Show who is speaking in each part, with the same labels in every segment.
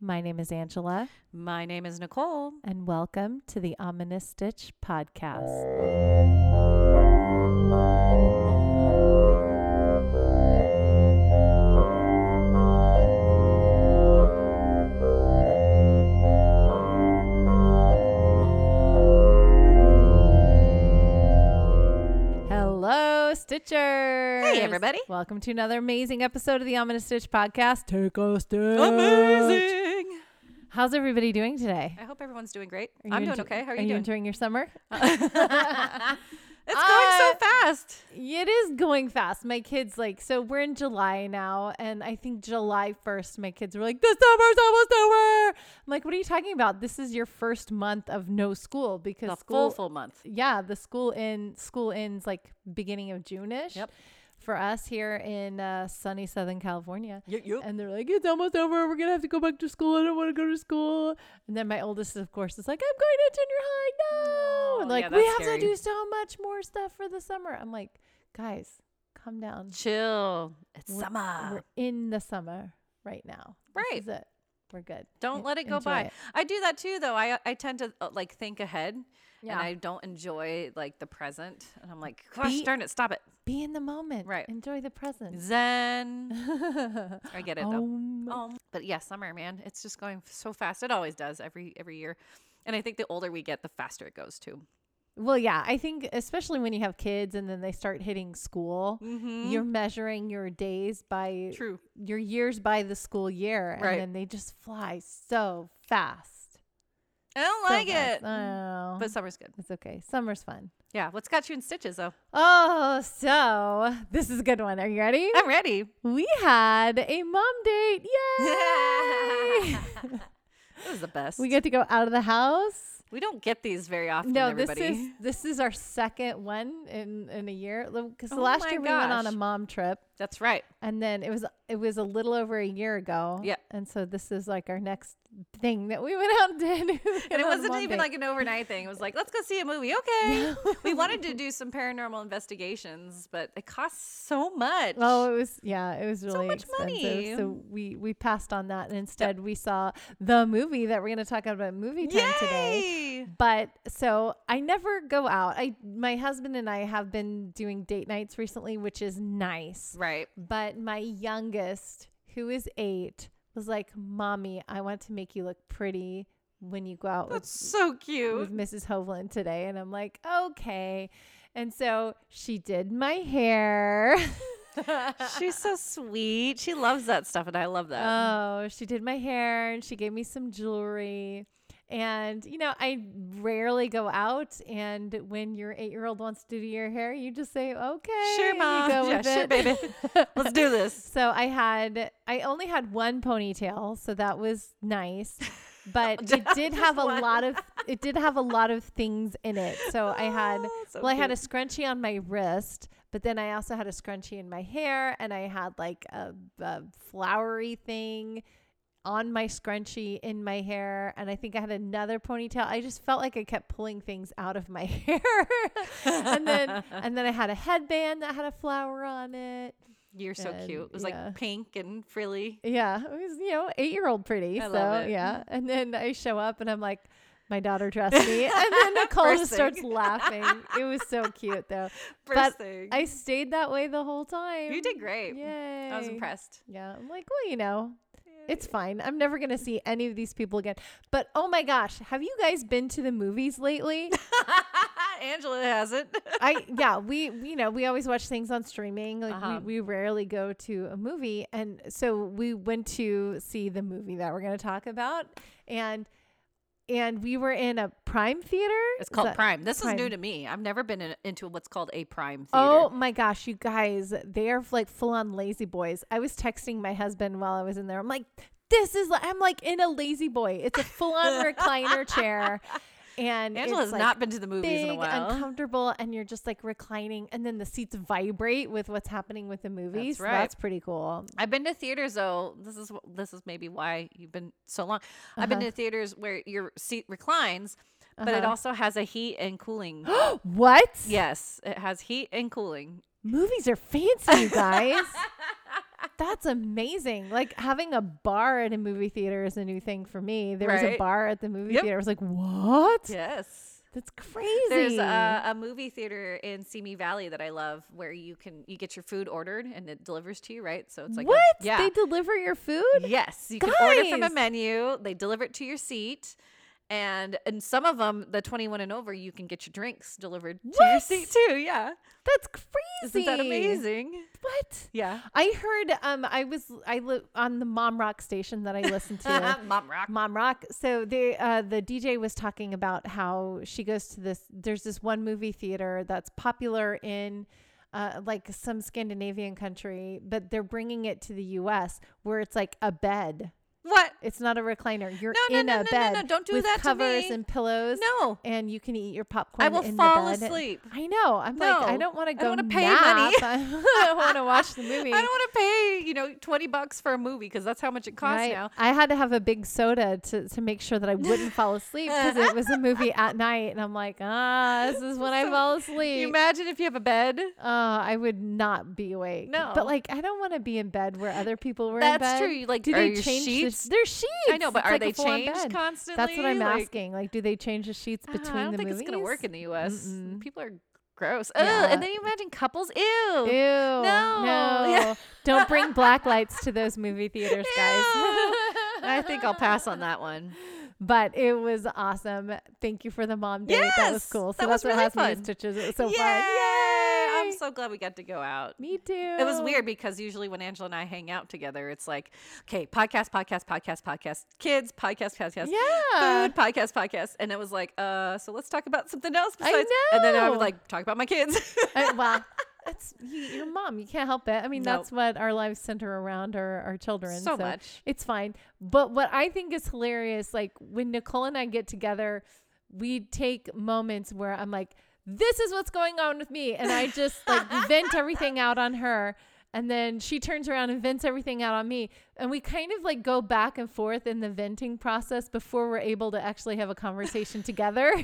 Speaker 1: My name is Angela,
Speaker 2: My name is Nicole.
Speaker 1: and welcome to the Ominous Stitch podcast. Hello, Stitchers!
Speaker 2: Hey, everybody.
Speaker 1: Welcome to another amazing episode of the Ominous Stitch podcast. Take a stitch.
Speaker 2: Amazing.
Speaker 1: How's everybody doing today?
Speaker 2: I hope everyone's doing great.
Speaker 1: Are you
Speaker 2: I'm doing
Speaker 1: enjo-
Speaker 2: okay. How are
Speaker 1: are
Speaker 2: you doing?
Speaker 1: enjoying your summer?
Speaker 2: it's
Speaker 1: Uh,
Speaker 2: going so fast.
Speaker 1: It is going fast. My kids like so we're in July now, and I think July first, my kids were like, "The summer's almost over." I'm like, "What are you talking about? This is your first month of no school because
Speaker 2: The
Speaker 1: school,
Speaker 2: full full month.
Speaker 1: yeah, the school in school ends like beginning of June ish.
Speaker 2: Yep.
Speaker 1: For us here in uh, sunny Southern California,
Speaker 2: you.
Speaker 1: and they're like, "It's almost over. We're gonna have to go back to school. I don't want to go to school." And then my oldest, of course, is like, "I'm going to junior high. No!"
Speaker 2: Oh,
Speaker 1: and
Speaker 2: yeah,
Speaker 1: like, we
Speaker 2: that's
Speaker 1: have
Speaker 2: scary.
Speaker 1: to do so much more stuff for the summer. I'm like, guys, calm down.
Speaker 2: Chill. It's
Speaker 1: We're- We're
Speaker 2: summer.
Speaker 1: in the summer right now.
Speaker 2: Right.
Speaker 1: This is it. We're good.
Speaker 2: Don't
Speaker 1: En-
Speaker 2: let it go
Speaker 1: enjoy
Speaker 2: by. I do that too, though. I I tend to uh, like think ahead,
Speaker 1: Yeah.
Speaker 2: and I don't enjoy like the present. And I'm like, gosh
Speaker 1: Be-
Speaker 2: darn it, stop it.
Speaker 1: Be in the moment.
Speaker 2: Right.
Speaker 1: Enjoy the present.
Speaker 2: Zen. I get it though.
Speaker 1: Um,
Speaker 2: Um, but yeah, summer, man, it's just going f- so fast. It always does every every year, and I think the older we get, the faster it goes too.
Speaker 1: Well, yeah, I think especially when you have kids and then they start hitting school,
Speaker 2: Mm-hmm.
Speaker 1: you're measuring your days by
Speaker 2: True.
Speaker 1: your years by the school year, and
Speaker 2: Right.
Speaker 1: then they just fly so fast.
Speaker 2: I don't
Speaker 1: So
Speaker 2: like
Speaker 1: fast.
Speaker 2: it,
Speaker 1: Oh,
Speaker 2: but summer's good.
Speaker 1: it's okay. Summer's fun.
Speaker 2: Yeah, what's got you in stitches though?
Speaker 1: Oh, so this is a good one. Are you ready?
Speaker 2: I'm ready.
Speaker 1: We had a mom date. Yay!
Speaker 2: This is the best.
Speaker 1: we
Speaker 2: We,
Speaker 1: get to go out of the house.
Speaker 2: we don't get these very often.
Speaker 1: No,
Speaker 2: everybody.
Speaker 1: this is this is our second one in in a year because
Speaker 2: Oh
Speaker 1: last
Speaker 2: my
Speaker 1: year we went on a
Speaker 2: gosh.
Speaker 1: mom trip.
Speaker 2: That's right.
Speaker 1: And then it was it was a little over a year ago.
Speaker 2: Yeah.
Speaker 1: And so this is like our next thing that we went out and did. We went
Speaker 2: And it
Speaker 1: on a
Speaker 2: wasn't
Speaker 1: mom
Speaker 2: even
Speaker 1: date.
Speaker 2: like an overnight thing. It was like, let's go see a movie. Okay. we wanted to do some paranormal investigations, but it costs so much.
Speaker 1: Oh, it was yeah, it was really
Speaker 2: much
Speaker 1: expensive.
Speaker 2: money.
Speaker 1: So we we passed on that and instead we saw the movie that we're going to talk about movie time today.
Speaker 2: Yay!
Speaker 1: But so I never go out. I my husband and I have been doing date nights recently, which is nice.
Speaker 2: Right.
Speaker 1: But my youngest, who is 8, was like, "Mommy, I want to make you look pretty when you go out
Speaker 2: That's
Speaker 1: with,
Speaker 2: so cute.
Speaker 1: with Mrs. Hovland today." And I'm like, "Okay." And so she did my hair. Mm-hmm.
Speaker 2: She's so sweet. She loves that stuff, and I love that.
Speaker 1: Oh, she did my hair and she gave me some jewelry. And, you know, I rarely go out. And when your eight year old wants to do your hair, you just say, okay.
Speaker 2: sure,
Speaker 1: and you
Speaker 2: mom.
Speaker 1: go
Speaker 2: Yeah,
Speaker 1: with
Speaker 2: sure,
Speaker 1: it.
Speaker 2: baby.
Speaker 1: Uh,
Speaker 2: Let's do this.
Speaker 1: So I had, I only had one ponytail. So that was nice. But it did
Speaker 2: Just
Speaker 1: have a
Speaker 2: one.
Speaker 1: lot of, it did have a lot of things in it. So I had,
Speaker 2: Oh, so
Speaker 1: well, I had a
Speaker 2: cute.
Speaker 1: scrunchie on my wrist, but then I also had a scrunchie in my hair, and I had like a, a flowery thing on my scrunchie in my hair, and I think I had another ponytail. I just felt like I kept pulling things out of my hair, and then and then I had a headband that had a flower on it.
Speaker 2: You're so
Speaker 1: and,
Speaker 2: cute. It was
Speaker 1: yeah.
Speaker 2: like pink and frilly.
Speaker 1: Yeah, it was you know eight year old pretty.
Speaker 2: I
Speaker 1: so
Speaker 2: love it. Mm-hmm.
Speaker 1: yeah, and then I show up and I'm like, my daughter dressed me, and then Nicole just
Speaker 2: First
Speaker 1: starts
Speaker 2: thing.
Speaker 1: laughing. It was so cute though.
Speaker 2: First thing.
Speaker 1: I stayed that way the whole time.
Speaker 2: you did great.
Speaker 1: Yay.
Speaker 2: I was impressed.
Speaker 1: Yeah. I'm like, well, you know, it's fine. I'm never going to see any of these people again. But oh my gosh, have you guys been to the movies lately?
Speaker 2: Angela hasn't.
Speaker 1: I, yeah, we, we- you know, we always watch things on streaming. Like
Speaker 2: Uh-huh.
Speaker 1: we, we rarely go to a movie. And so we went to see the movie that we're going to talk about. And, and we were in a prime theater. Is
Speaker 2: It's called
Speaker 1: that-
Speaker 2: Prime. This is new
Speaker 1: Prime.
Speaker 2: to me. I've never been in, into what's called a Prime theater.
Speaker 1: Oh my gosh, you guys, they are like full on lazy boys. I was texting my husband while I was in there. I'm like, this is, li- I'm like in a lazy boy. It's a full on recliner chair. And
Speaker 2: Angela's
Speaker 1: it's like
Speaker 2: not been to the movies
Speaker 1: big,
Speaker 2: in a while.
Speaker 1: uncomfortable, and you're just like reclining. And then the seats vibrate with what's happening with the movie.
Speaker 2: That's
Speaker 1: so
Speaker 2: right.
Speaker 1: that's pretty cool.
Speaker 2: I've been to theaters though. This is wh- this is maybe why you've been so long. I've been to theaters where your seat reclines, but it
Speaker 1: Uh-huh.
Speaker 2: also has a heat and cooling.
Speaker 1: What?
Speaker 2: yes, it has heat and cooling.
Speaker 1: Movies are fancy, you guys. That's amazing. Like having a bar at a movie theater is a new thing for me. There was a
Speaker 2: Right.
Speaker 1: bar at the movie
Speaker 2: Yep.
Speaker 1: theater. I was like, what?
Speaker 2: Yes.
Speaker 1: That's crazy.
Speaker 2: There's uh, a, a movie theater in Simi Valley that I love where you can you get your food ordered and it delivers to you, right? So it's like a-
Speaker 1: what?
Speaker 2: yeah.
Speaker 1: They deliver your food?
Speaker 2: Yes, you can order from a
Speaker 1: Guys!
Speaker 2: menu. They deliver it to your seat, and and some of them, the twenty one and over, you can get your drinks delivered to your
Speaker 1: What?
Speaker 2: seat too. Yeah,
Speaker 1: That's crazy.
Speaker 2: isn't that amazing?
Speaker 1: What?
Speaker 2: Yeah,
Speaker 1: I heard um I was I live on the mom rock station that I listened to.
Speaker 2: Uh, mom rock.
Speaker 1: Mom Rock. So they uh, the DJ was talking about how she goes to this. There's this one movie theater that's popular in uh, like some Scandinavian country, but they're bringing it to the U.S. where it's like a bed.
Speaker 2: What?
Speaker 1: It's not a recliner. You're
Speaker 2: No, no,
Speaker 1: in
Speaker 2: no,
Speaker 1: a
Speaker 2: no, no,
Speaker 1: bed.
Speaker 2: no, don't do
Speaker 1: with
Speaker 2: that to
Speaker 1: Covers
Speaker 2: me.
Speaker 1: and pillows.
Speaker 2: No,
Speaker 1: And you can eat your popcorn.
Speaker 2: I will
Speaker 1: in
Speaker 2: fall
Speaker 1: the bed.
Speaker 2: asleep.
Speaker 1: I know. I'm like, I
Speaker 2: No,
Speaker 1: don't want to
Speaker 2: I
Speaker 1: go.
Speaker 2: don't wanna pay
Speaker 1: nap.
Speaker 2: money.
Speaker 1: I want to watch the movie.
Speaker 2: I don't want to pay you know twenty bucks for a movie because that's how much it costs
Speaker 1: Right.
Speaker 2: now.
Speaker 1: I had to have a big soda to, to make sure that I wouldn't fall asleep because it was a movie at night, and I'm like, ah, this is when I
Speaker 2: So,
Speaker 1: fall
Speaker 2: Can you
Speaker 1: asleep.
Speaker 2: imagine if you have a bed?
Speaker 1: Uh, I would not be awake.
Speaker 2: No.
Speaker 1: but like I don't want to be in bed where other people were. in
Speaker 2: That's
Speaker 1: bed.
Speaker 2: true. You, like,
Speaker 1: do
Speaker 2: are
Speaker 1: they
Speaker 2: your
Speaker 1: change
Speaker 2: sheets-
Speaker 1: The, their sheets?
Speaker 2: I know, but
Speaker 1: It's
Speaker 2: are
Speaker 1: like a
Speaker 2: they
Speaker 1: full-on
Speaker 2: changed
Speaker 1: bed.
Speaker 2: constantly?
Speaker 1: That's what I'm
Speaker 2: Like,
Speaker 1: asking. Like, do they change the sheets
Speaker 2: ah,
Speaker 1: between
Speaker 2: I don't
Speaker 1: the
Speaker 2: think
Speaker 1: movies?
Speaker 2: it's gonna work in the U.S.
Speaker 1: Mm-mm.
Speaker 2: People are gross.
Speaker 1: Yeah.
Speaker 2: Ugh, and then you imagine couples. Ew.
Speaker 1: Ew! No,
Speaker 2: Yeah.
Speaker 1: don't bring black lights to those movie theaters, guys.
Speaker 2: I think I'll pass on that one.
Speaker 1: But it was awesome. Thank you for the mom date. that was
Speaker 2: Yes,
Speaker 1: cool. So
Speaker 2: that
Speaker 1: that's
Speaker 2: was
Speaker 1: what
Speaker 2: really
Speaker 1: has me in
Speaker 2: fun.
Speaker 1: stitches. It was so
Speaker 2: Yay!
Speaker 1: fun.
Speaker 2: I'm
Speaker 1: Yay!
Speaker 2: so glad we got to go out.
Speaker 1: me too.
Speaker 2: It was weird because usually when Angela and I hang out together, it's like, okay, podcast, podcast, podcast, podcast, kids, podcast, podcast,
Speaker 1: Yeah.
Speaker 2: food, podcast, podcast. And it was like, uh, so let's talk about something else
Speaker 1: I
Speaker 2: besides. And then I
Speaker 1: know.
Speaker 2: would like talk about my kids.
Speaker 1: I- Uh, well, it's you, your mom. You can't help it. I mean,
Speaker 2: Nope.
Speaker 1: that's what our lives center around our, our children.
Speaker 2: So much.
Speaker 1: It's fine. But what I think is hilarious, like when Nicole and I get together, we take moments where I'm like, this is what's going on with me. And I just like vent everything out on her. And then she turns around and vents everything out on me. And we kind of like go back and forth in the venting process before we're able to actually have a conversation together.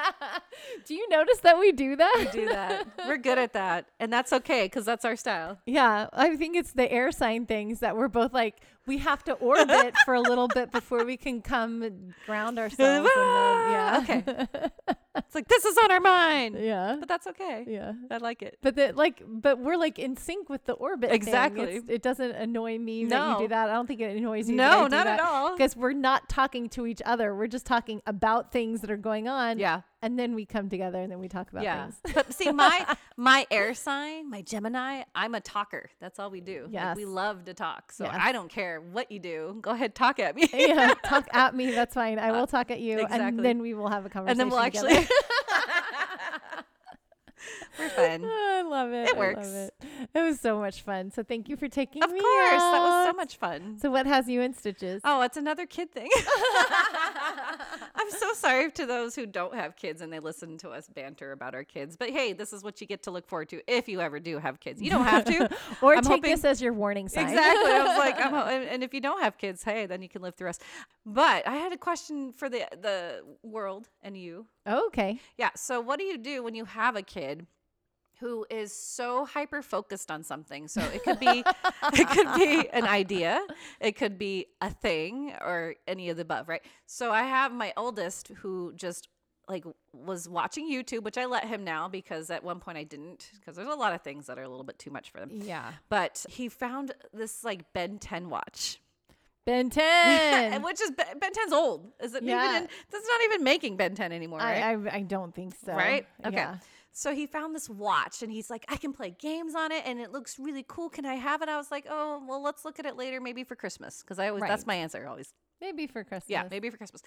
Speaker 1: do you notice that we do that?
Speaker 2: Do that. We're good at that. And that's okay because that's our style.
Speaker 1: Yeah, I think it's the air sign things that we're both like we have to orbit for a little bit before we can come ground ourselves. and then- yeah,
Speaker 2: It's like, this is on our mind.
Speaker 1: yeah,
Speaker 2: But that's okay.
Speaker 1: yeah.
Speaker 2: I like it.
Speaker 1: But that like, but we're like in sync with the orbit. thing.
Speaker 2: Exactly.
Speaker 1: It's- It doesn't annoy me that you do
Speaker 2: No.
Speaker 1: that. I don't think it annoys you.
Speaker 2: No, not at all.
Speaker 1: Because we're not talking to each other. We're just talking about things that are going on.
Speaker 2: Yeah.
Speaker 1: and then we come together and then we talk about things.
Speaker 2: but see, my my air sign, my Gemini, I'm a talker. That's all we do. Like,
Speaker 1: Yes.
Speaker 2: we love to talk. So
Speaker 1: Yes.
Speaker 2: I don't care what you do. Go ahead, talk at me.
Speaker 1: yeah, talk at me. That's fine. I will talk at you,
Speaker 2: Uh, exactly.
Speaker 1: and then we will have a conversation.
Speaker 2: and then we'll
Speaker 1: together.
Speaker 2: actually. We're fun.
Speaker 1: I love it.
Speaker 2: It
Speaker 1: I love
Speaker 2: works.
Speaker 1: it. It was so much fun. So thank you for taking
Speaker 2: Of
Speaker 1: me.
Speaker 2: course. That was so
Speaker 1: out.
Speaker 2: much fun.
Speaker 1: So what has you in stitches?
Speaker 2: Oh, it's another kid thing. I'm so sorry to those who don't have kids and they listen to us banter about our kids. But hey, this is what you get to look forward to if you ever do have kids. You don't have to.
Speaker 1: or
Speaker 2: I'm
Speaker 1: take
Speaker 2: hoping-
Speaker 1: this as your warning sign.
Speaker 2: Exactly. I was like, I'm, ho- and and if you don't have kids, hey, then you can live through us. But I had a question for the the world and you.
Speaker 1: Oh, okay.
Speaker 2: Yeah. So, what do you do when you have a kid who is so hyper focused on something? So it could be it could be an idea, it could be a thing, or any of the above, right? So I have my oldest who just like was watching YouTube, which I let him now because at one point I didn't because there's a lot of things that are a little bit too much for them.
Speaker 1: Yeah.
Speaker 2: But he found this like Ben 10 watch.
Speaker 1: Ben 10.
Speaker 2: Which is Ben Ben 10's old. Is it
Speaker 1: Yeah.
Speaker 2: even in, that's not even making Ben 10 anymore, right?
Speaker 1: I, I, I don't think so.
Speaker 2: Right? Okay.
Speaker 1: Yeah.
Speaker 2: So he found this watch and he's like, I can play games on it and it looks really cool. Can I have it? I was like, oh, well, let's look at it later, maybe for Christmas. Cause I always, that's
Speaker 1: Right.
Speaker 2: my answer always.
Speaker 1: Maybe for Christmas.
Speaker 2: Yeah, maybe for Christmas.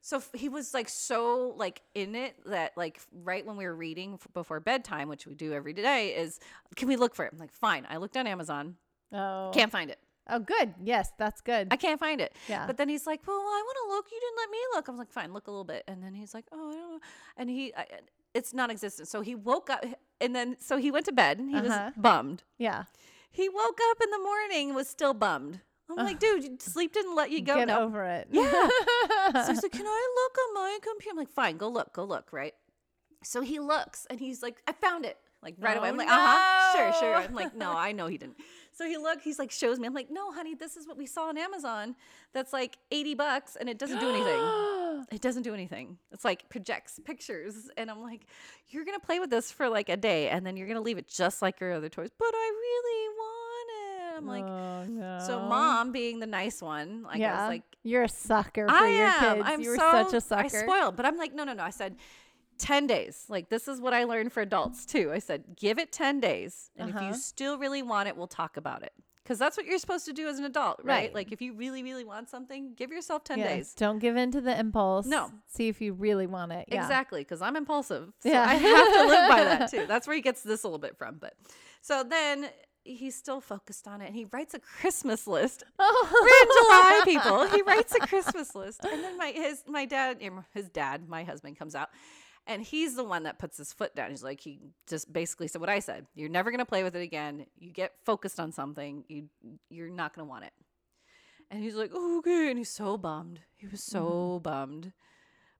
Speaker 2: So f- he was like so like in it that like right when we were reading f- before bedtime, which we do every day, is can we look for it? I'm like, fine. I looked on Amazon,
Speaker 1: Oh.
Speaker 2: can't find it.
Speaker 1: oh, good. Yes, that's good.
Speaker 2: I can't find it.
Speaker 1: Yeah.
Speaker 2: But then he's like, "Well, I want to look. You didn't let me look." I was like, "Fine, look a little bit." And then he's like, "Oh, I don't know." And he, I, it's non-existent. So he woke up, and then so he went to bed. And he
Speaker 1: Uh-huh.
Speaker 2: was bummed.
Speaker 1: yeah.
Speaker 2: He woke up in the morning and was still bummed. I'm like, "Dude, you- sleep didn't let you go."
Speaker 1: Get
Speaker 2: no.
Speaker 1: over it.
Speaker 2: Yeah. so he's like, "Can I look on my computer?" I'm like, "Fine, go look, go look." Right. So he looks, and he's like, "I found it." Like right away,
Speaker 1: Oh,
Speaker 2: I'm like, "Uh huh, sure, sure."
Speaker 1: no.
Speaker 2: I'm like, "No, I know he didn't." So he look, he's like shows me. I'm like, no, honey, this is what we saw on Amazon. That's like 80 bucks and it doesn't do anything. It doesn't do anything. It's like projects pictures. And I'm like, you're gonna play with this for like a day and then you're gonna leave it just like your other toys. But I really want it. I'm like,
Speaker 1: Oh,
Speaker 2: so
Speaker 1: no.
Speaker 2: mom being the nice one, like I was like,
Speaker 1: you're a sucker for
Speaker 2: I
Speaker 1: your
Speaker 2: am.
Speaker 1: kids.
Speaker 2: I'm
Speaker 1: you were
Speaker 2: so,
Speaker 1: such a
Speaker 2: I
Speaker 1: sucker.
Speaker 2: spoiled, but I'm like, no, no, no. I said, 10 days. Like, this is what I learned for adults too. I said, give it 10 days. And if
Speaker 1: Uh-huh.
Speaker 2: you still really want it, we'll talk about it. Because that's what you're supposed to do as an adult, right?
Speaker 1: Right.
Speaker 2: Like, if you really, really want something, give yourself 10
Speaker 1: Yeah,
Speaker 2: days.
Speaker 1: Don't give in to the impulse.
Speaker 2: No.
Speaker 1: See if you really want it. Yeah.
Speaker 2: Exactly, because I'm impulsive. So
Speaker 1: Yeah.
Speaker 2: I have to live by that too. That's where he gets this a little bit from. But so then he's still focused on it and he writes a Christmas list
Speaker 1: Oh.
Speaker 2: We're in July, people. He writes a Christmas list, and then my his my dad, em- his dad, my husband comes out, and he's the one that puts his foot down. He's like, he just basically said what I said. You're never gonna play with it again. You get focused on something. You you're not gonna want it. And he's like, oh, okay, and he's so bummed. He was so
Speaker 1: Mm-hmm.
Speaker 2: bummed.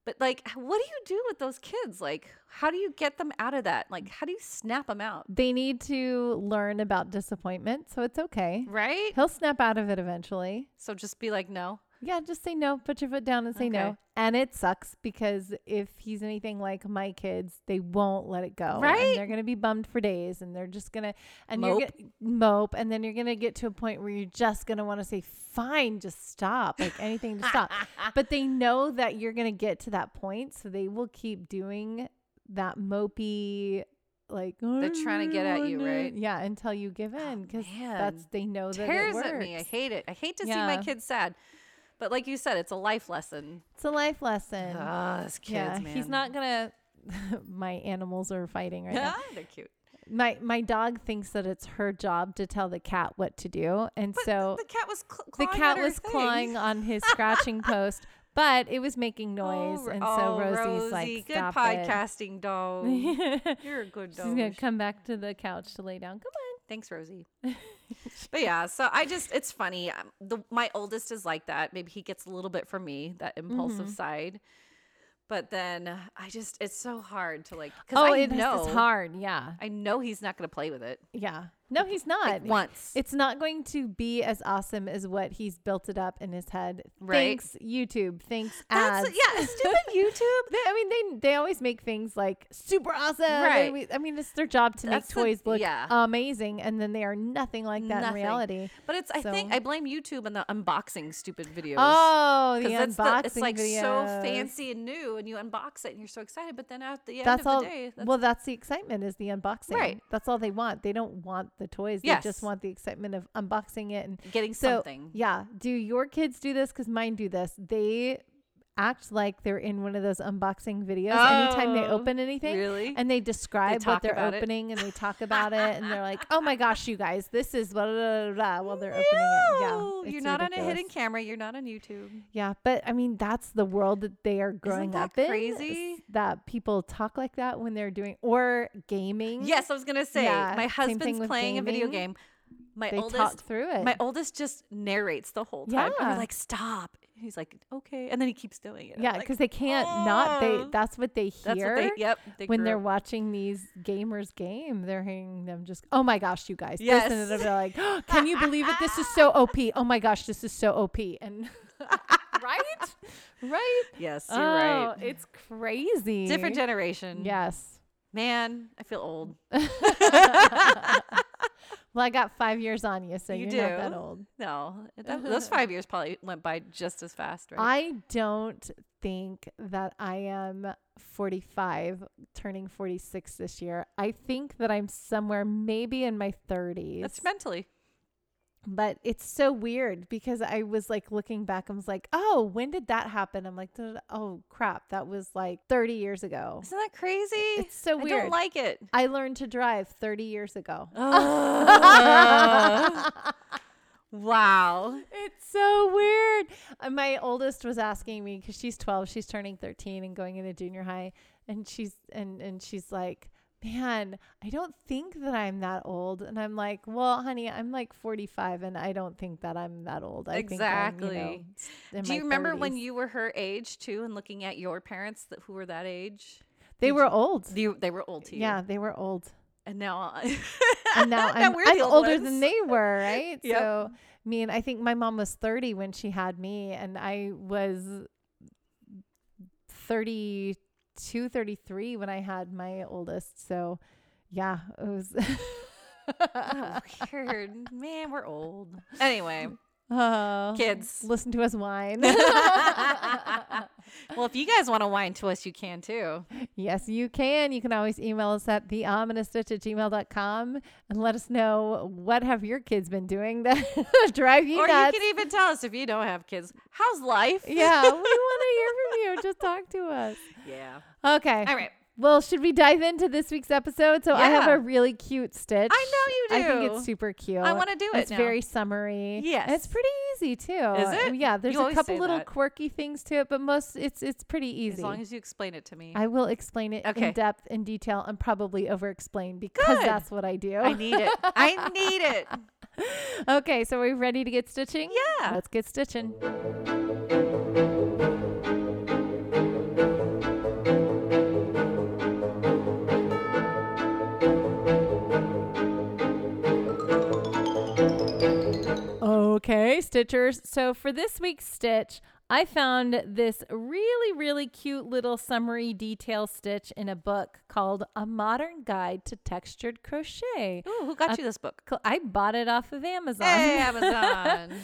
Speaker 2: But like, what do you do with those kids? Like, how do you get them out of that? Like, how do you snap them out?
Speaker 1: They need to learn about disappointment, so it's okay.
Speaker 2: Right.
Speaker 1: He'll snap out of it eventually.
Speaker 2: So just be like, no.
Speaker 1: Yeah, just say no. Put your foot down and say no.
Speaker 2: Okay.
Speaker 1: And it sucks because if he's anything like my kids, they won't let it go. and
Speaker 2: Right?
Speaker 1: they're gonna be bummed for days, and they're just gonna and you're gonna mope, and then you're gonna get to a point where you're just gonna want to say, "Fine, just stop," like anything to stop. but they know that you're gonna get to that point, so they will keep doing that mopey. Like
Speaker 2: They're trying to get at you, right? Oh,
Speaker 1: Yeah, until you give in because that's
Speaker 2: man.
Speaker 1: they know that it
Speaker 2: tears
Speaker 1: works.
Speaker 2: at me. I hate it. I hate to see my
Speaker 1: Yeah.
Speaker 2: kids sad. But like you said, it's a life lesson.
Speaker 1: It's a life lesson.
Speaker 2: Ah, those kids, man.
Speaker 1: he's not gonna. my animals are fighting right now.
Speaker 2: Ah, they're cute.
Speaker 1: My my dog thinks that it's her job to tell the cat what to do, and
Speaker 2: But
Speaker 1: so
Speaker 2: the cat was cl-
Speaker 1: the
Speaker 2: clawing at
Speaker 1: cat
Speaker 2: her
Speaker 1: was
Speaker 2: thing.
Speaker 1: clawing on his scratching post, but it was making noise,
Speaker 2: Oh,
Speaker 1: and so
Speaker 2: oh,
Speaker 1: Rosie's
Speaker 2: Rosie,
Speaker 1: like,
Speaker 2: good
Speaker 1: "Stop it."
Speaker 2: podcasting dog. You're a good
Speaker 1: She's gonna
Speaker 2: dog.
Speaker 1: come back to the couch to lay down. Come on.
Speaker 2: Thanks, Rosie. but yeah, so I just it's funny. Um, the, my oldest is like that. Maybe he gets a little bit from me that
Speaker 1: Mm-hmm.
Speaker 2: impulsive side. But then I just it's so hard to like because
Speaker 1: Oh,
Speaker 2: I
Speaker 1: it is
Speaker 2: know
Speaker 1: it's hard. Yeah,
Speaker 2: I know he's not going to play with it
Speaker 1: yeah. No, he's not.
Speaker 2: like once.
Speaker 1: It's not going to be as awesome as what he's built it up in his head.
Speaker 2: Right.
Speaker 1: Thanks YouTube. Thanks
Speaker 2: That's
Speaker 1: ads.
Speaker 2: yeah, stupid YouTube.
Speaker 1: They, I mean, they they always make things like super awesome. They
Speaker 2: Right.
Speaker 1: always- I mean, it's their job to
Speaker 2: That's the-
Speaker 1: make toys look
Speaker 2: yeah.
Speaker 1: amazing, and then they are nothing like that
Speaker 2: Nothing.
Speaker 1: in reality.
Speaker 2: But it's I think
Speaker 1: So-
Speaker 2: I blame YouTube and the unboxing stupid videos.
Speaker 1: Oh, the
Speaker 2: 'Cause that's
Speaker 1: unboxing
Speaker 2: it's like so
Speaker 1: videos.
Speaker 2: fancy and new, and you unbox it and you're so excited. But then at the end
Speaker 1: That's
Speaker 2: of
Speaker 1: all.
Speaker 2: the day, that's,
Speaker 1: well, that's the excitement is the unboxing.
Speaker 2: Right.
Speaker 1: That's all they want. They don't want the toys.
Speaker 2: Yes.
Speaker 1: They just want the excitement of unboxing it and
Speaker 2: getting
Speaker 1: So,
Speaker 2: something.
Speaker 1: yeah. Do your kids do this? Because mine do this. They act like they're in one of those unboxing videos anytime they
Speaker 2: Oh,
Speaker 1: open anything.
Speaker 2: really?
Speaker 1: And they describe
Speaker 2: talk
Speaker 1: what they're
Speaker 2: about it.
Speaker 1: opening and they talk about it and they're like, oh my gosh, you guys, this is blah, blah, blah, blah, blah," while they're opening it. Yeah.
Speaker 2: No,
Speaker 1: it's
Speaker 2: you're not on a hidden
Speaker 1: ridiculous.
Speaker 2: camera. You're not on YouTube.
Speaker 1: Yeah. But I mean, that's the world that they are growing
Speaker 2: that
Speaker 1: up in.
Speaker 2: crazy?
Speaker 1: s- That people talk like that when they're doing, or gaming.
Speaker 2: Yes, I was gonna say
Speaker 1: Yeah,
Speaker 2: my
Speaker 1: same thing
Speaker 2: husband's
Speaker 1: with
Speaker 2: playing a video
Speaker 1: gaming.
Speaker 2: game. My
Speaker 1: They
Speaker 2: oldest
Speaker 1: talk through it.
Speaker 2: My oldest just narrates the whole time. And
Speaker 1: Yeah.
Speaker 2: we're like, stop. And he's like, okay. And then he keeps doing it. I'm
Speaker 1: yeah.
Speaker 2: like,
Speaker 1: Because they can't not, they,
Speaker 2: "Oh."
Speaker 1: that's what they hear.
Speaker 2: That's what they, yep. They
Speaker 1: when
Speaker 2: grew
Speaker 1: they're
Speaker 2: up-
Speaker 1: watching these gamers game, they're hearing them just, oh my gosh, you guys.
Speaker 2: Yes.
Speaker 1: Yes. And they're like, "Oh, can you believe it? This is so OP. Oh my gosh, this is so OP. And right? Right?
Speaker 2: Yes,
Speaker 1: oh,
Speaker 2: you're right.
Speaker 1: It's crazy.
Speaker 2: Different generation.
Speaker 1: Yes.
Speaker 2: Man, I feel old.
Speaker 1: Well, I got five years on you, so
Speaker 2: You
Speaker 1: you are not that
Speaker 2: do.
Speaker 1: old.
Speaker 2: No, that, those five years probably went by just as fast, right?
Speaker 1: I don't think that I am 45, turning 46 this year. I think that I'm somewhere maybe in my 30s.
Speaker 2: That's mentally.
Speaker 1: but it's so weird because I was like looking back, I was like, oh, when did that happen? I'm like, "Duh, oh crap, that was like 30 years ago.
Speaker 2: Isn't that crazy?
Speaker 1: It's so
Speaker 2: I
Speaker 1: weird.
Speaker 2: don't like it.
Speaker 1: I learned to drive 30 years ago.
Speaker 2: wow.
Speaker 1: It's so weird. Uh, My oldest was asking me because she's 12, she's turning 13 and going into junior high, and she's and and she's like, man, I don't think that I'm that old, and I'm like, well, honey, I'm like 45, and I don't think that I'm that old. I Think I'm, you know,
Speaker 2: Exactly.
Speaker 1: in
Speaker 2: Do
Speaker 1: my
Speaker 2: you remember
Speaker 1: 30s."
Speaker 2: when you were her age too, and looking at your parents that who were that age?
Speaker 1: They were old.
Speaker 2: You, they were old to you.
Speaker 1: Yeah, they were old.
Speaker 2: And now,
Speaker 1: and now I'm,
Speaker 2: we're
Speaker 1: I'm
Speaker 2: the old
Speaker 1: older
Speaker 2: ones.
Speaker 1: than they were, right?
Speaker 2: Yep.
Speaker 1: So, I mean, I think my mom was 30 when she had me, and I was 32, 33 when I had my oldest. So, yeah, it was.
Speaker 2: Oh, weird. Man, we're old. Anyway,
Speaker 1: Oh,
Speaker 2: Kids.
Speaker 1: Listen to us whine.
Speaker 2: well, if you guys want to whine to us, you can too.
Speaker 1: yes, you can. You can always email us at theominousstitch at gmail.com and let us know what have your kids been doing that drive you
Speaker 2: or
Speaker 1: nuts.
Speaker 2: you can even tell us if you don't have kids. How's life?
Speaker 1: yeah, we want to hear from you. Just talk to us.
Speaker 2: Yeah.
Speaker 1: Okay.
Speaker 2: All right.
Speaker 1: Well, should we dive into this week's episode? So I have
Speaker 2: Yeah.
Speaker 1: a really cute stitch.
Speaker 2: I know you
Speaker 1: I think
Speaker 2: do.
Speaker 1: it's super cute.
Speaker 2: I wanna do it
Speaker 1: It's
Speaker 2: now.
Speaker 1: very summery.
Speaker 2: Yes.
Speaker 1: And it's pretty easy too.
Speaker 2: Is it?
Speaker 1: Yeah. There's
Speaker 2: You
Speaker 1: a
Speaker 2: always
Speaker 1: couple
Speaker 2: say
Speaker 1: little
Speaker 2: that.
Speaker 1: quirky things to it, but most it's it's pretty easy.
Speaker 2: As long as you explain it to me. I,
Speaker 1: I will explain it
Speaker 2: Okay.
Speaker 1: in depth and detail and probably over explain because
Speaker 2: Good.
Speaker 1: that's what I do.
Speaker 2: need it. I need it.
Speaker 1: okay, so are we ready to get stitching?
Speaker 2: Yeah.
Speaker 1: Let's get stitching. Okay, stitchers. So for this week's stitch, I found this really, really cute little summary detail stitch in a book called A Modern Guide to Textured Crochet.
Speaker 2: Ooh, who got you this book?
Speaker 1: Cl- I bought it off of Uh, Amazon
Speaker 2: Hey, Amazon.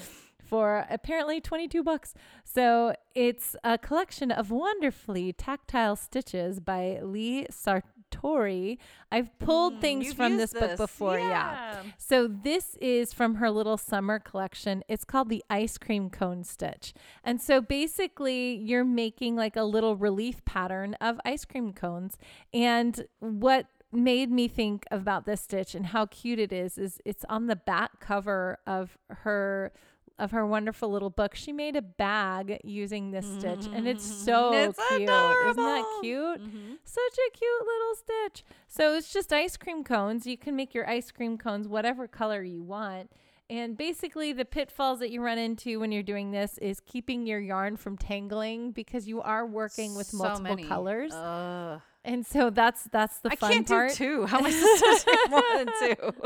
Speaker 1: for apparently 22 bucks. So it's a collection of wonderfully tactile stitches by Lee Sartori. I've pulled things
Speaker 2: Mm, You've
Speaker 1: from
Speaker 2: used
Speaker 1: this, book before,
Speaker 2: Yeah.
Speaker 1: so this is from her little summer collection. It's called the ice cream cone stitch. And so basically you're making like a little relief pattern of ice cream cones. And what made me think about this stitch and how cute it is is it's on the back cover of her of her wonderful little book. She made a bag using this stitch and it's so
Speaker 2: It's
Speaker 1: cute. Isn't that
Speaker 2: adorable.
Speaker 1: cute?
Speaker 2: Mm-hmm.
Speaker 1: Such a cute little stitch. So it's just ice cream cones. You can make your ice cream cones whatever color you want. And basically, the pitfalls that you run into when you're doing this is keeping your yarn from tangling because you are working with
Speaker 2: So
Speaker 1: multiple
Speaker 2: many.
Speaker 1: colors.
Speaker 2: Ugh.
Speaker 1: and so that's that's the
Speaker 2: I
Speaker 1: fun
Speaker 2: can't
Speaker 1: part.
Speaker 2: do two. How am I supposed to do more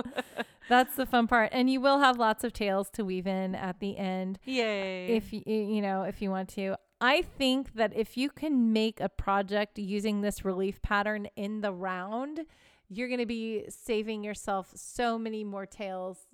Speaker 2: than two?
Speaker 1: That's the fun part. And you will have lots of tails to weave in at the end.
Speaker 2: Yay.
Speaker 1: if you you know if you want to i think that if you can make a project using this relief pattern in the round you're going to be saving yourself so many more tails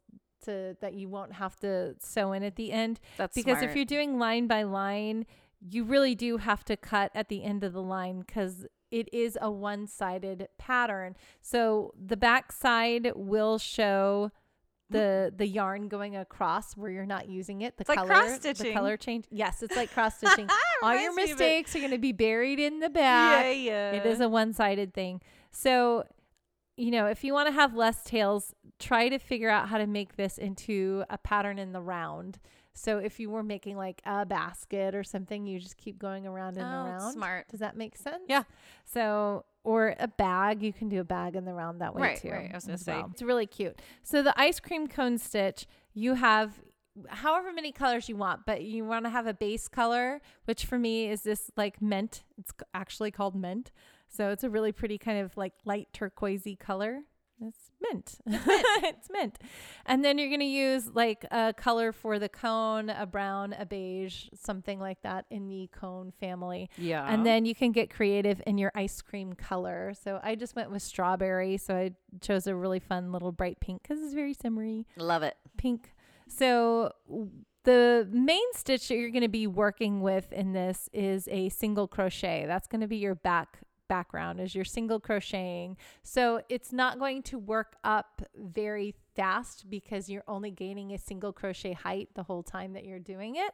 Speaker 1: to that you won't have to sew in at the end
Speaker 2: That's
Speaker 1: because if
Speaker 2: smart.
Speaker 1: you're doing line by line you really do have to cut at the end of the line because it is a one-sided pattern so the back side will show the the yarn going across where you're not using it the
Speaker 2: Mm-hmm. like
Speaker 1: color the
Speaker 2: cross-stitching.
Speaker 1: color change yes it's like cross stitching all your
Speaker 2: Reminds me of it.
Speaker 1: mistakes are going to be buried in the
Speaker 2: yeah,
Speaker 1: back
Speaker 2: yeah.
Speaker 1: it is a one-sided thing so you know if you want to have less tails try to figure out how to make this into a pattern in the round so if you were making like a basket or something you just keep going around and
Speaker 2: Oh,
Speaker 1: around
Speaker 2: smart.
Speaker 1: does that make sense
Speaker 2: Yeah.
Speaker 1: so or a bag you can do a bag in the round that way
Speaker 2: Right,
Speaker 1: too
Speaker 2: right. I was gonna
Speaker 1: as
Speaker 2: say.
Speaker 1: it's really cute so the ice cream cone stitch you have however many colors you want but you want to have a base color which for me is this like mint it's c- actually called mint so it's a really pretty kind of like light turquoisey color. It's mint. it's mint. And then you're going to use like a color for the cone, a brown, a beige, something like that in the cone family.
Speaker 2: Yeah.
Speaker 1: And then you can get creative in your ice cream color. So I just went with strawberry. So I chose a really fun little bright pink because it's very summery
Speaker 2: love it.
Speaker 1: pink. So w- the main stitch that you're going to be working with in this is a single crochet. That's going to be your back background is your single crocheting. So it's not going to work up very fast because you're only gaining a single crochet height the whole time that you're doing it.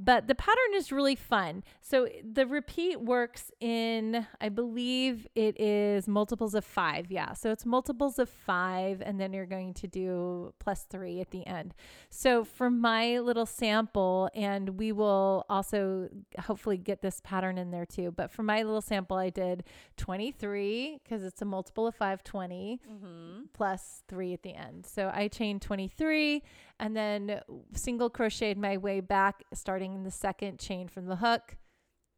Speaker 1: But the pattern is really fun. So the repeat works in, I believe it is multiples of five. Yeah. So it's multiples of five, and then you're going to do plus three at the end. So for my little sample, and we will also hopefully get this pattern in there too. But for my little sample, I did 23 because it's a multiple of five, 20
Speaker 2: Mm-hmm,
Speaker 1: plus three at the end. So I chained 23 and then single crocheted my way back, starting in the second chain from the hook,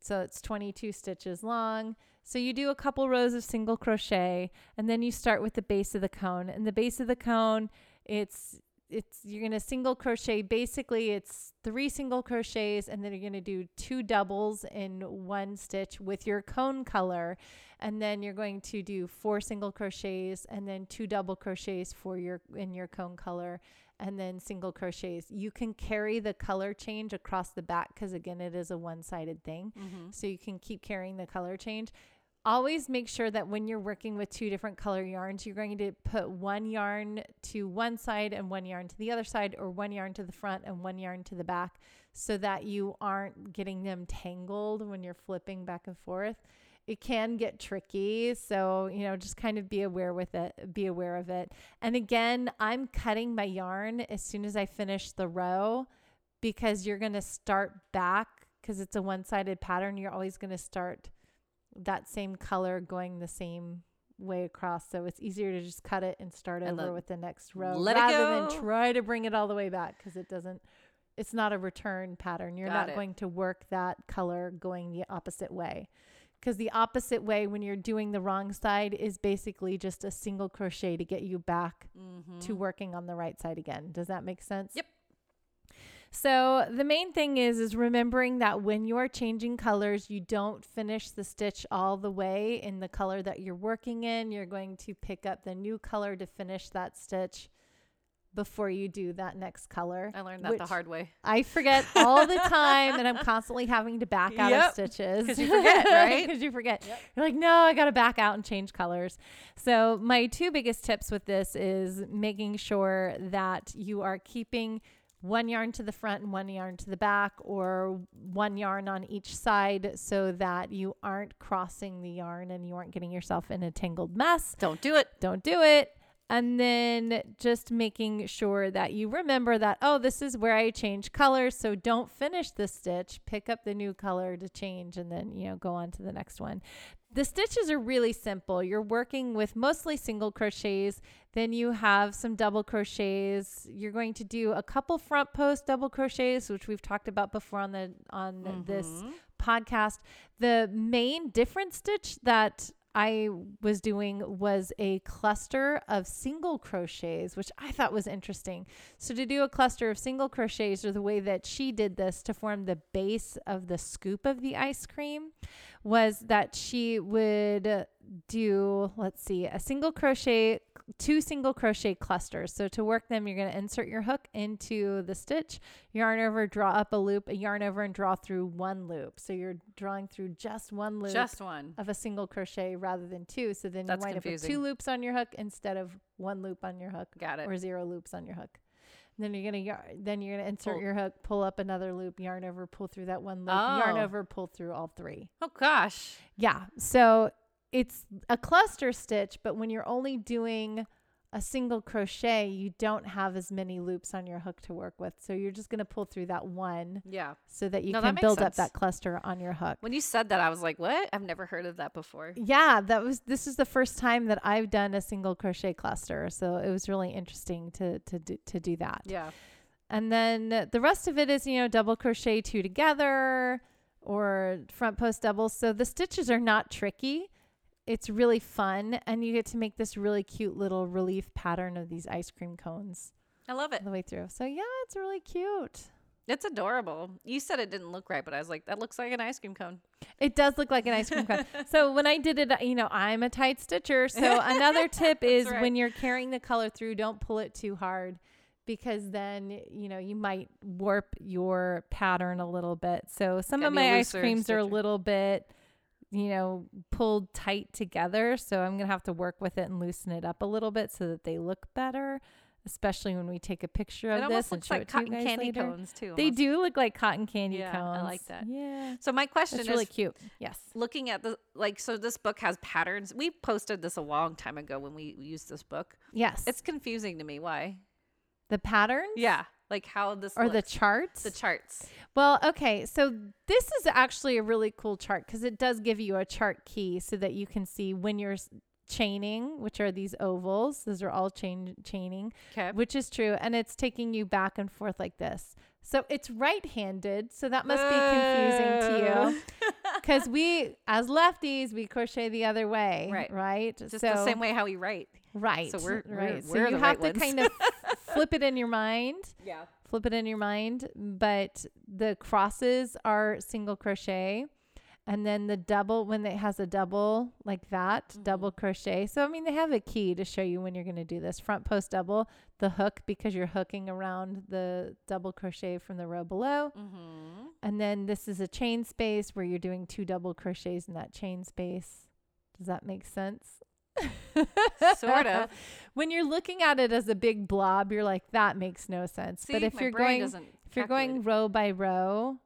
Speaker 1: So it's 22 stitches long. So you do a couple rows of single crochet and then you start with the base of the cone. And the base of the cone, it's it's you're going to single crochet basically it's three single crochets and then you're going to do two doubles in one stitch with your cone color and then you're going to do four single crochets and then two double crochets for your in your cone color and then single crochets you can carry the color change across the back because again it is a one-sided thing so you can keep carrying the color change always make sure that when you're working with two different color yarns, you're going to put one yarn to one side and one yarn to the other side, or one yarn to the front and one yarn to the back, so that you aren't getting them tangled when you're flipping back and forth. It can get tricky, so you know, just kind of be aware with it, be aware of it. And again, I'm cutting my yarn as soon as I finish the row because you're going to start back because it's a one-sided pattern. You're always going to start that same color going the same way across. So it's easier to just cut it and start
Speaker 2: And
Speaker 1: over
Speaker 2: let-
Speaker 1: with the next row
Speaker 2: let it
Speaker 1: rather
Speaker 2: go.
Speaker 1: than try to bring it all the way back because it doesn't. It's not a return pattern. You're
Speaker 2: Got
Speaker 1: not
Speaker 2: it.
Speaker 1: going to work that color going the opposite way. Because the opposite way, when you're doing the wrong side, is basically just a single crochet to get you back
Speaker 2: mm-hmm.
Speaker 1: to working on the right side again. Does that make sense?
Speaker 2: Yep.
Speaker 1: So the main thing is is remembering that when you are changing colors, you don't finish the stitch all the way in the color that you're working in. You're going to pick up the new color to finish that stitch before you do that next color.
Speaker 2: I learned that the
Speaker 1: which
Speaker 2: hard way.
Speaker 1: I forget all the time, and I'm constantly having to back out
Speaker 2: Yep.
Speaker 1: of stitches
Speaker 2: 'Cause you forget, right?
Speaker 1: Because you forget. You're like, no, I got to back out and change colors. So my two biggest tips with this is making sure that you are keeping one yarn to the front and one yarn to the back, or one yarn on each side, so that you aren't crossing the yarn and you aren't getting yourself in a tangled mess
Speaker 2: Don't do it.
Speaker 1: don't do it. And then just making sure that you remember that, oh, this is where I change colors. So don't finish the stitch. Pick up the new color to change and then, you know, go on to the next one. The stitches are really simple. You're working with mostly single crochets. Then you have some double crochets. You're going to do a couple front post double crochets, which we've talked about before on the on this podcast. The main different stitch that I was doing was a cluster of single crochets, which I thought was interesting. So, to do a cluster of single crochets, or the way that she did this to form the base of the scoop of the ice cream, was that she would do, let's see, a single crochet, two single crochet clusters. So, to work them, you're going to insert your hook into the stitch, yarn over, draw up a loop, a yarn over, and draw through one loop. So, you're drawing through just one loop
Speaker 2: Just one.
Speaker 1: of a single crochet rather than two. So then
Speaker 2: That's
Speaker 1: you wind up with
Speaker 2: confusing.
Speaker 1: two loops on your hook instead of one loop on your hook
Speaker 2: Got it.
Speaker 1: or zero loops on your hook. And then you're gonna yar- then you're gonna insert
Speaker 2: Pull.
Speaker 1: your hook, pull up another loop, yarn over, pull through that one loop, yarn
Speaker 2: Oh.
Speaker 1: over, pull through all three.
Speaker 2: Oh gosh.
Speaker 1: Yeah. So it's a cluster stitch, but when you're only doing a single crochet, you don't have as many loops on your hook to work with. So you're just gonna pull through that one
Speaker 2: Yeah.
Speaker 1: so that you
Speaker 2: No, that
Speaker 1: can
Speaker 2: makes
Speaker 1: build
Speaker 2: sense.
Speaker 1: up that cluster on your hook.
Speaker 2: When you said that, I was like, "What? I've never heard of that before."
Speaker 1: Yeah, that was this is the first time that I've done a single crochet cluster, so it was really interesting to to do, to do that.
Speaker 2: Yeah.
Speaker 1: And then the rest of it is, you know, double crochet two together or front post doubles. So the stitches are not tricky. It's really fun and you get to make this really cute little relief pattern of these ice cream cones
Speaker 2: I love it.
Speaker 1: all the way through. So yeah, it's really cute.
Speaker 2: It's adorable. You said it didn't look right, but I was like, "That looks like an ice cream cone."
Speaker 1: It does look like an ice cream cone. So when I did it, uh, you know, I'm a tight stitcher. So another tip is
Speaker 2: right.
Speaker 1: when you're carrying the color through, don't pull it too hard because then, you know, you might warp your pattern a little bit. So some
Speaker 2: Gotta
Speaker 1: of
Speaker 2: be a
Speaker 1: my ice
Speaker 2: looser
Speaker 1: creams are a
Speaker 2: stitcher.
Speaker 1: little bit, you know, pulled tight together. So I'm going to have to work with it and loosen it up a little bit so that they look better, especially when we take a picture
Speaker 2: It
Speaker 1: of
Speaker 2: almost
Speaker 1: this and
Speaker 2: looks
Speaker 1: show
Speaker 2: like
Speaker 1: it to you
Speaker 2: cotton
Speaker 1: guys
Speaker 2: candy
Speaker 1: later.
Speaker 2: cones too.
Speaker 1: They
Speaker 2: almost.
Speaker 1: do look like cotton candy
Speaker 2: Yeah,
Speaker 1: cones.
Speaker 2: I like that.
Speaker 1: Yeah.
Speaker 2: So my question
Speaker 1: It's
Speaker 2: is
Speaker 1: really cute. Yes.
Speaker 2: looking at the like so this book has patterns we posted this a long time ago when we used this book
Speaker 1: Yes.
Speaker 2: it's confusing to me why
Speaker 1: the pattern
Speaker 2: yeah like how this
Speaker 1: or the
Speaker 2: looks.
Speaker 1: charts.
Speaker 2: the charts
Speaker 1: well, okay. So this is actually a really cool chart because it does give you a chart key so that you can see when you're s- chaining, which are these ovals. Those are all chain chaining,
Speaker 2: okay
Speaker 1: which is true, and it's taking you back and forth like this. So it's right-handed, so that must be confusing to you. because we, as lefties, we crochet the other way,
Speaker 2: Right.
Speaker 1: Right.
Speaker 2: Just the same way how we write.
Speaker 1: Right.
Speaker 2: So we're- we're-
Speaker 1: right. so
Speaker 2: we're
Speaker 1: you
Speaker 2: the
Speaker 1: have
Speaker 2: right
Speaker 1: to
Speaker 2: ones.
Speaker 1: kind of flip it in your mind.
Speaker 2: Yeah.
Speaker 1: Flip it in your mind, but the crosses are single crochet. And then the double, when it has a double like that,
Speaker 2: Mm-hmm.
Speaker 1: double crochet. So, I mean, they have a key to show you when you're going to do this front post double, the hook, because you're hooking around the double crochet from the row below.
Speaker 2: Mm-hmm.
Speaker 1: And then this is a chain space where you're doing two double crochets in that chain space. Does that make sense?
Speaker 2: Sort of.
Speaker 1: when you're looking at it as a big blob, you're like, that makes no sense.
Speaker 2: See,
Speaker 1: but if
Speaker 2: my
Speaker 1: you're
Speaker 2: brain
Speaker 1: going
Speaker 2: doesn't
Speaker 1: if you're
Speaker 2: calculate
Speaker 1: going
Speaker 2: it.
Speaker 1: row by row,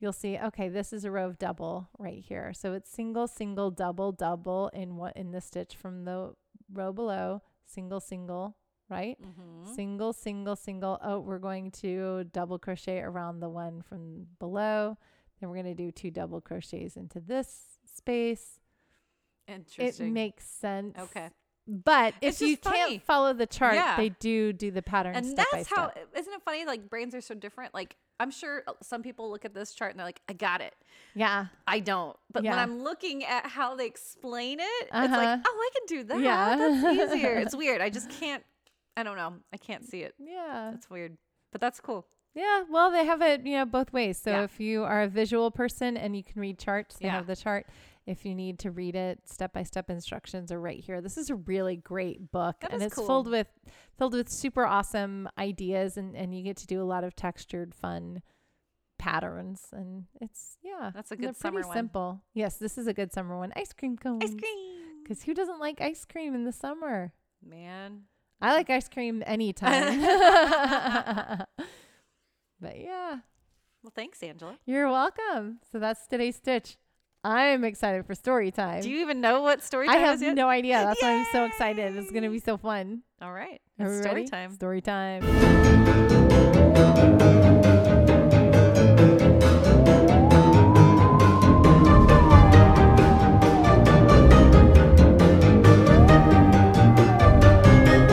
Speaker 1: you'll see, okay, this is a row of double right here. So it's single, single, double, double in what in the stitch from the row below, single, single, right?
Speaker 2: Mhm.
Speaker 1: Single, single, single. Oh, we're going to double crochet around the one from below. Then we're going to do two double crochets into this space. It
Speaker 2: Interesting.
Speaker 1: makes sense.
Speaker 2: okay.
Speaker 1: But if
Speaker 2: It's
Speaker 1: you
Speaker 2: just funny.
Speaker 1: can't follow the chart,
Speaker 2: Yeah.
Speaker 1: they do do the pattern
Speaker 2: And
Speaker 1: step by
Speaker 2: that's
Speaker 1: step.
Speaker 2: how isn't it funny like brains are so different? Like I'm sure uh, some people look at this chart and they're like I got it.
Speaker 1: yeah.
Speaker 2: I don't. But when
Speaker 1: Yeah.
Speaker 2: I'm looking at how they explain it, it's like,
Speaker 1: Uh-huh.
Speaker 2: oh, I can do that.
Speaker 1: Yeah.
Speaker 2: That's easier. It's weird. I just can't I don't know. I can't see it.
Speaker 1: Yeah.
Speaker 2: That's weird. But that's cool.
Speaker 1: Yeah, well, they have it, you know, both ways. So
Speaker 2: Yeah.
Speaker 1: if you are a visual person and you can read charts, they
Speaker 2: Yeah.
Speaker 1: have the chart. If you need to read it, step by step instructions are right here. This is a really great book,
Speaker 2: That
Speaker 1: and
Speaker 2: is
Speaker 1: it's
Speaker 2: cool.
Speaker 1: filled with filled with super awesome ideas, and and you get to do a lot of textured, fun patterns, and it's yeah,
Speaker 2: That's a
Speaker 1: and they're
Speaker 2: good summer
Speaker 1: pretty
Speaker 2: one.
Speaker 1: simple. Yes, this is a good summer one. Ice cream cones,
Speaker 2: Ice cream.
Speaker 1: because who doesn't like ice cream in the summer?
Speaker 2: Man.
Speaker 1: I like ice cream anytime. but yeah.
Speaker 2: Well, thanks, Angela.
Speaker 1: You're welcome. So that's today's stitch. I'm excited for story time.
Speaker 2: Do you even know what story
Speaker 1: I
Speaker 2: time
Speaker 1: have
Speaker 2: is yet?
Speaker 1: no idea. That's why I'm so excited. It's going to be so fun.
Speaker 2: All right.
Speaker 1: Are
Speaker 2: It's
Speaker 1: we
Speaker 2: story
Speaker 1: ready?
Speaker 2: time.
Speaker 1: Story time.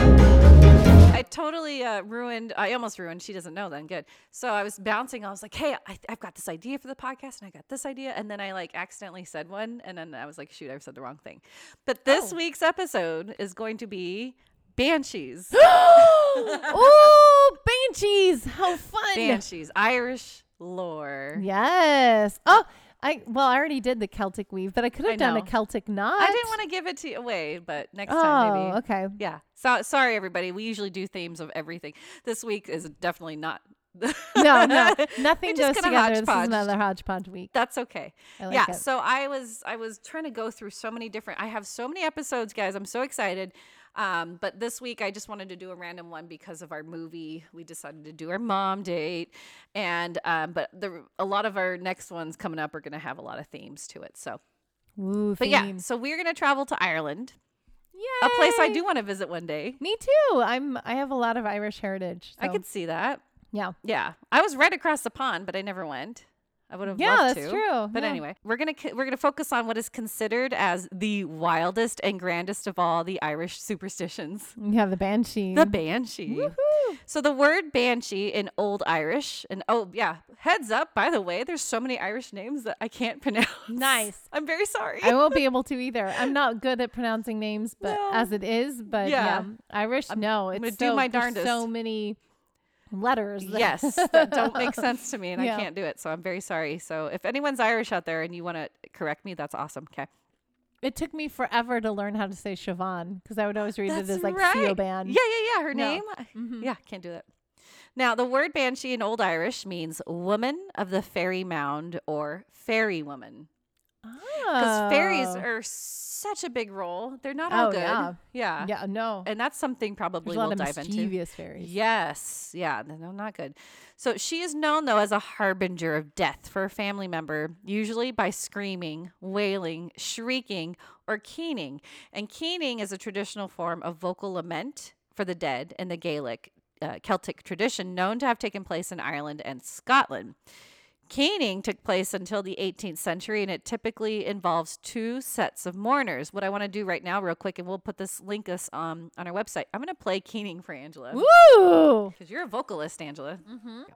Speaker 2: I totally uh, ruined. I almost ruined. She doesn't know then. Good. So I was bouncing. I was like, "Hey, I, I've got this idea for the podcast, and I got this idea." And then I like accidentally said one, and then I was like, "Shoot, I've said the wrong thing." But
Speaker 1: Oh.
Speaker 2: this week's episode is going to be banshees.
Speaker 1: oh, banshees. How fun.
Speaker 2: banshees, Irish lore.
Speaker 1: Yes. Oh, I well, I already did the Celtic weave, but I could
Speaker 2: I
Speaker 1: have done a
Speaker 2: know.
Speaker 1: Celtic knot.
Speaker 2: I didn't want to give it to away, but next time maybe.
Speaker 1: Oh, okay.
Speaker 2: Yeah. So sorry, everybody. We usually do themes of everything. This week is definitely not.
Speaker 1: No, no.
Speaker 2: We
Speaker 1: Nothing
Speaker 2: just
Speaker 1: goes
Speaker 2: kinda
Speaker 1: together. This is
Speaker 2: hodgepodge.
Speaker 1: another hodgepodge week.
Speaker 2: That's okay.
Speaker 1: I like
Speaker 2: yeah.
Speaker 1: it.
Speaker 2: So I was I was trying to go through so many different. I have so many episodes, guys. I'm so excited. Um, but this week I just wanted to do a random one because of our movie. We decided to do our mom date, and um, but the, a lot of our next ones coming up are going to have a lot of themes to it. So,
Speaker 1: Ooh,
Speaker 2: but yeah.
Speaker 1: themes.
Speaker 2: So we're going to travel to Ireland,
Speaker 1: Yay.
Speaker 2: a place I do want to visit one day.
Speaker 1: Me too. I'm I have a lot of Irish heritage.
Speaker 2: I
Speaker 1: so,
Speaker 2: could see that.
Speaker 1: Yeah.
Speaker 2: Yeah, I was right across the pond, but I never went. I would have
Speaker 1: Yeah,
Speaker 2: loved
Speaker 1: that's
Speaker 2: to.
Speaker 1: true.
Speaker 2: But
Speaker 1: Yeah.
Speaker 2: anyway, we're gonna co- we're gonna focus on what is considered as the wildest and grandest of all the Irish superstitions,
Speaker 1: Yeah, the banshee.
Speaker 2: the banshee.
Speaker 1: Mm. Woohoo.
Speaker 2: So the word banshee in Old Irish, and oh yeah, heads up. By the way, there's so many Irish names that I can't pronounce.
Speaker 1: Nice.
Speaker 2: I'm very sorry.
Speaker 1: I won't be able to either. I'm not good at pronouncing names, but
Speaker 2: No.
Speaker 1: as it is, but yeah,
Speaker 2: Yeah.
Speaker 1: Irish. no, it's
Speaker 2: gonna do
Speaker 1: so,
Speaker 2: my
Speaker 1: there's So
Speaker 2: darndest.
Speaker 1: many letters. that-
Speaker 2: yes, that don't make sense to me, and
Speaker 1: Yeah.
Speaker 2: I can't do it. So I'm very sorry. So if anyone's Irish out there and you want to correct me, that's awesome. Okay.
Speaker 1: It took me forever to learn how to say Siobhan because I would always read it
Speaker 2: That's
Speaker 1: as like
Speaker 2: right.
Speaker 1: Siobhan.
Speaker 2: Yeah, yeah, yeah. Her
Speaker 1: No.
Speaker 2: name. I-
Speaker 1: Mm-hmm.
Speaker 2: Yeah, can't do that. Now, the word banshee in Old Irish means woman of the fairy mound or fairy woman. Because fairies
Speaker 1: Oh.
Speaker 2: are such a big role. They're not all
Speaker 1: Oh,
Speaker 2: good.
Speaker 1: yeah.
Speaker 2: Yeah.
Speaker 1: Yeah, no.
Speaker 2: uh, And that's something
Speaker 1: There's
Speaker 2: probably
Speaker 1: a lot
Speaker 2: we'll
Speaker 1: of
Speaker 2: dive into.
Speaker 1: mischievous fairies.
Speaker 2: Yes. Yeah. th- No, not good. So she is known, though, as a harbinger of death for a family member, usually by screaming, wailing, shrieking, or keening. And keening is a traditional form of vocal lament for the dead in the Gaelic uh, Celtic tradition known to have taken place in Ireland and Scotland. Caning took place until the 18th century and it typically involves two sets of mourners. What I want to do right now, real quick, and we'll put this link us um, on our website. I'm going to play Caning for Angela.
Speaker 1: Woo!
Speaker 2: Because you're a vocalist, Angela. Mm-hmm.
Speaker 3: Oh, no,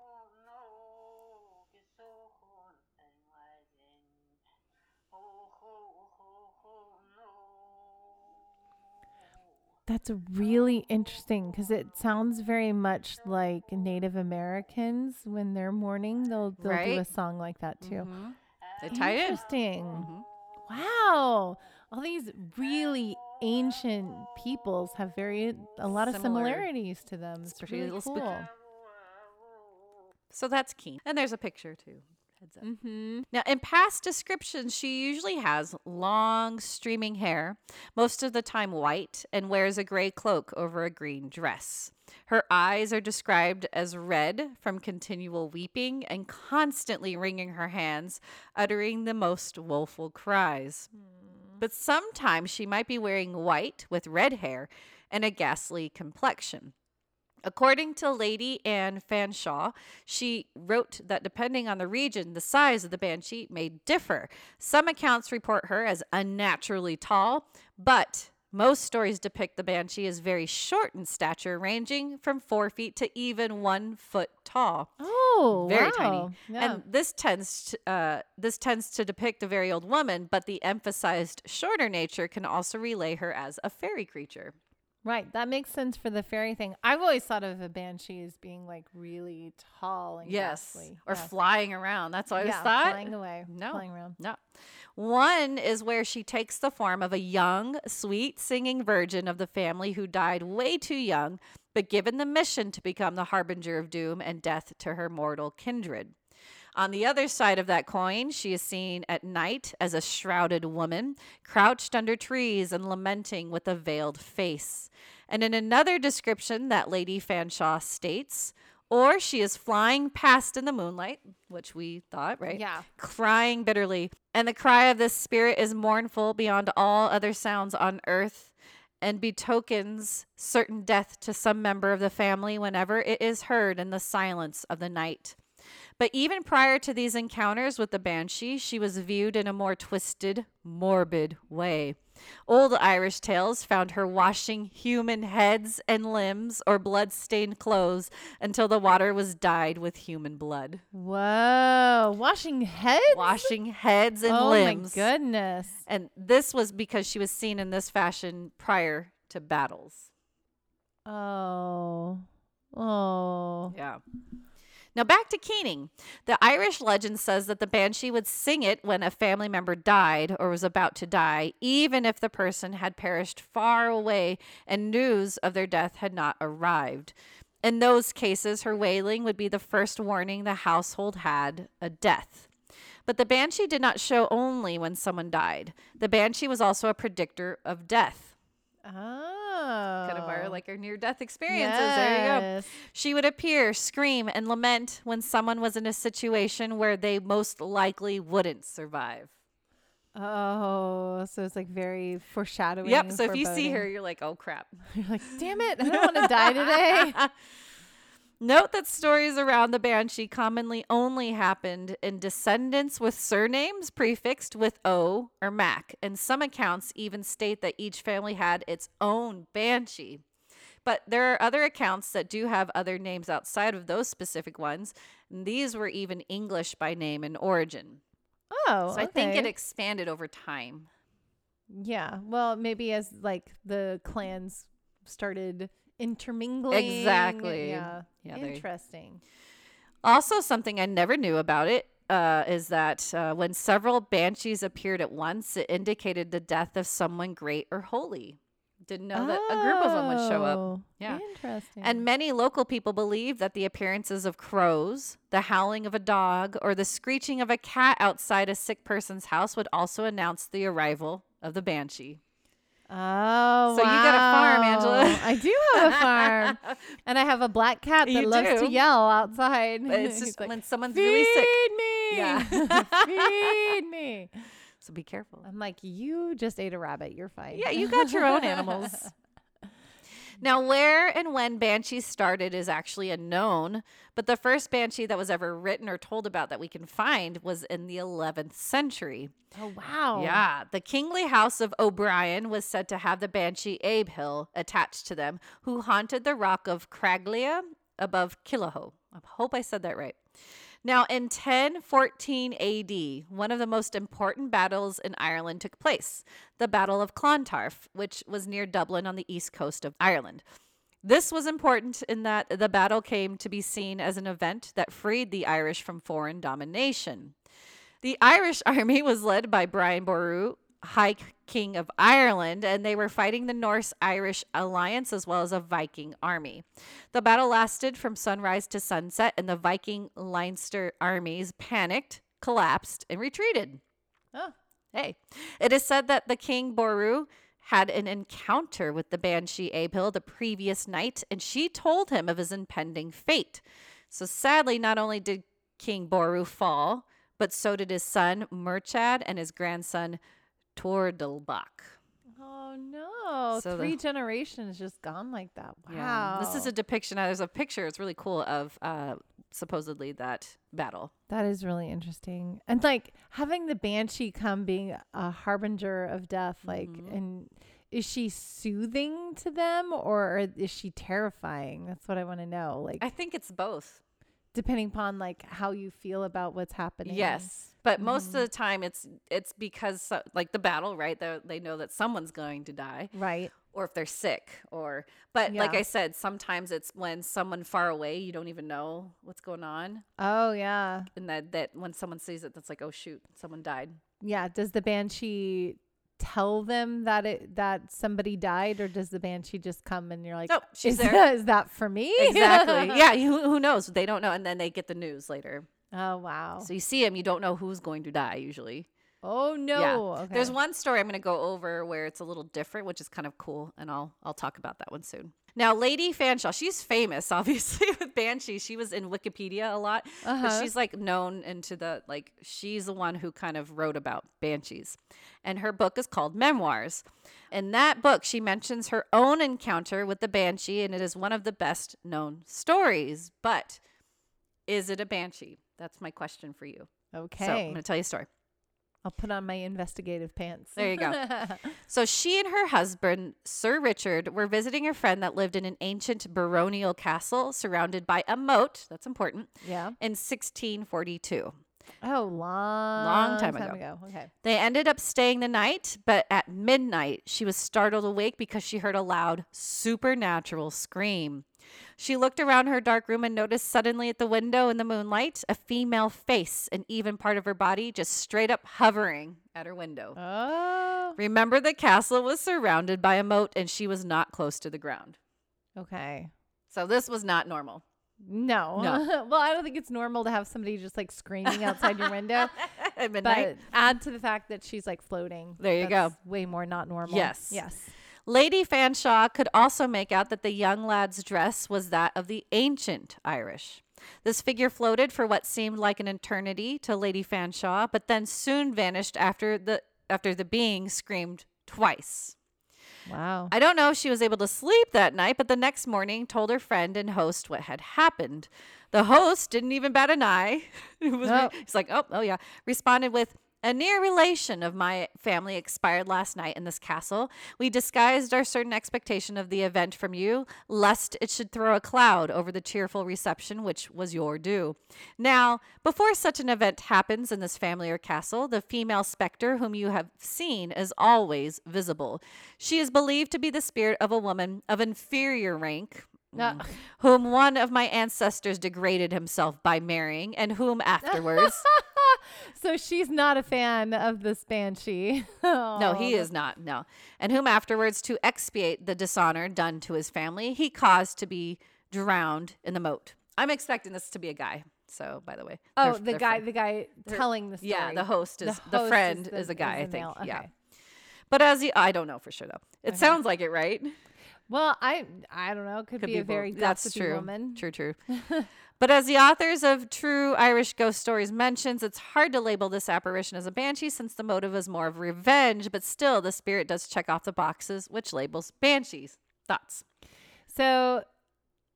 Speaker 1: That's really interesting because it sounds very much like Native Americans when they're mourning. They'll, they'll do a
Speaker 2: Right?
Speaker 1: song like that too.
Speaker 2: Mhm. They
Speaker 1: Mm-hmm.
Speaker 2: tied in.
Speaker 1: Interesting.
Speaker 2: Mhm.
Speaker 1: Wow. All these really ancient peoples have very a lot of
Speaker 2: Similar.
Speaker 1: similarities to them. It's,
Speaker 2: It's pretty
Speaker 1: really
Speaker 2: little
Speaker 1: cool.
Speaker 2: spooky. So that's keen. And there's a picture too. Heads up.
Speaker 1: Mm-hmm.
Speaker 2: Now, in past descriptions, she usually has long, streaming hair, most of the time white, and wears a gray cloak over a green dress. Her eyes are described as red from continual weeping and constantly wringing her hands, uttering the most woeful cries. But sometimes she might be wearing white with red hair and a ghastly complexion. According to Lady Anne Fanshawe, she wrote that depending on the region, the size of the banshee may differ. Some accounts report her as unnaturally tall, but most stories depict the banshee as very short in stature, ranging from four feet to even one foot tall
Speaker 1: Oh,
Speaker 2: very
Speaker 1: wow.
Speaker 2: tiny.
Speaker 1: Yeah.
Speaker 2: And this tends to, uh, this tends to depict a very old woman, but the emphasized shorter nature can also relay her as a fairy creature.
Speaker 1: right. That makes sense for the fairy thing. I've always thought of a banshee as being like really tall and
Speaker 2: Yes,
Speaker 1: ghastly.
Speaker 2: or
Speaker 1: Yeah.
Speaker 2: flying around. That's what I always
Speaker 1: Yeah,
Speaker 2: thought.
Speaker 1: flying away,
Speaker 2: No.
Speaker 1: flying around.
Speaker 2: No. One is where she takes the form of a young, sweet, singing virgin of the family who died way too young, but given the mission to become the harbinger of doom and death to her mortal kindred. On the other side of that coin, she is seen at night as a shrouded woman, crouched under trees and lamenting with a veiled face. And in another description, that Lady Fanshawe states, or she is flying past in the moonlight, which we thought, right?
Speaker 1: Yeah.
Speaker 2: crying bitterly. And the cry of this spirit is mournful beyond all other sounds on earth and betokens certain death to some member of the family whenever it is heard in the silence of the night. But even prior to these encounters with the banshee, she was viewed in a more twisted, morbid way. Old Irish tales found her washing human heads and limbs or blood-stained clothes until the water was dyed with human blood
Speaker 1: Whoa. Washing heads?
Speaker 2: washing heads and
Speaker 1: oh
Speaker 2: limbs.
Speaker 1: my goodness.
Speaker 2: And this was because she was seen in this fashion prior to battles.
Speaker 1: Oh. Oh.
Speaker 2: Yeah. Now back to Keening. The Irish legend says that the banshee would sing it when a family member died or was about to die, even if the person had perished far away and news of their death had not arrived. In those cases, her wailing would be the first warning the household had a death. But the banshee did not show only when someone died. The banshee was also a predictor of death.
Speaker 1: Oh.
Speaker 2: Kind of our like our near death experiences. There you go. She would appear, scream, and lament when someone was in a situation where they most likely wouldn't survive.
Speaker 1: Oh, so it's like very foreshadowing.
Speaker 2: yep.
Speaker 1: and
Speaker 2: So if you see her,
Speaker 1: foreboding.
Speaker 2: you're like, oh crap.
Speaker 1: you're like, damn it, I don't want to die today.
Speaker 2: Note that stories around the banshee commonly only happened in descendants with surnames prefixed with O or Mac, and some accounts even state that each family had its own banshee. But there are other accounts that do have other names outside of those specific ones, and these were even English by name and origin.
Speaker 1: Oh,
Speaker 2: So I think it e
Speaker 1: okay.
Speaker 2: expanded over time.
Speaker 1: Yeah. Well, maybe as like the clans started intermingling.
Speaker 2: Exactly.
Speaker 1: Yeah.
Speaker 2: Yeah, they-
Speaker 1: Interesting.
Speaker 2: Also, something I never knew about it uh, is that uh, when several banshees appeared at once, it indicated the death of someone great or holy. Didn't know that a group of them would show up.
Speaker 1: Oh,
Speaker 2: Yeah.
Speaker 1: Interesting.
Speaker 2: And many local people believe that the appearances of crows, the howling of a dog, or the screeching of a cat outside a sick person's house would also announce the arrival of the banshee.
Speaker 1: Oh,
Speaker 2: So you got a farm,
Speaker 1: wow.
Speaker 2: Angela.
Speaker 1: I do have a farm, and I have a black cat that
Speaker 2: You
Speaker 1: loves to
Speaker 2: do.
Speaker 1: yell outside.
Speaker 2: But it's
Speaker 1: He's
Speaker 2: just
Speaker 1: like,
Speaker 2: when someone's
Speaker 1: feed
Speaker 2: really sick.
Speaker 1: me,
Speaker 2: Yeah.
Speaker 1: feed me.
Speaker 2: So be careful.
Speaker 1: I'm like, you just ate a rabbit. You're fine.
Speaker 2: Yeah, you got your own animals. Now, where and when banshees started is actually unknown, but the first banshee that was ever written or told about that we can find was in the 11th century.
Speaker 1: Oh wow.
Speaker 2: Yeah, the kingly house of O'Brien was said to have the banshee Abehill attached to them, who haunted the rock of Craglia above Killahoe. I hope I said that right. Now, in 1014 AD, one of the most important battles in Ireland took place the Battle of Clontarf, which was near Dublin on the east coast of Ireland. This was important in that the battle came to be seen as an event that freed the Irish from foreign domination. The Irish army was led by Brian Boru, High King of Ireland, and they were fighting the Norse Irish alliance as well as a Viking army. The battle lasted from sunrise to sunset, and the Viking Leinster armies panicked, collapsed, and retreated.
Speaker 1: Oh.
Speaker 2: Hey, it is said that the King Boru had an encounter with the Banshee Apil the previous night, and she told him of his impending fate. So sadly, not only did King Boru fall, but so did his son Murchad and his grandson Tordelbach.
Speaker 1: Oh no.
Speaker 2: So the-
Speaker 1: Three generations just gone like that. Wow.
Speaker 2: Yeah, This is a depiction. uh, There's a picture. It's really cool of uh, supposedly that battle.
Speaker 1: That is really interesting. And like having the banshee come being a harbinger of death, like,
Speaker 2: Mm-hmm.
Speaker 1: and is she soothing to them or is she terrifying? That's what I want to know. Like,
Speaker 2: I think it's both.
Speaker 1: depending upon like how you feel about what's happening.
Speaker 2: Yes, but most of the time it's it's because so- like the battle, right? They they know that someone's going to die,
Speaker 1: Right.
Speaker 2: or if they're sick, or but like
Speaker 1: Yeah.
Speaker 2: I said, sometimes it's when someone far away you don't even know what's going on,
Speaker 1: Oh, yeah.
Speaker 2: and that that when someone sees it, that's like oh shoot, someone died.
Speaker 1: Yeah. Does the banshee tell them that it that somebody died or does the banshee just come and you're like,
Speaker 2: Nope, she's
Speaker 1: is,
Speaker 2: there."
Speaker 1: that- is that for me?
Speaker 2: Exactly. yeah. You, who knows? They don't know, and then they get the news later.
Speaker 1: oh, wow.
Speaker 2: So you see him, you don't know who's going to die usually.
Speaker 1: Oh, no.
Speaker 2: Yeah.
Speaker 1: Okay.
Speaker 2: There's one story I'm going to go over where it's a little different, which is kind of cool, and I'll I'll talk about that one soon. Now, Lady Fanshawe, she's famous, obviously, with Banshee. She was in Wikipedia a lot, but
Speaker 1: Uh-huh.
Speaker 2: she's like known into the like she's the one who kind of wrote about banshees, and her book is called Memoirs. In that book, she mentions her own encounter with the banshee, and it is one of the best known stories. But is it a banshee? That's my question for you.
Speaker 1: Okay.
Speaker 2: So I'm going to tell you a story.
Speaker 1: I'll put on my investigative pants.
Speaker 2: There you go. So she and her husband, Sir Richard, were visiting a friend that lived in an ancient baronial castle surrounded by a moat, that's important,
Speaker 1: yeah.
Speaker 2: in 1642.
Speaker 1: Oh, long,
Speaker 2: time ago.
Speaker 1: Okay.
Speaker 2: They ended up staying the night, but at midnight, she was startled awake because she heard a loud supernatural scream. She looked around her dark room and noticed suddenly at the window in the moonlight a female face and even part of her body just straight up hovering at her window.
Speaker 1: Oh.
Speaker 2: Remember, the castle was surrounded by a moat and she was not close to the ground.
Speaker 1: Okay.
Speaker 2: So this was not normal.
Speaker 1: No.
Speaker 2: No.
Speaker 1: well, I don't think it's normal to have somebody just like screaming outside your window.
Speaker 2: At midnight.
Speaker 1: But add to the fact that she's like floating.
Speaker 2: There you
Speaker 1: That's
Speaker 2: go.
Speaker 1: Way more not normal.
Speaker 2: Yes.
Speaker 1: Yes.
Speaker 2: Lady Fanshawe could also make out that the young lad's dress was that of the ancient Irish. This figure floated for what seemed like an eternity to Lady Fanshawe, but then soon vanished after the after the being screamed twice.
Speaker 1: Wow.
Speaker 2: I don't know if she was able to sleep that night, but the next morning told her friend and host what had happened. The host didn't even bat an eye. It was
Speaker 1: No.
Speaker 2: he's like, oh, oh yeah. Responded with, a near relation of my family expired last night in this castle. We disguised our certain expectation of the event from you, lest it should throw a cloud over the cheerful reception which was your due. Now, before such an event happens in this family or castle, the female specter whom you have seen is always visible. She is believed to be the spirit of a woman of inferior rank,
Speaker 1: No.
Speaker 2: Mm. whom one of my ancestors degraded himself by marrying, and whom afterwards.
Speaker 1: So she's not a fan of this banshee.
Speaker 2: no, he is not. No. And whom afterwards, to expiate the dishonor done to his family, he caused to be drowned in the moat. I'm expecting this to be a guy. So, by the way.
Speaker 1: Oh,
Speaker 2: they're-
Speaker 1: the
Speaker 2: they're
Speaker 1: guy,
Speaker 2: friends.
Speaker 1: the guy telling the story.
Speaker 2: Yeah, the host is the,
Speaker 1: host
Speaker 2: friend is,
Speaker 1: the-
Speaker 2: a guy, I think.
Speaker 1: male.
Speaker 2: Yeah.
Speaker 1: Okay.
Speaker 2: But as he, I don't know for sure though. It sounds like it, right?
Speaker 1: Well, I I don't know. Could, be, a
Speaker 2: both.
Speaker 1: very
Speaker 2: that's
Speaker 1: gossipy
Speaker 2: true.
Speaker 1: woman.
Speaker 2: True, true. but as the authors of True Irish Ghost Stories mentions, it's hard to label this apparition as a banshee since the motive is more of revenge. But still, the spirit does check off the boxes which labels banshees. Thoughts?
Speaker 1: So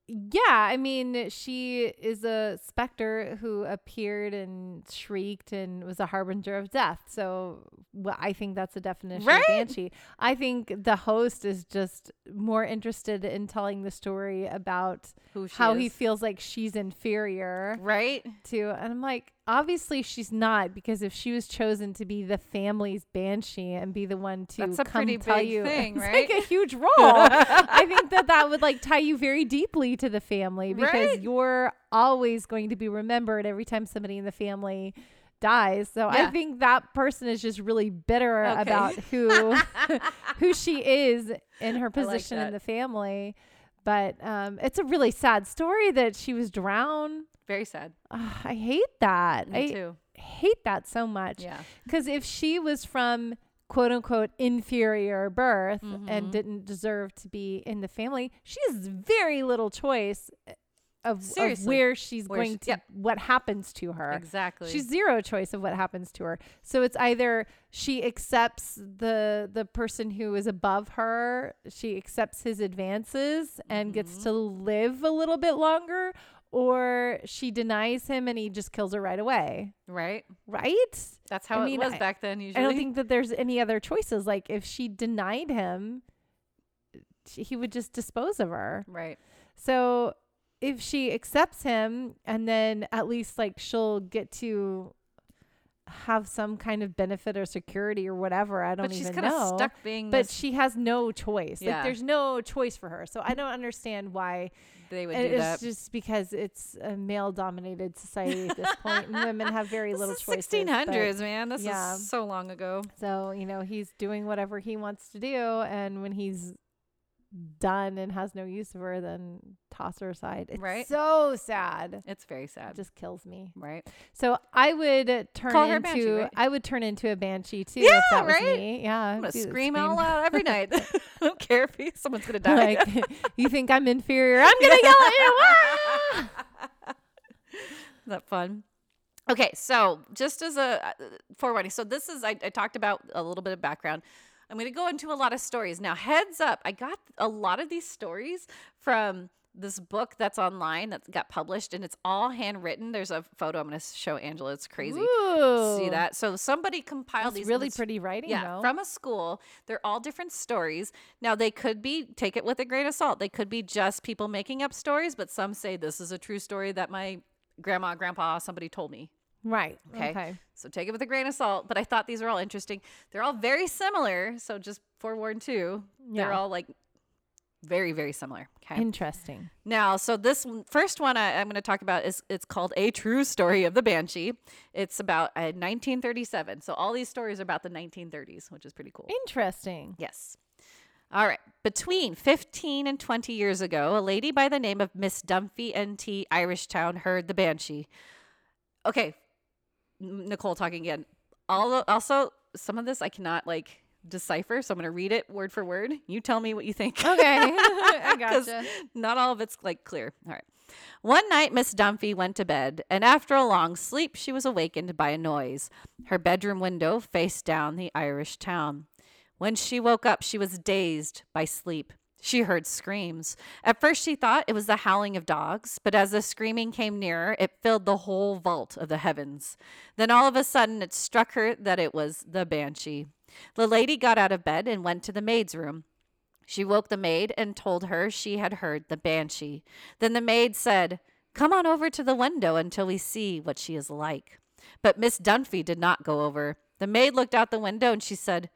Speaker 1: Yeah, I mean, she is a specter who appeared and shrieked and was a harbinger of death. So wh- I think that's a definition
Speaker 2: Right?
Speaker 1: of banshee. I think the host is just more interested in telling the story about
Speaker 2: Who she
Speaker 1: how he
Speaker 2: is.
Speaker 1: feels like she's inferior
Speaker 2: Right?
Speaker 1: to. And I'm like, obviously she's not, because if she was chosen to be the family's banshee and be the one to
Speaker 2: That's a
Speaker 1: come
Speaker 2: pretty
Speaker 1: tell
Speaker 2: big
Speaker 1: you,
Speaker 2: thing,
Speaker 1: it's
Speaker 2: right?
Speaker 1: like a huge role. I think that that would like tie you very deeply to the family because
Speaker 2: Right.
Speaker 1: you're always going to be remembered every time somebody in the family dies. So I
Speaker 2: Yeah.
Speaker 1: think that person is just really bitter
Speaker 2: Okay.
Speaker 1: about who who she is in her position in
Speaker 2: that.
Speaker 1: the family. But um, it's a really sad story that she was drowned.
Speaker 2: Very sad.
Speaker 1: Ugh, Ah, I hate that.
Speaker 2: Me
Speaker 1: I
Speaker 2: too.
Speaker 1: hate that so much.
Speaker 2: Yeah.
Speaker 1: Because if she was from quote unquote inferior birth
Speaker 2: Mm-hmm.
Speaker 1: and didn't deserve to be in the family, she has very little choice eh, of, of
Speaker 2: Seriously.
Speaker 1: where she's
Speaker 2: Where
Speaker 1: going
Speaker 2: she-
Speaker 1: to,
Speaker 2: yep.
Speaker 1: what happens to her.
Speaker 2: Exactly.
Speaker 1: She's zero choice of what happens to her. So it's either she accepts the the person who is above her, she accepts his advances and
Speaker 2: Mm-hmm.
Speaker 1: gets to live a little bit longer, or she denies him and he just kills her right away.
Speaker 2: right.
Speaker 1: Right?
Speaker 2: That's how
Speaker 1: I
Speaker 2: it
Speaker 1: mean,
Speaker 2: was
Speaker 1: I-
Speaker 2: back then.
Speaker 1: I
Speaker 2: Usually,
Speaker 1: don't think that there's any other choices. Like if she denied him, she- he would just dispose of her.
Speaker 2: Right.
Speaker 1: So if she accepts him and then at least like she'll get to have some kind of benefit or security or whatever. I don't
Speaker 2: But she's
Speaker 1: even
Speaker 2: kind of
Speaker 1: know.
Speaker 2: stuck being.
Speaker 1: but
Speaker 2: this-
Speaker 1: she has no choice. Like
Speaker 2: Yeah.
Speaker 1: there's no choice for her. So I don't understand why
Speaker 2: they would
Speaker 1: and
Speaker 2: do
Speaker 1: it's
Speaker 2: that.
Speaker 1: just because it's a male dominated society at this point and women have very
Speaker 2: This
Speaker 1: little
Speaker 2: is
Speaker 1: choices. but-
Speaker 2: 1600s, man. This
Speaker 1: yeah.
Speaker 2: is so long ago.
Speaker 1: so, you know, he's doing whatever he wants to do. And when he's done and has no use of her, then toss her aside. It's
Speaker 2: Right.
Speaker 1: so sad.
Speaker 2: It's very sad.
Speaker 1: It just kills me.
Speaker 2: right.
Speaker 1: So I would uh, turn
Speaker 2: Call her
Speaker 1: into
Speaker 2: banshee, right?
Speaker 1: I would turn into a banshee too.
Speaker 2: Yeah,
Speaker 1: if that was
Speaker 2: right?
Speaker 1: me. Yeah.
Speaker 2: I'm gonna
Speaker 1: I'd be-
Speaker 2: scream out loud every night. I don't care if he- someone's gonna die.
Speaker 1: Like, you think I'm inferior? I'm gonna yell at you. Ah!
Speaker 2: Isn't that fun? Okay, so just as a uh, forewarning, so this is I, I talked about a little bit of background. I'm going to go into a lot of stories now. Heads up, I got a lot of these stories from this book that's online that got published, and it's all handwritten. There's a photo I'm going to show Angela. It's crazy. See
Speaker 1: Ooh.
Speaker 2: that? So somebody compiled
Speaker 1: It's
Speaker 2: these. and
Speaker 1: really
Speaker 2: it's-
Speaker 1: pretty writing
Speaker 2: yeah,
Speaker 1: though.
Speaker 2: from a school. They're all different stories. Now they could be take it with a grain of salt. They could be just people making up stories, but some say this is a true story that my grandma, grandpa, somebody told me.
Speaker 1: right.
Speaker 2: Okay. So take it with a grain of salt. But I thought these were all interesting. They're all very similar. So just forewarned too. They're
Speaker 1: Yeah.
Speaker 2: all like very, very similar. Okay.
Speaker 1: Interesting.
Speaker 2: Now, so this one- first one I, I'm going to talk about is it's called A True Story of the Banshee. It's about uh, 1937. So all these stories are about the 1930s, which is pretty cool.
Speaker 1: Interesting.
Speaker 2: Yes. All right. Between 15 and 20 years ago, a lady by the name of Miss Dumphy NT Irishtown heard the banshee. Okay. N- Nicole talking again. Although, also, some of this I cannot like decipher, so I'm going to read it word for word. You tell me what you think.
Speaker 1: Okay. I
Speaker 2: 'Cause
Speaker 1: gotcha.
Speaker 2: Not all of it's like clear. All right. One night, Miss Dumphy went to bed, and after a long sleep, she was awakened by a noise. Her bedroom window faced down the Irish town. When she woke up, she was dazed by sleep. She heard screams. At first, she thought it was the howling of dogs, but as the screaming came nearer, it filled the whole vault of the heavens. Then all of a sudden, it struck her that it was the banshee. The lady got out of bed and went to the maid's room. She woke the maid and told her she had heard the banshee. Then the maid said, Come on over to the window until we see what she is like. But Miss Dunphy did not go over. The maid looked out the window and she said,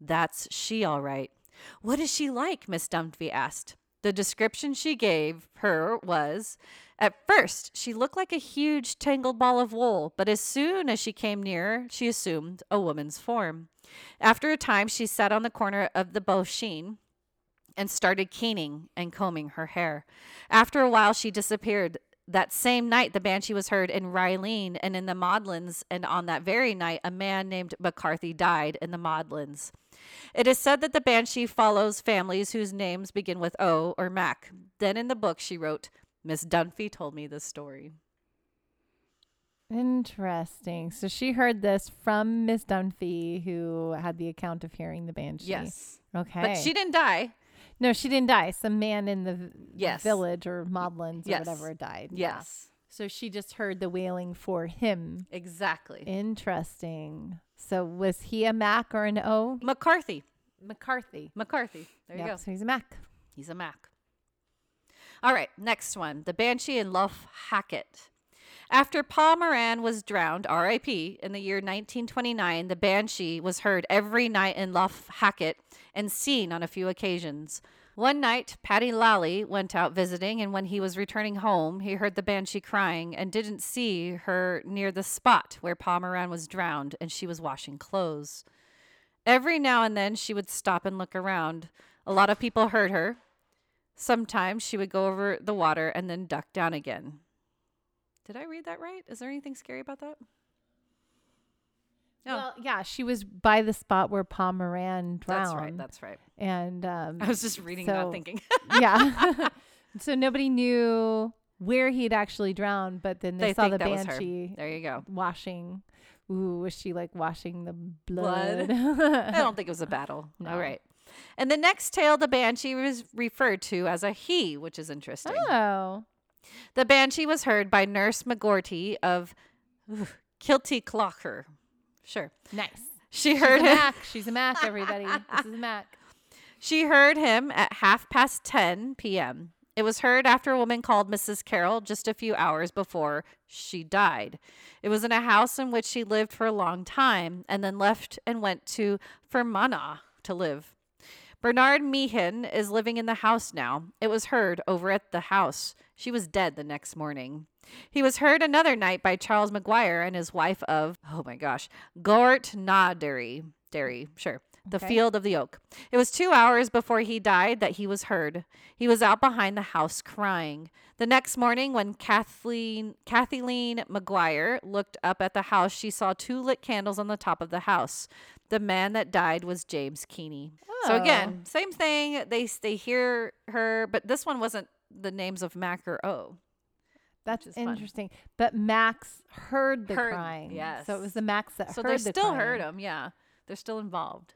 Speaker 2: That's she all right. What is she like? Miss Dunphy asked. The description she gave her was At first, she looked like a huge tangled ball of wool, but as soon as she came nearer, she assumed a woman's form. After a time, she sat on the corner of the Beauchene and started keening and combing her hair. After a while, she disappeared. That same night, the banshee was heard in Ryleen and in the Maudlins, and on that very night, a man named McCarthy died in the Maudlins. It is said that the banshee follows families whose names begin with O or Mac. Then in the book, she wrote, Miss Dunphy told me this story.
Speaker 1: Interesting. So she heard this from Miss Dunphy, who had the account of hearing the banshee. Okay.
Speaker 2: But she didn't die.
Speaker 1: No, she didn't die. Some man in the v-
Speaker 2: Yes.
Speaker 1: village or Maudlin's
Speaker 2: Yes.
Speaker 1: or whatever died. Yeah.
Speaker 2: Yes.
Speaker 1: So she just heard the wailing for him.
Speaker 2: Exactly.
Speaker 1: Interesting. So was he a Mac or an O?
Speaker 2: McCarthy.
Speaker 1: McCarthy.
Speaker 2: McCarthy. There you
Speaker 1: Yep,
Speaker 2: go.
Speaker 1: So he's a Mac.
Speaker 2: He's a Mac. All right, next one. The Banshee and Love Hackett. After Paul Moran was drowned, RIP, in the year 1929, the Banshee was heard every night in Luff Hackett and seen on a few occasions. One night, Paddy Lally went out visiting, and when he was returning home, he heard the Banshee crying and didn't see her near the spot where Paul Moran was drowned and she was washing clothes. Every now and then she would stop and look around. A lot of people heard her. Sometimes she would go over the water and then duck down again. Did I read that right? Is there anything scary about that? No.
Speaker 1: Well, yeah, she was by the spot where Pa Moran drowned.
Speaker 2: That's right. That's right.
Speaker 1: and um,
Speaker 2: I was just reading, not
Speaker 1: So-
Speaker 2: thinking.
Speaker 1: yeah. so nobody knew where he'd actually drowned, but then they,
Speaker 2: They
Speaker 1: saw
Speaker 2: think
Speaker 1: the
Speaker 2: that was her.
Speaker 1: banshee
Speaker 2: There you go.
Speaker 1: washing. Ooh, was she like washing the blood?
Speaker 2: Blood. I don't think it was a battle. All
Speaker 1: No.
Speaker 2: right. And the next tale, the banshee was referred to as a he, which is interesting.
Speaker 1: oh,
Speaker 2: The banshee was heard by Nurse McGorty of oof, Kilty Clocker. Sure.
Speaker 1: nice.
Speaker 2: She
Speaker 1: She's
Speaker 2: heard
Speaker 1: a
Speaker 2: him.
Speaker 1: Mac. She's a Mac, everybody. this is a Mac.
Speaker 2: She heard him at half past 10 p.m. It was heard after a woman called Mrs. Carroll just a few hours before she died. It was in a house in which she lived for a long time and then left and went to Fermanagh to live. Bernard Meehan is living in the house now. It was heard over at the house. She was dead the next morning. He was heard another night by Charles McGuire and his wife of, oh my gosh, Gort Na Derry. Derry, sure. The
Speaker 1: Okay.
Speaker 2: Field of the Oak. It was two hours before he died that he was heard. He was out behind the house crying. The next morning, when Kathleen, Kathleen McGuire looked up at the house, she saw two lit candles on the top of the house. The man that died was James Keeney.
Speaker 1: Oh.
Speaker 2: So again, same thing. They s- they hear her, but this one wasn't the names of Mac or O.
Speaker 1: That's
Speaker 2: is fun.
Speaker 1: interesting. But Max heard the
Speaker 2: Heard-
Speaker 1: crying. So it
Speaker 2: yes.
Speaker 1: was the Max that
Speaker 2: So
Speaker 1: heard
Speaker 2: they're
Speaker 1: the
Speaker 2: still heard
Speaker 1: crying.
Speaker 2: him. Yeah, they're still involved.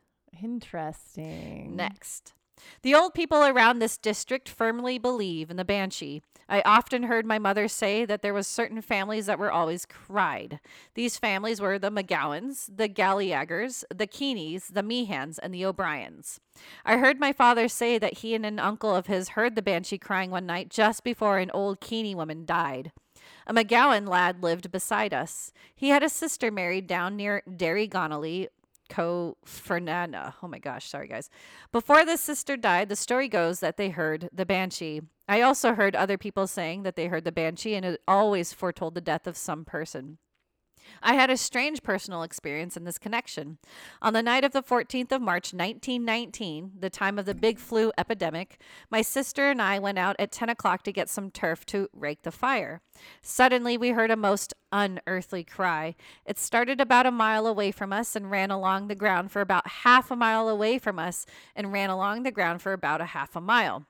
Speaker 1: Interesting.
Speaker 2: Next. The old people around this district firmly believe in the banshee. I often heard my mother say that there was certain families that were always cried. These families were the McGowans, the Galliagers, the Keeneys, the Meehans, and the O'Briens. I heard my father say that he and an uncle of his heard the banshee crying one night just before an old Keeney woman died. A McGowan lad lived beside us. He had a sister married down near Derry Gonnelly, Co Fernanda. Oh my gosh, sorry guys. Before the sister died, the story goes that they heard the banshee. I also heard other people saying that they heard the banshee and it always foretold the death of some person. I had a strange personal experience in this connection. On the night of the 14th of March, 1919, the time of the big flu epidemic, my sister and I went out at 10 o'clock to get some turf to rake the fire. Suddenly, we heard a most unearthly cry. It started about a mile away from us and ran along the ground for about half a mile away from us and ran along the ground for about a half a mile.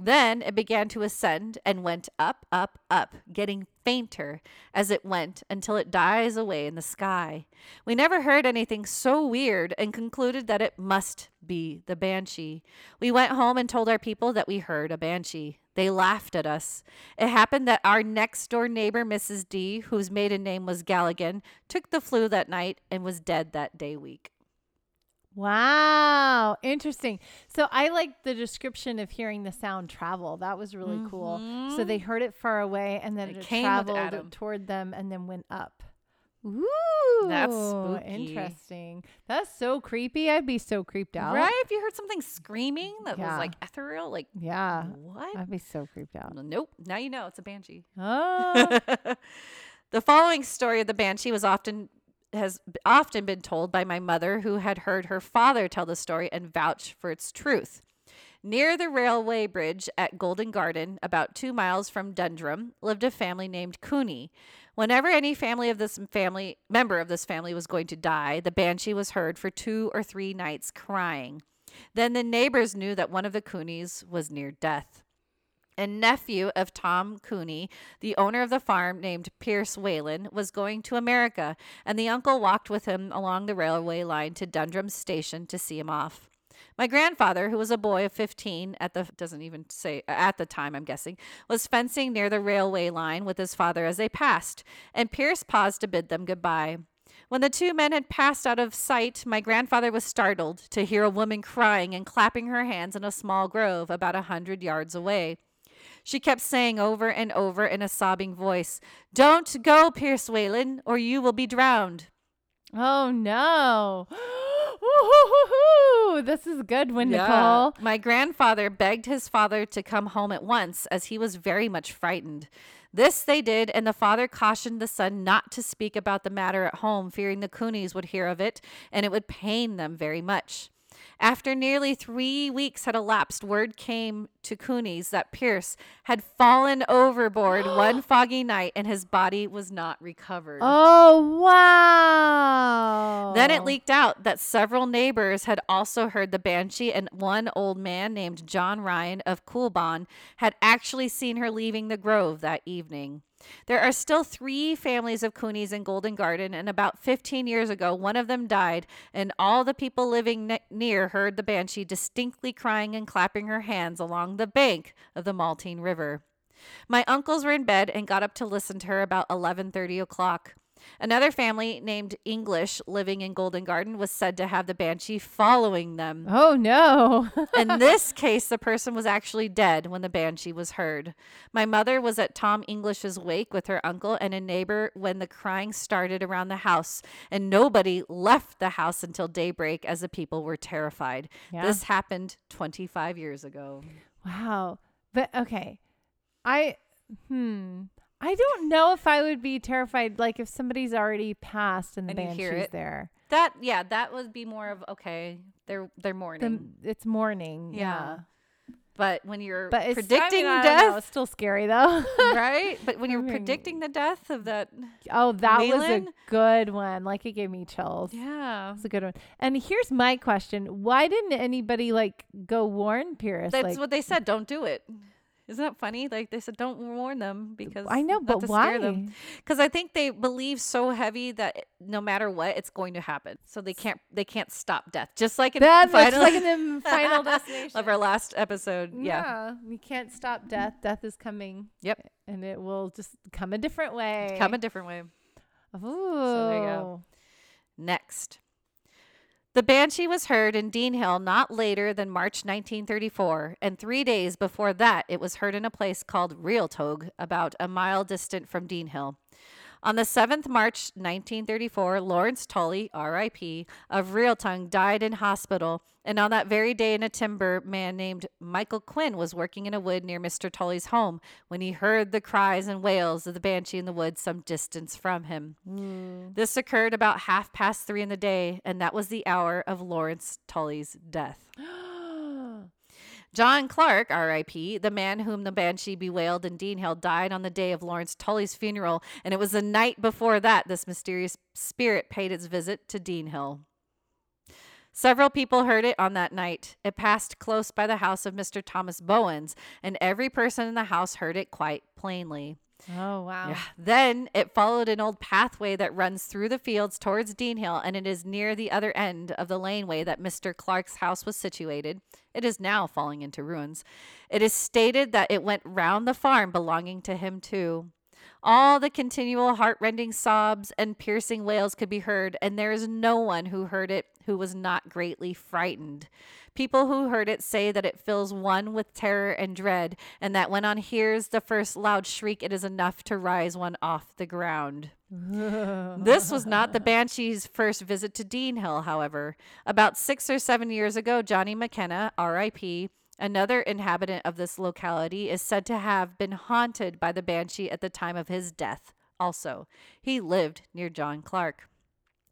Speaker 2: Then it began to ascend and went up, up, up, getting fainter as it went until it dies away in the sky. We never heard anything so weird and concluded that it must be the banshee. We went home and told our people that we heard a banshee. They laughed at us. It happened that our next door neighbor, Mrs. D, whose maiden name was Galligan, took the flu that night and was dead that day week.
Speaker 1: Wow, interesting. So I like the description of hearing the sound travel. That was really cool. So they heard it far away and then
Speaker 2: Mm-hmm. It
Speaker 1: it,
Speaker 2: came with
Speaker 1: traveled
Speaker 2: Adam.
Speaker 1: toward them and then went up. Ooh,
Speaker 2: spooky.
Speaker 1: interesting. That's so creepy. I'd be so creeped out.
Speaker 2: Right? If you heard something screaming that was
Speaker 1: Yeah.
Speaker 2: like ethereal, like Uh,
Speaker 1: Yeah,
Speaker 2: what?
Speaker 1: I'd be so creeped out.
Speaker 2: Nope. Now you know it's a banshee.
Speaker 1: Oh,
Speaker 2: the following story of the banshee was often has b- often been told by my mother who had heard her father tell the story and vouch for its truth near the railway bridge at golden garden about two miles from dundrum lived a family named cooney whenever any family of this family member of this family was going to die the banshee was heard for two or three nights crying then the neighbors knew that one of the cooneys was near death and nephew of Tom Cooney, the owner of the farm named Pierce Whalen, was going to America, and the uncle walked with him along the railway line to Dundrum Station to see him off. My My grandfather, who was a boy of 15 at the doesn't even say at the time, I'm guessing, was fencing near the railway line with his father as they passed, and Pierce paused to bid them goodbye. When the two men had passed out of sight, my grandfather was startled to hear a woman crying and clapping her hands in a small grove about a hundred yards away. She kept saying over and over in a sobbing voice, Don't go, Pierce Whalen, or you will be drowned.
Speaker 1: Oh no. Woo-hoo-hoo-hoo. This is good one, Nicole.
Speaker 2: My grandfather begged his father to come home at once, as he was very much frightened. This they did, and the father cautioned the son not to speak about the matter at home, fearing the Coonies would hear of it, and it would pain them very much. After nearly three weeks had elapsed, word came to Coonies that Pierce had fallen overboard one foggy night and his body was not recovered.
Speaker 1: Oh wow.
Speaker 2: Then it leaked out that several neighbors had also heard the banshee, and one old man named John Ryan of Coolbon had actually seen her leaving the grove that evening. There are still three families of Coonies in Golden Garden, and about 15 years ago, one of them died, and all the people living ne- near heard the banshee distinctly crying and clapping her hands along the bank of the Maltine River. My uncles were in bed and got up to listen to her about 11:30 o'clock. Another family named English living in Golden Garden was said to have the banshee following them.
Speaker 1: Oh no.
Speaker 2: In this case, the person was actually dead when the banshee was heard. My mother was at Tom English's wake with her uncle and a neighbor when the crying started around the house, and nobody left the house until daybreak as the people were terrified.
Speaker 1: Yeah.
Speaker 2: This happened 25 years ago.
Speaker 1: wow. But okay. I hmm. I don't know if I would be terrified like if somebody's already passed and the
Speaker 2: And you hear
Speaker 1: banshee's
Speaker 2: it.
Speaker 1: there.
Speaker 2: That yeah, that would be more of okay, they're they're
Speaker 1: The,
Speaker 2: mourning.
Speaker 1: it's morning.
Speaker 2: yeah. But when you're
Speaker 1: But it's
Speaker 2: predicting
Speaker 1: I mean, I don't know,
Speaker 2: death,
Speaker 1: it's still scary though.
Speaker 2: right? But when
Speaker 1: I
Speaker 2: you're
Speaker 1: mean-
Speaker 2: predicting the death of that,
Speaker 1: oh, that was
Speaker 2: Whelan?
Speaker 1: a good one. Like it gave me chills.
Speaker 2: yeah,
Speaker 1: That's a good one. And here's my question: Why didn't anybody like go warn Pierce?
Speaker 2: that's
Speaker 1: like,
Speaker 2: what they said. Don't do it. Isn't that funny? Like they said, don't warn them because
Speaker 1: I know, but why?
Speaker 2: Because I think they believe so heavy that it- no matter what, it's going to happen. So they can't they can't stop death. Just like in
Speaker 1: That looks
Speaker 2: final,
Speaker 1: like in the final destination.
Speaker 2: of our last episode. Yeah,
Speaker 1: we can't stop death. Death is coming.
Speaker 2: Yep.
Speaker 1: and it will just come a different way.
Speaker 2: come a different way.
Speaker 1: Ooh.
Speaker 2: there you go. Next. The banshee was heard in Dean Hill not later than March 1934, and three days before that, it was heard in a place called Realtog, about a mile distant from Dean Hill. On the 7th March 1934, Lawrence Tully, RIP, of Realtongue died in hospital, and on that very day, in a timber man named Michael Quinn was working in a wood near Mr. Tully's home when he heard the cries and wails of the banshee in the woods some distance from him. This occurred about half past three in the day, and that was the hour of Lawrence Tully's death. John Clark, R.I.P., the man whom the banshee bewailed in Dean Hill, died on the day of Lawrence Tully's funeral, and it was the night before that this mysterious spirit paid its visit to Dean Hill. Several people heard it on that night. It passed close by the house of Mr. Thomas Bowens, and every person in the house heard it quite plainly.
Speaker 1: Oh wow.
Speaker 2: Yeah. Then it followed an old pathway that runs through the fields towards Dean Hill, and it is near the other end of the laneway that Mr. Clark's house was situated. It is now falling into ruins. It is stated that it went round the farm belonging to him, too. All the continual heartrending sobs and piercing wails could be heard, and there is no one who heard it who was not greatly frightened. People who heard it say that it fills one with terror and dread, and that when one hears the first loud shriek, it is enough to rise one off the ground. This was not the Banshee's first visit to Dean Hill, however. About six or seven years ago, Johnny McKenna, RIP, another inhabitant of this locality, is said to have been haunted by the Banshee at the time of his death, also. He lived near John Clark.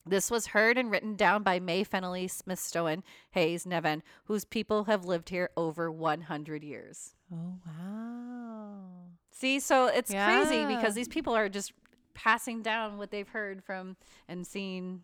Speaker 2: This was heard and written down by May Fennelly Smithstone Hayes Nevin, whose people have lived here over 100 years.
Speaker 1: Oh wow.
Speaker 2: See, so it's crazy
Speaker 1: Yeah.
Speaker 2: because these people are just passing down what they've heard from and seen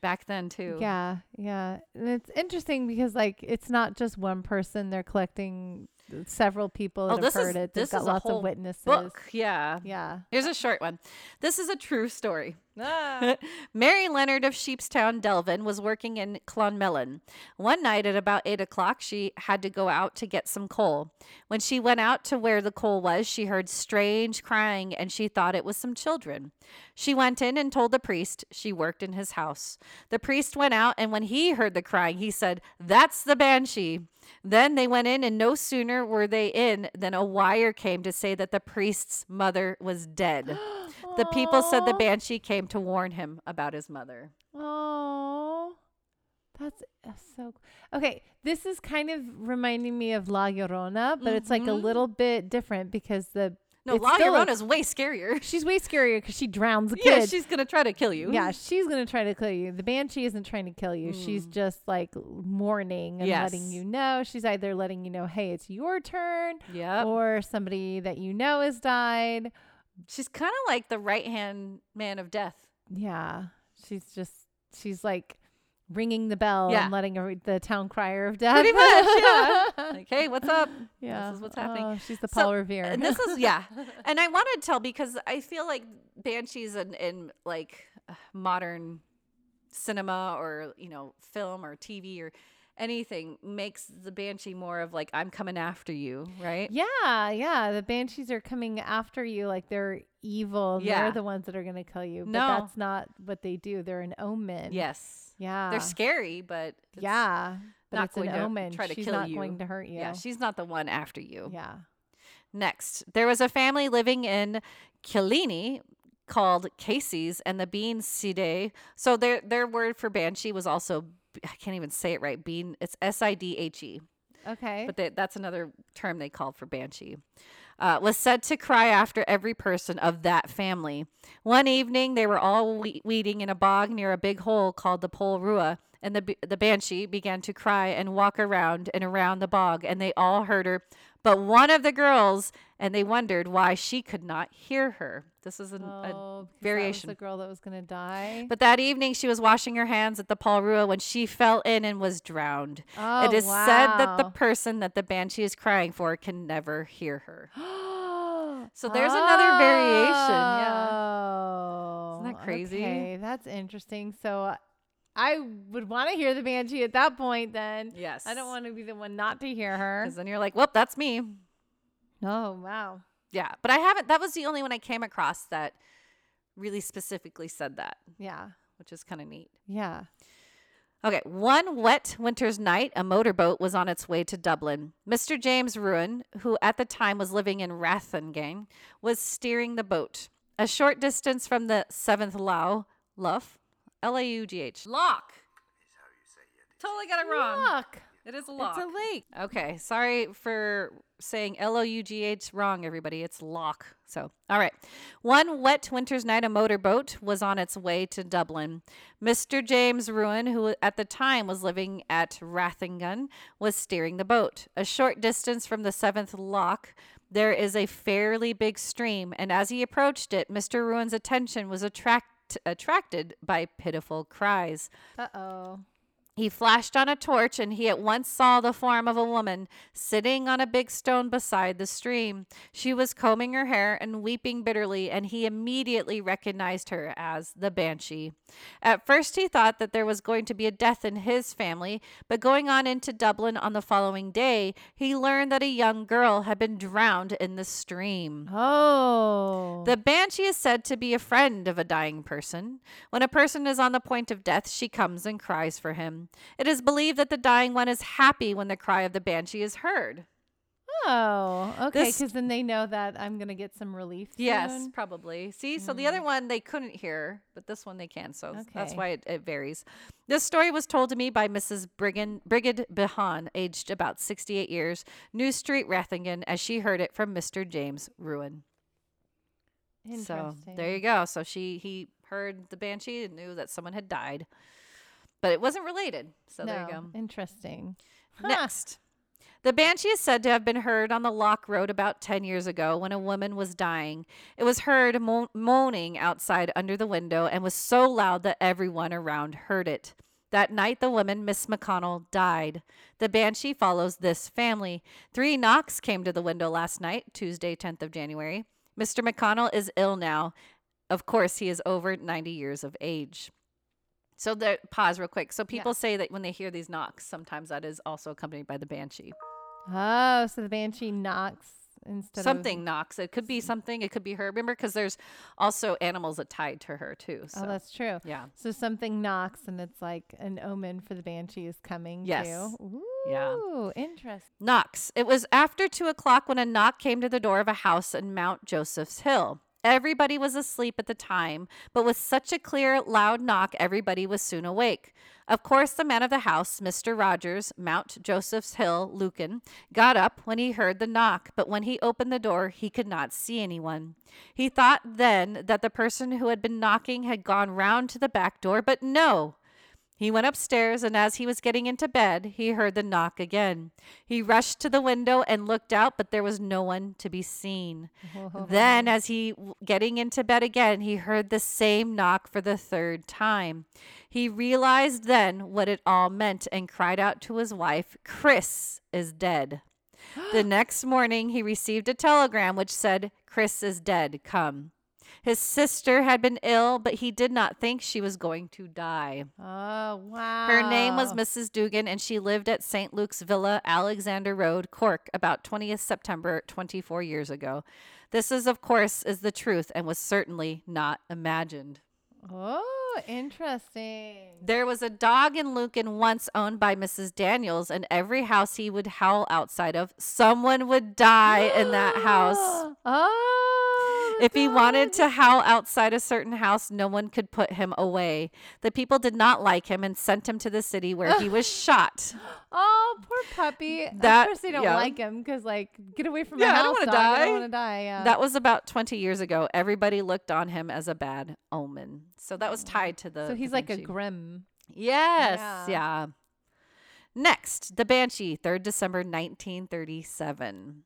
Speaker 2: back then too.
Speaker 1: Yeah, yeah. And it's interesting because like it's not just one person; they're collecting several people that
Speaker 2: Oh, this
Speaker 1: have
Speaker 2: is-
Speaker 1: heard it. They've
Speaker 2: this
Speaker 1: got
Speaker 2: is a
Speaker 1: lots
Speaker 2: whole
Speaker 1: of witnesses.
Speaker 2: Book. Yeah.
Speaker 1: Yeah.
Speaker 2: Here's a short one. This is a true story.
Speaker 1: Ah.
Speaker 2: Mary Leonard of Sheepstown, Delvin, was working in Clonmelon. One night at about eight o'clock, she had to go out to get some coal. When she went out to where the coal was, she heard strange crying and she thought it was some children. She went in and told the priest she worked in his house. The priest went out, and when he heard the crying, he said, That's the banshee. Then they went in, and no sooner were they in than a wire came to say that the priest's mother was dead. The people said the
Speaker 1: Aw.
Speaker 2: banshee came to warn him about his mother.
Speaker 1: Oh, that's uh, so. Okay, this is kind of reminding me of La Llorona, but it's like a
Speaker 2: Mhm.
Speaker 1: little bit different because the
Speaker 2: No,
Speaker 1: It's
Speaker 2: La
Speaker 1: still a-
Speaker 2: Llorona's way scarier.
Speaker 1: she's way scarier because she drowns the
Speaker 2: Yeah,
Speaker 1: kid.
Speaker 2: she's gonna try to kill you.
Speaker 1: Yeah, she's gonna try to kill you. The banshee isn't trying to kill you. She's just like mourning and letting
Speaker 2: Hmm. Yes.
Speaker 1: you know. She's either letting you know, hey, it's your turn,
Speaker 2: Yep.
Speaker 1: or somebody that you know has died.
Speaker 2: she's kind of like the right hand man of death.
Speaker 1: Yeah, she's just she's like ringing the bell
Speaker 2: Yeah.
Speaker 1: and letting her, the town crier of death.
Speaker 2: Pretty much, yeah. Like, hey, what's up?
Speaker 1: yeah,
Speaker 2: is what's happening.
Speaker 1: Oh, she's the
Speaker 2: So,
Speaker 1: Paul Revere.
Speaker 2: And this is yeah. And I want to tell because I feel like banshees in, in like uh, modern cinema or you know film or TV or anything makes the banshee more of like I'm coming after you, right?
Speaker 1: yeah, yeah. The banshees are coming after you like they're evil. and
Speaker 2: Yeah.
Speaker 1: They're the ones that are going to kill you. But
Speaker 2: No.
Speaker 1: that's not what they do. They're an omen.
Speaker 2: Yes.
Speaker 1: Yeah.
Speaker 2: They're scary, but it's-
Speaker 1: yeah. But
Speaker 2: not
Speaker 1: it's an
Speaker 2: going to
Speaker 1: omen.
Speaker 2: try to
Speaker 1: She's
Speaker 2: kill
Speaker 1: not
Speaker 2: you.
Speaker 1: going to hurt you.
Speaker 2: Yeah, she's not the one after you.
Speaker 1: yeah.
Speaker 2: Next, there was a family living in Killiney called Casey's and the Bean Side. So their their word for banshee was also I can't even say it right. Bean, it's S I D H E.
Speaker 1: Okay.
Speaker 2: But they, that's another term they called for banshee. Uh, was said to cry after every person of that family. One evening, they were all we- weeding in a bog near a big hole called the Pole Rua, and the b- the banshee began to cry and walk around and around the bog, and they all heard her, but one of the girls, and they wondered why she could not hear her. This is an, a
Speaker 1: oh, because
Speaker 2: variation.
Speaker 1: That was the girl that was going to die.
Speaker 2: but that evening, she was washing her hands at the Paul Rua when she fell in and was drowned
Speaker 1: oh,
Speaker 2: it is said that the
Speaker 1: wow.
Speaker 2: person that the banshee is crying for can never hear her.
Speaker 1: so
Speaker 2: So there's another variation, yeah.
Speaker 1: Oh,
Speaker 2: Isn't that crazy?
Speaker 1: Okay, that's interesting. So uh, I would want to hear the banshee at that point. Then
Speaker 2: Yes.
Speaker 1: I don't want to be the one not to hear her.
Speaker 2: Because then you're like, well, that's me.
Speaker 1: Oh wow.
Speaker 2: Yeah. But I haven't, that was the only one I came across that really specifically said that,
Speaker 1: Yeah.
Speaker 2: which is kind of neat.
Speaker 1: Yeah.
Speaker 2: Okay, one wet winter's night, a motorboat was on its way to Dublin. Mr. James Ruin, who at the time was living in Rathingane, was steering the boat. A short distance from the Seventh Lough, Lough, L A U G H, Loch. Totally got it wrong.
Speaker 1: Look,
Speaker 2: It is a
Speaker 1: it's
Speaker 2: loch.
Speaker 1: a lake.
Speaker 2: Okay, sorry for saying L O U G H wrong, everybody. It's lock. So, all right. One wet winter's night, a motorboat was on its way to Dublin. Mr. James Ruin, who at the time was living at Rathingun, was steering the boat. A short distance from the seventh lock, there is a fairly big stream, and as he approached it, Mr. Ruin's attention was attract- attracted by pitiful cries.
Speaker 1: Uh oh.
Speaker 2: He flashed on a torch, and he at once saw the form of a woman sitting on a big stone beside the stream. She was combing her hair and weeping bitterly, and he immediately recognized her as the banshee. At first, he thought that there was going to be a death in his family, but going on into Dublin on the following day, he learned that a young girl had been drowned in the stream.
Speaker 1: Oh.
Speaker 2: The banshee is said to be a friend of a dying person. When a person is on the point of death, she comes and cries for him. It is believed that the dying one is happy when the cry of the banshee is heard.
Speaker 1: oh. Okay.
Speaker 2: this-
Speaker 1: Because then they know that I'm gonna get some relief.
Speaker 2: Yes,
Speaker 1: soon.
Speaker 2: probably. See, so the other one they couldn't hear, but this one they can. So that's
Speaker 1: Okay.
Speaker 2: why it, it varies. This story was told to me by Mrs. Brigan, Brigid Behan, aged about 68 years, New Street, Rathingen, as she heard it from Mr. James Ruin. So
Speaker 1: Interesting.
Speaker 2: there you go. So she he heard the banshee and knew that someone had died, but it wasn't related. So there you
Speaker 1: No,
Speaker 2: go.
Speaker 1: Interesting. Huh.
Speaker 2: Next. The banshee is said to have been heard on the Loch Road about 10 years ago when a woman was dying. It was heard mo- moaning outside under the window and was so loud that everyone around heard it. That night, the woman, Miss McConnell, died. The banshee follows this family. Three knocks came to the window last night, Tuesday, 10th of January. Mr. McConnell is ill now. Of course, he is over 90 years of age. So the pause real quick. So people say that when they hear these knocks, sometimes that is also accompanied by the banshee.
Speaker 1: Oh, so the banshee knocks instead
Speaker 2: something knocks. It could be something. It could be her. Remember, because there's also animals that tied to her too.
Speaker 1: of.
Speaker 2: So
Speaker 1: Oh, that's true.
Speaker 2: yeah,
Speaker 1: So something knocks, and it's like an omen for the banshee is coming.
Speaker 2: Yes.
Speaker 1: Too.
Speaker 2: Yeah.
Speaker 1: Ooh, interesting.
Speaker 2: knocks. It was after two o'clock when a knock came to the door of a house in Mount Joseph's Hill. Everybody was asleep at the time, but with such a clear, loud knock, everybody was soon awake. Of course, the man of the house, Mr. Rogers, Mount Joseph's Hill, Lucan, got up when he heard the knock, but when he opened the door, he could not see anyone. He thought then that the person who had been knocking had gone round to the back door, but no, he went upstairs, and as he was getting into bed, he heard the knock again. He rushed to the window and looked out, but there was no one to be seen. Then, as he w- getting into bed again, he heard the same knock for the third time. He realized then what it all meant and cried out to his wife, "Chris is dead." the next morning, he received a telegram which said, "Chris is dead. Come." His sister had been ill, but he did not think she was going to die.
Speaker 1: Oh wow.
Speaker 2: Her name was Mrs. Dugan, and she lived at St. Luke's Villa, Alexander Road, Cork, about 20th September, 24 years ago. This is, of course, is the truth and was certainly not imagined.
Speaker 1: Oh, interesting.
Speaker 2: There was a dog in Lucan once owned by Mrs. Daniels, and every house he would howl outside of, someone would die in that house.
Speaker 1: Oh.
Speaker 2: If he wanted to howl outside a certain house, no one could put him away. The people did not like him and sent him to the city where he was shot.
Speaker 1: Oh, poor puppy.
Speaker 2: That-
Speaker 1: of course they don't
Speaker 2: yeah.
Speaker 1: like him because, like, get away from my
Speaker 2: Yeah, I
Speaker 1: house.
Speaker 2: don't wanna
Speaker 1: dog. I
Speaker 2: die.
Speaker 1: don't want to die. Yeah.
Speaker 2: That was about 20 years ago. Everybody looked on him as a bad omen. So that was tied to the.
Speaker 1: so
Speaker 2: the
Speaker 1: he's like a
Speaker 2: banshee.
Speaker 1: grim.
Speaker 2: Yes.
Speaker 1: Yeah.
Speaker 2: Yeah. Next, the Banshee, 3rd December 1937.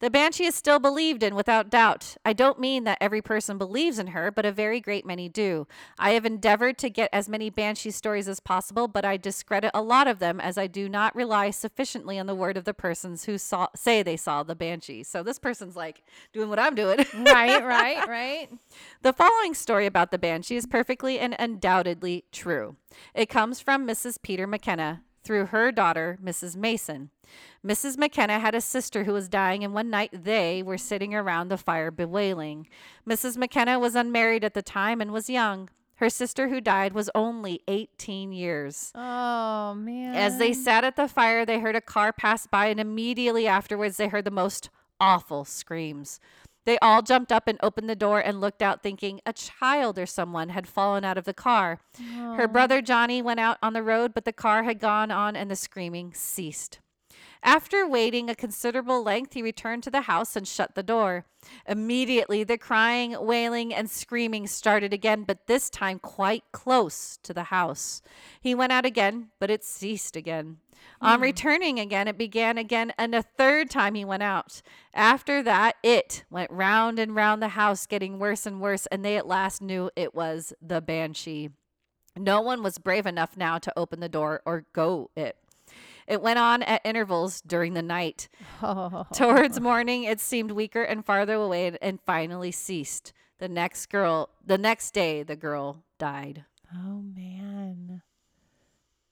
Speaker 2: The Banshee is still believed in without doubt. I don't mean that every person believes in her, but a very great many do. I have endeavored to get as many Banshee stories as possible, but I discredit a lot of them as I do not rely sufficiently on the word of the persons who saw say they saw the Banshee. So this person's like doing what I'm doing.
Speaker 1: right, right, right.
Speaker 2: The following story about the banshee is perfectly and undoubtedly true. It comes from Mrs. Peter McKenna through her daughter, Mrs. Mason. Mrs. McKenna had a sister who was dying, and one night they were sitting around the fire bewailing. Mrs. McKenna was unmarried at the time and was young. Her sister who died was only 18 years.
Speaker 1: Oh, man.
Speaker 2: As they sat at the fire, they heard a car pass by, and immediately afterwards, they heard the most awful screams. They all jumped up and opened the door and looked out, thinking a child or someone had fallen out of the car. Her brother Johnny went out on the road, but the car had gone on and the screaming ceased. After waiting a considerable length, he returned to the house and shut the door. Immediately, the crying, wailing, and screaming started again, but this time quite close to the house. He went out again, but it ceased again. On returning again, it began again, and a third time he went out. After that, it went round and round the house, getting worse and worse, and they at last knew it was the banshee. No one was brave enough now to open the door or go it. It went on at intervals during the night.
Speaker 1: Oh.
Speaker 2: Towards morning, it seemed weaker and farther away and, and finally ceased. The next girl, the next day, the girl died.
Speaker 1: Oh man,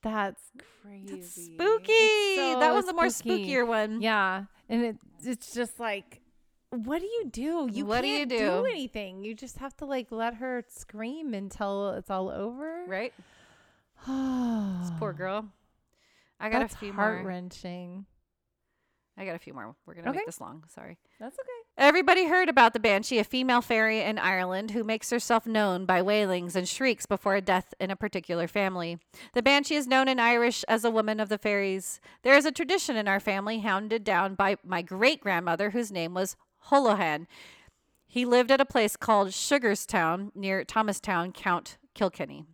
Speaker 1: that's crazy.
Speaker 2: Spooky.
Speaker 1: It's
Speaker 2: that
Speaker 1: so
Speaker 2: was the more
Speaker 1: spooky.
Speaker 2: spookier one.
Speaker 1: Yeah, and it it's just like, what do you do? You
Speaker 2: What do you
Speaker 1: can't
Speaker 2: do?
Speaker 1: anything. You just have to like let her scream until it's all over.
Speaker 2: Right?
Speaker 1: Oh,
Speaker 2: Poor girl. I got
Speaker 1: that's
Speaker 2: a few
Speaker 1: heart
Speaker 2: more.
Speaker 1: wrenching.
Speaker 2: I got a few more. We're going to
Speaker 1: Okay.
Speaker 2: make this long. Sorry.
Speaker 1: That's okay.
Speaker 2: Everybody heard about the Banshee, a female fairy in Ireland who makes herself known by wailings and shrieks before a death in a particular family. The Banshee is known in Irish as a woman of the fairies. There is a tradition in our family hounded down by my great grandmother, whose name was Holohan. He lived at a place called Sugarstown near Thomastown, Count Kilkenny.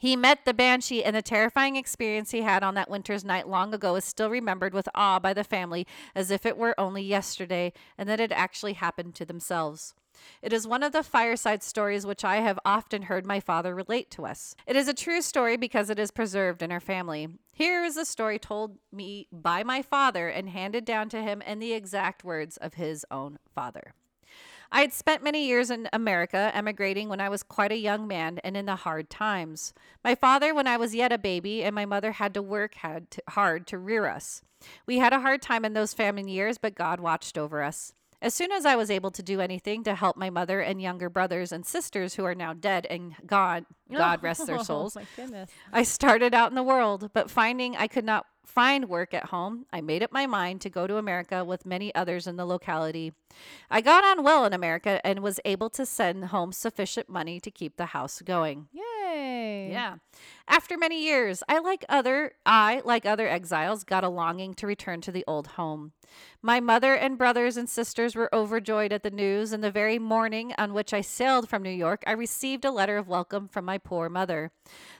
Speaker 2: He met the banshee, and the terrifying experience he had on that winter's night long ago is still remembered with awe by the family as if it were only yesterday and that it actually happened to themselves. It is one of the fireside stories which I have often heard my father relate to us. It is a true story because it is preserved in our family. Here is a story told me by my father and handed down to him in the exact words of his own father. I had spent many years in America emigrating when I was quite a young man and in the hard times. My father, when I was yet a baby, and my mother had to work had to, hard to rear us. We had a hard time in those famine years, but God watched over us. As soon as I was able to do anything to help my mother and younger brothers and sisters who are now dead and God, God rest their souls,
Speaker 1: Oh my goodness.
Speaker 2: I started out in the world, but finding I could not find work at home, I made up my mind to go to America with many others in the locality. I got on well in America and was able to send home sufficient money to keep the house going.
Speaker 1: Yay.
Speaker 2: Yeah. After many years, I like other I like other exiles got a longing to return to the old home. My mother and brothers and sisters were overjoyed at the news and the very morning on which I sailed from New York, I received a letter of welcome from my poor mother.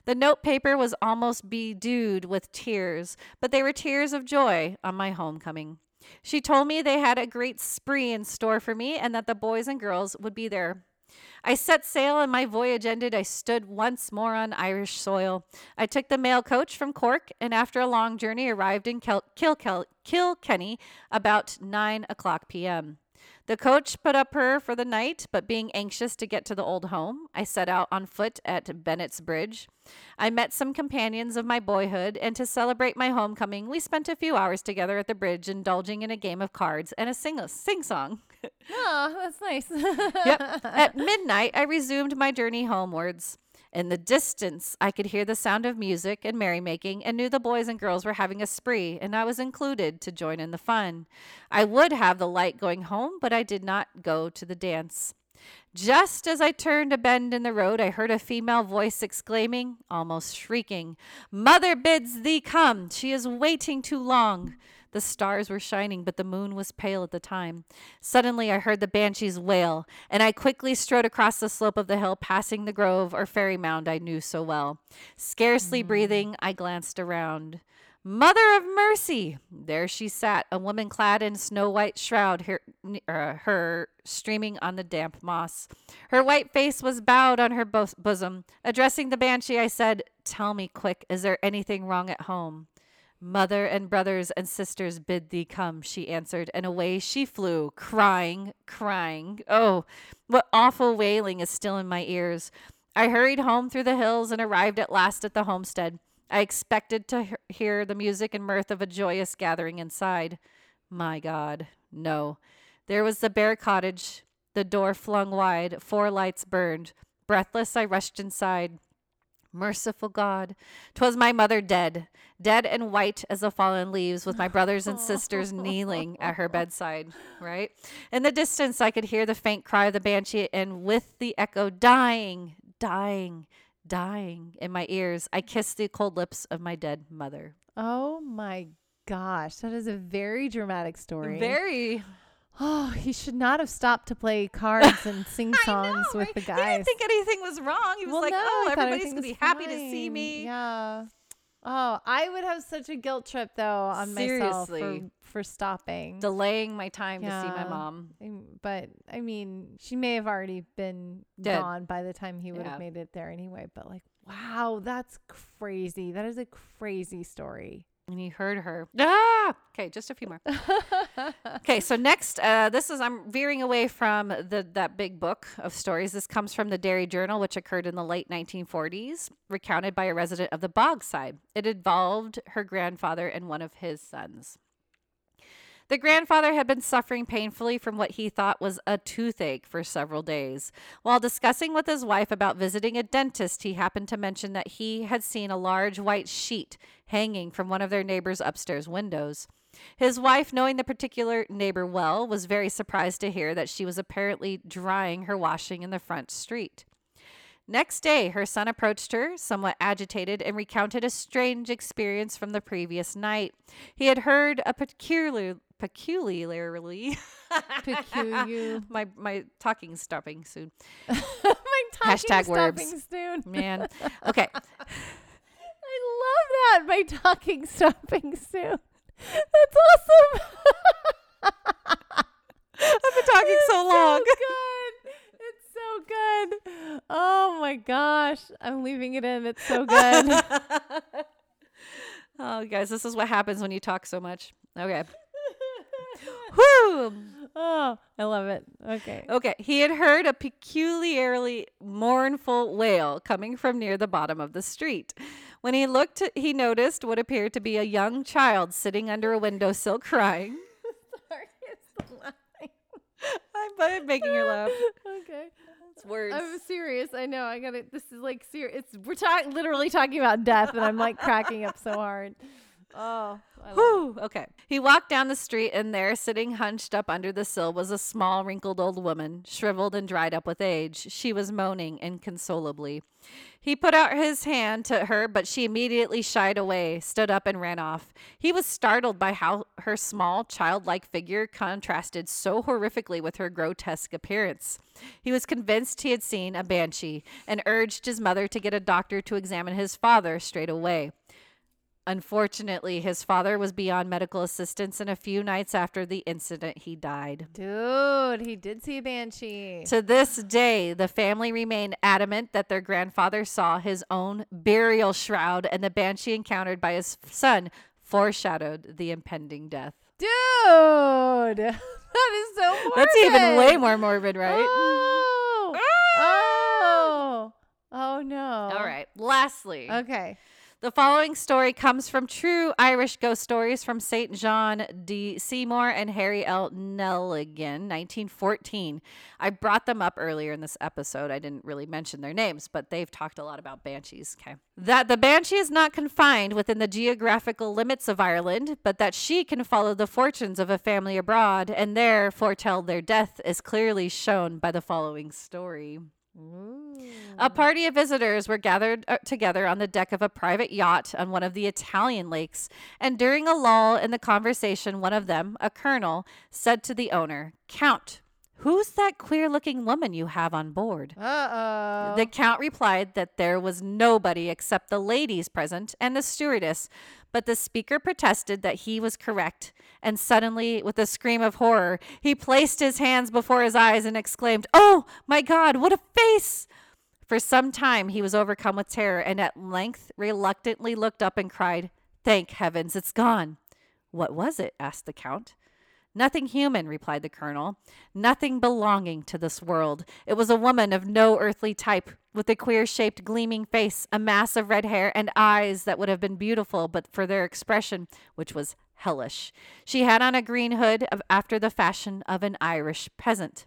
Speaker 2: The note paper was almost bedewed with tears, but they were tears of joy on my homecoming. She told me they had a great spree in store for me and that the boys and girls would be there I set sail and my voyage ended. I stood once more on Irish soil. I took the mail coach from Cork and after a long journey arrived in Kel- Kilkel- Kilkenny about 9 o'clock p.m. The coach put up her for the night, but being anxious to get to the old home, I set out on foot at Bennett's Bridge. I met some companions of my boyhood, and to celebrate my homecoming, we spent a few hours together at the bridge, indulging in a game of cards and a sing song.
Speaker 1: Oh, that's nice.
Speaker 2: yep. At midnight, I resumed my journey homewards. In the distance, I could hear the sound of music and merrymaking and knew the boys and girls were having a spree, and I was included to join in the fun. I would have the light going home, but I did not go to the dance. Just as I turned a bend in the road, I heard a female voice exclaiming, almost shrieking, Mother bids thee come. She is waiting too long. The stars were shining, but the moon was pale at the time. Suddenly, I heard the banshees wail, and I quickly strode across the slope of the hill, passing the grove or fairy mound I knew so well. Scarcely breathing, I glanced around. Mother of mercy! There she sat, a woman clad in snow white shroud, her, n- uh, her streaming on the damp moss. Her white face was bowed on her bos- bosom. Addressing the banshee, I said, Tell me quick, is there anything wrong at home? Mother and brothers and sisters bid thee come, she answered, and away she flew, crying, crying. Oh, what awful wailing is still in my ears. I hurried home through the hills and arrived at last at the homestead. I expected to he- hear the music and mirth of a joyous gathering inside. My God, no. There was the bare cottage, the door flung wide, four lights burned. Breathless, I rushed inside. Merciful God, 'twas my mother dead, dead and white as the fallen leaves, with my brothers and sisters kneeling at her bedside. Right in the distance, I could hear the faint cry of the banshee, and with the echo, dying, dying, dying in my ears, I kissed the cold lips of my dead mother.
Speaker 1: oh my gosh, that is a very dramatic story.
Speaker 2: Very.
Speaker 1: Oh, he should not have stopped to play cards and sing songs with the
Speaker 2: He
Speaker 1: guys.
Speaker 2: didn't think anything was wrong. He was like,
Speaker 1: no,
Speaker 2: "Oh,
Speaker 1: I thought
Speaker 2: everybody's
Speaker 1: everything
Speaker 2: gonna
Speaker 1: was
Speaker 2: be happy to see
Speaker 1: fine.
Speaker 2: me."
Speaker 1: Yeah. Oh, I would have such a guilt trip though on myself for,
Speaker 2: Seriously.
Speaker 1: for stopping.
Speaker 2: Delaying my time to see my
Speaker 1: Yeah.
Speaker 2: mom.
Speaker 1: Um, But I mean, she may have already been
Speaker 2: Dead.
Speaker 1: gone by the time he would
Speaker 2: Yeah.
Speaker 1: have made it there anyway. But like, wow, that's crazy. That is a crazy story.
Speaker 2: and he heard her. Ah! Okay, just a few more. okay, so next, uh, this is I'm veering away from the that big book of stories. This comes from the Dairy Journal, which occurred in the late 1940s, recounted by a resident of the Bog Side. It involved her grandfather and one of his sons. The grandfather had been suffering painfully from what he thought was a toothache for several days. While discussing with his wife about visiting a dentist, he happened to mention that he had seen a large white sheet hanging from one of their neighbor's upstairs windows. His wife, knowing the particular neighbor well, was very surprised to hear that she was apparently drying her washing in the front street. Next day, her son approached her, somewhat agitated, and recounted a strange experience from the previous night. He had heard a peculiar, peculiarly,
Speaker 1: Peculiar.
Speaker 2: my my talking stopping soon,
Speaker 1: My talking
Speaker 2: Hashtag
Speaker 1: stopping
Speaker 2: words.
Speaker 1: soon.
Speaker 2: man. Okay,
Speaker 1: I love that. My talking stopping soon. That's awesome.
Speaker 2: I've been talking so long.
Speaker 1: So good. It's so good. Oh my gosh. I'm leaving it in. It's so good.
Speaker 2: oh, guys, this is what happens when you talk so much. Okay. Whew.
Speaker 1: oh, I love it. Okay.
Speaker 2: Okay, he had heard a peculiarly mournful wail coming from near the bottom of the street. When he looked, he noticed what appeared to be a young child sitting under a windowsill crying. I'm bu- making her laugh.
Speaker 1: okay.
Speaker 2: It's words.
Speaker 1: I'm serious. I know. I got it. This is like serious. It's we're talking literally talking about death, and I'm like cracking up so hard. Oh, I love
Speaker 2: Whew, okay. He walked down the street, and there, sitting hunched up under the sill, was a small, wrinkled old woman, shriveled and dried up with age. She was moaning inconsolably. He put out his hand to her, but she immediately shied away, stood up, and ran off. He was startled by how her small, childlike figure contrasted so horrifically with her grotesque appearance. He was convinced he had seen a banshee and urged his mother to get a doctor to examine his father straight away. Unfortunately, his father was beyond medical assistance, and a few nights after the incident, he died.
Speaker 1: it. dude, he did see a banshee.
Speaker 2: To this day, the family remained adamant that their grandfather saw his own burial shroud, and the banshee encountered by his son foreshadowed the impending death.
Speaker 1: Dude, that is so. Morbid.
Speaker 2: That's even way more morbid, right? Ah.
Speaker 1: Oh. Oh. Oh no.
Speaker 2: All right. Lastly,
Speaker 1: Okay.
Speaker 2: The following story comes from True Irish Ghost Stories from St. John D. Seymour and Harry L. Nelligan, 1914. I brought them up earlier in this episode. I didn't really mention their names, but they've talked a lot about banshees. Okay. That the banshee is not confined within the geographical limits of Ireland, but that she can follow the fortunes of a family abroad and there foretell their death is clearly shown by the following story. A party of visitors were gathered uh, together on the deck of a private yacht on one of the Italian lakes, and during a lull in the conversation, one of them, a colonel, said to the owner, Count, who's that queer looking woman you have on board?
Speaker 1: Uh oh.
Speaker 2: The count replied that there was nobody except the ladies present and the stewardess, but the speaker protested that he was correct. And suddenly, with a scream of horror, he placed his hands before his eyes and exclaimed, Oh my God, what a face! For some time, he was overcome with terror and at length reluctantly looked up and cried, Thank heavens, it's gone. What was it? asked the count. Nothing human, replied the colonel. Nothing belonging to this world. It was a woman of no earthly type, with a queer shaped, gleaming face, a mass of red hair, and eyes that would have been beautiful but for their expression, which was hellish. She had on a green hood of, after the fashion of an Irish peasant.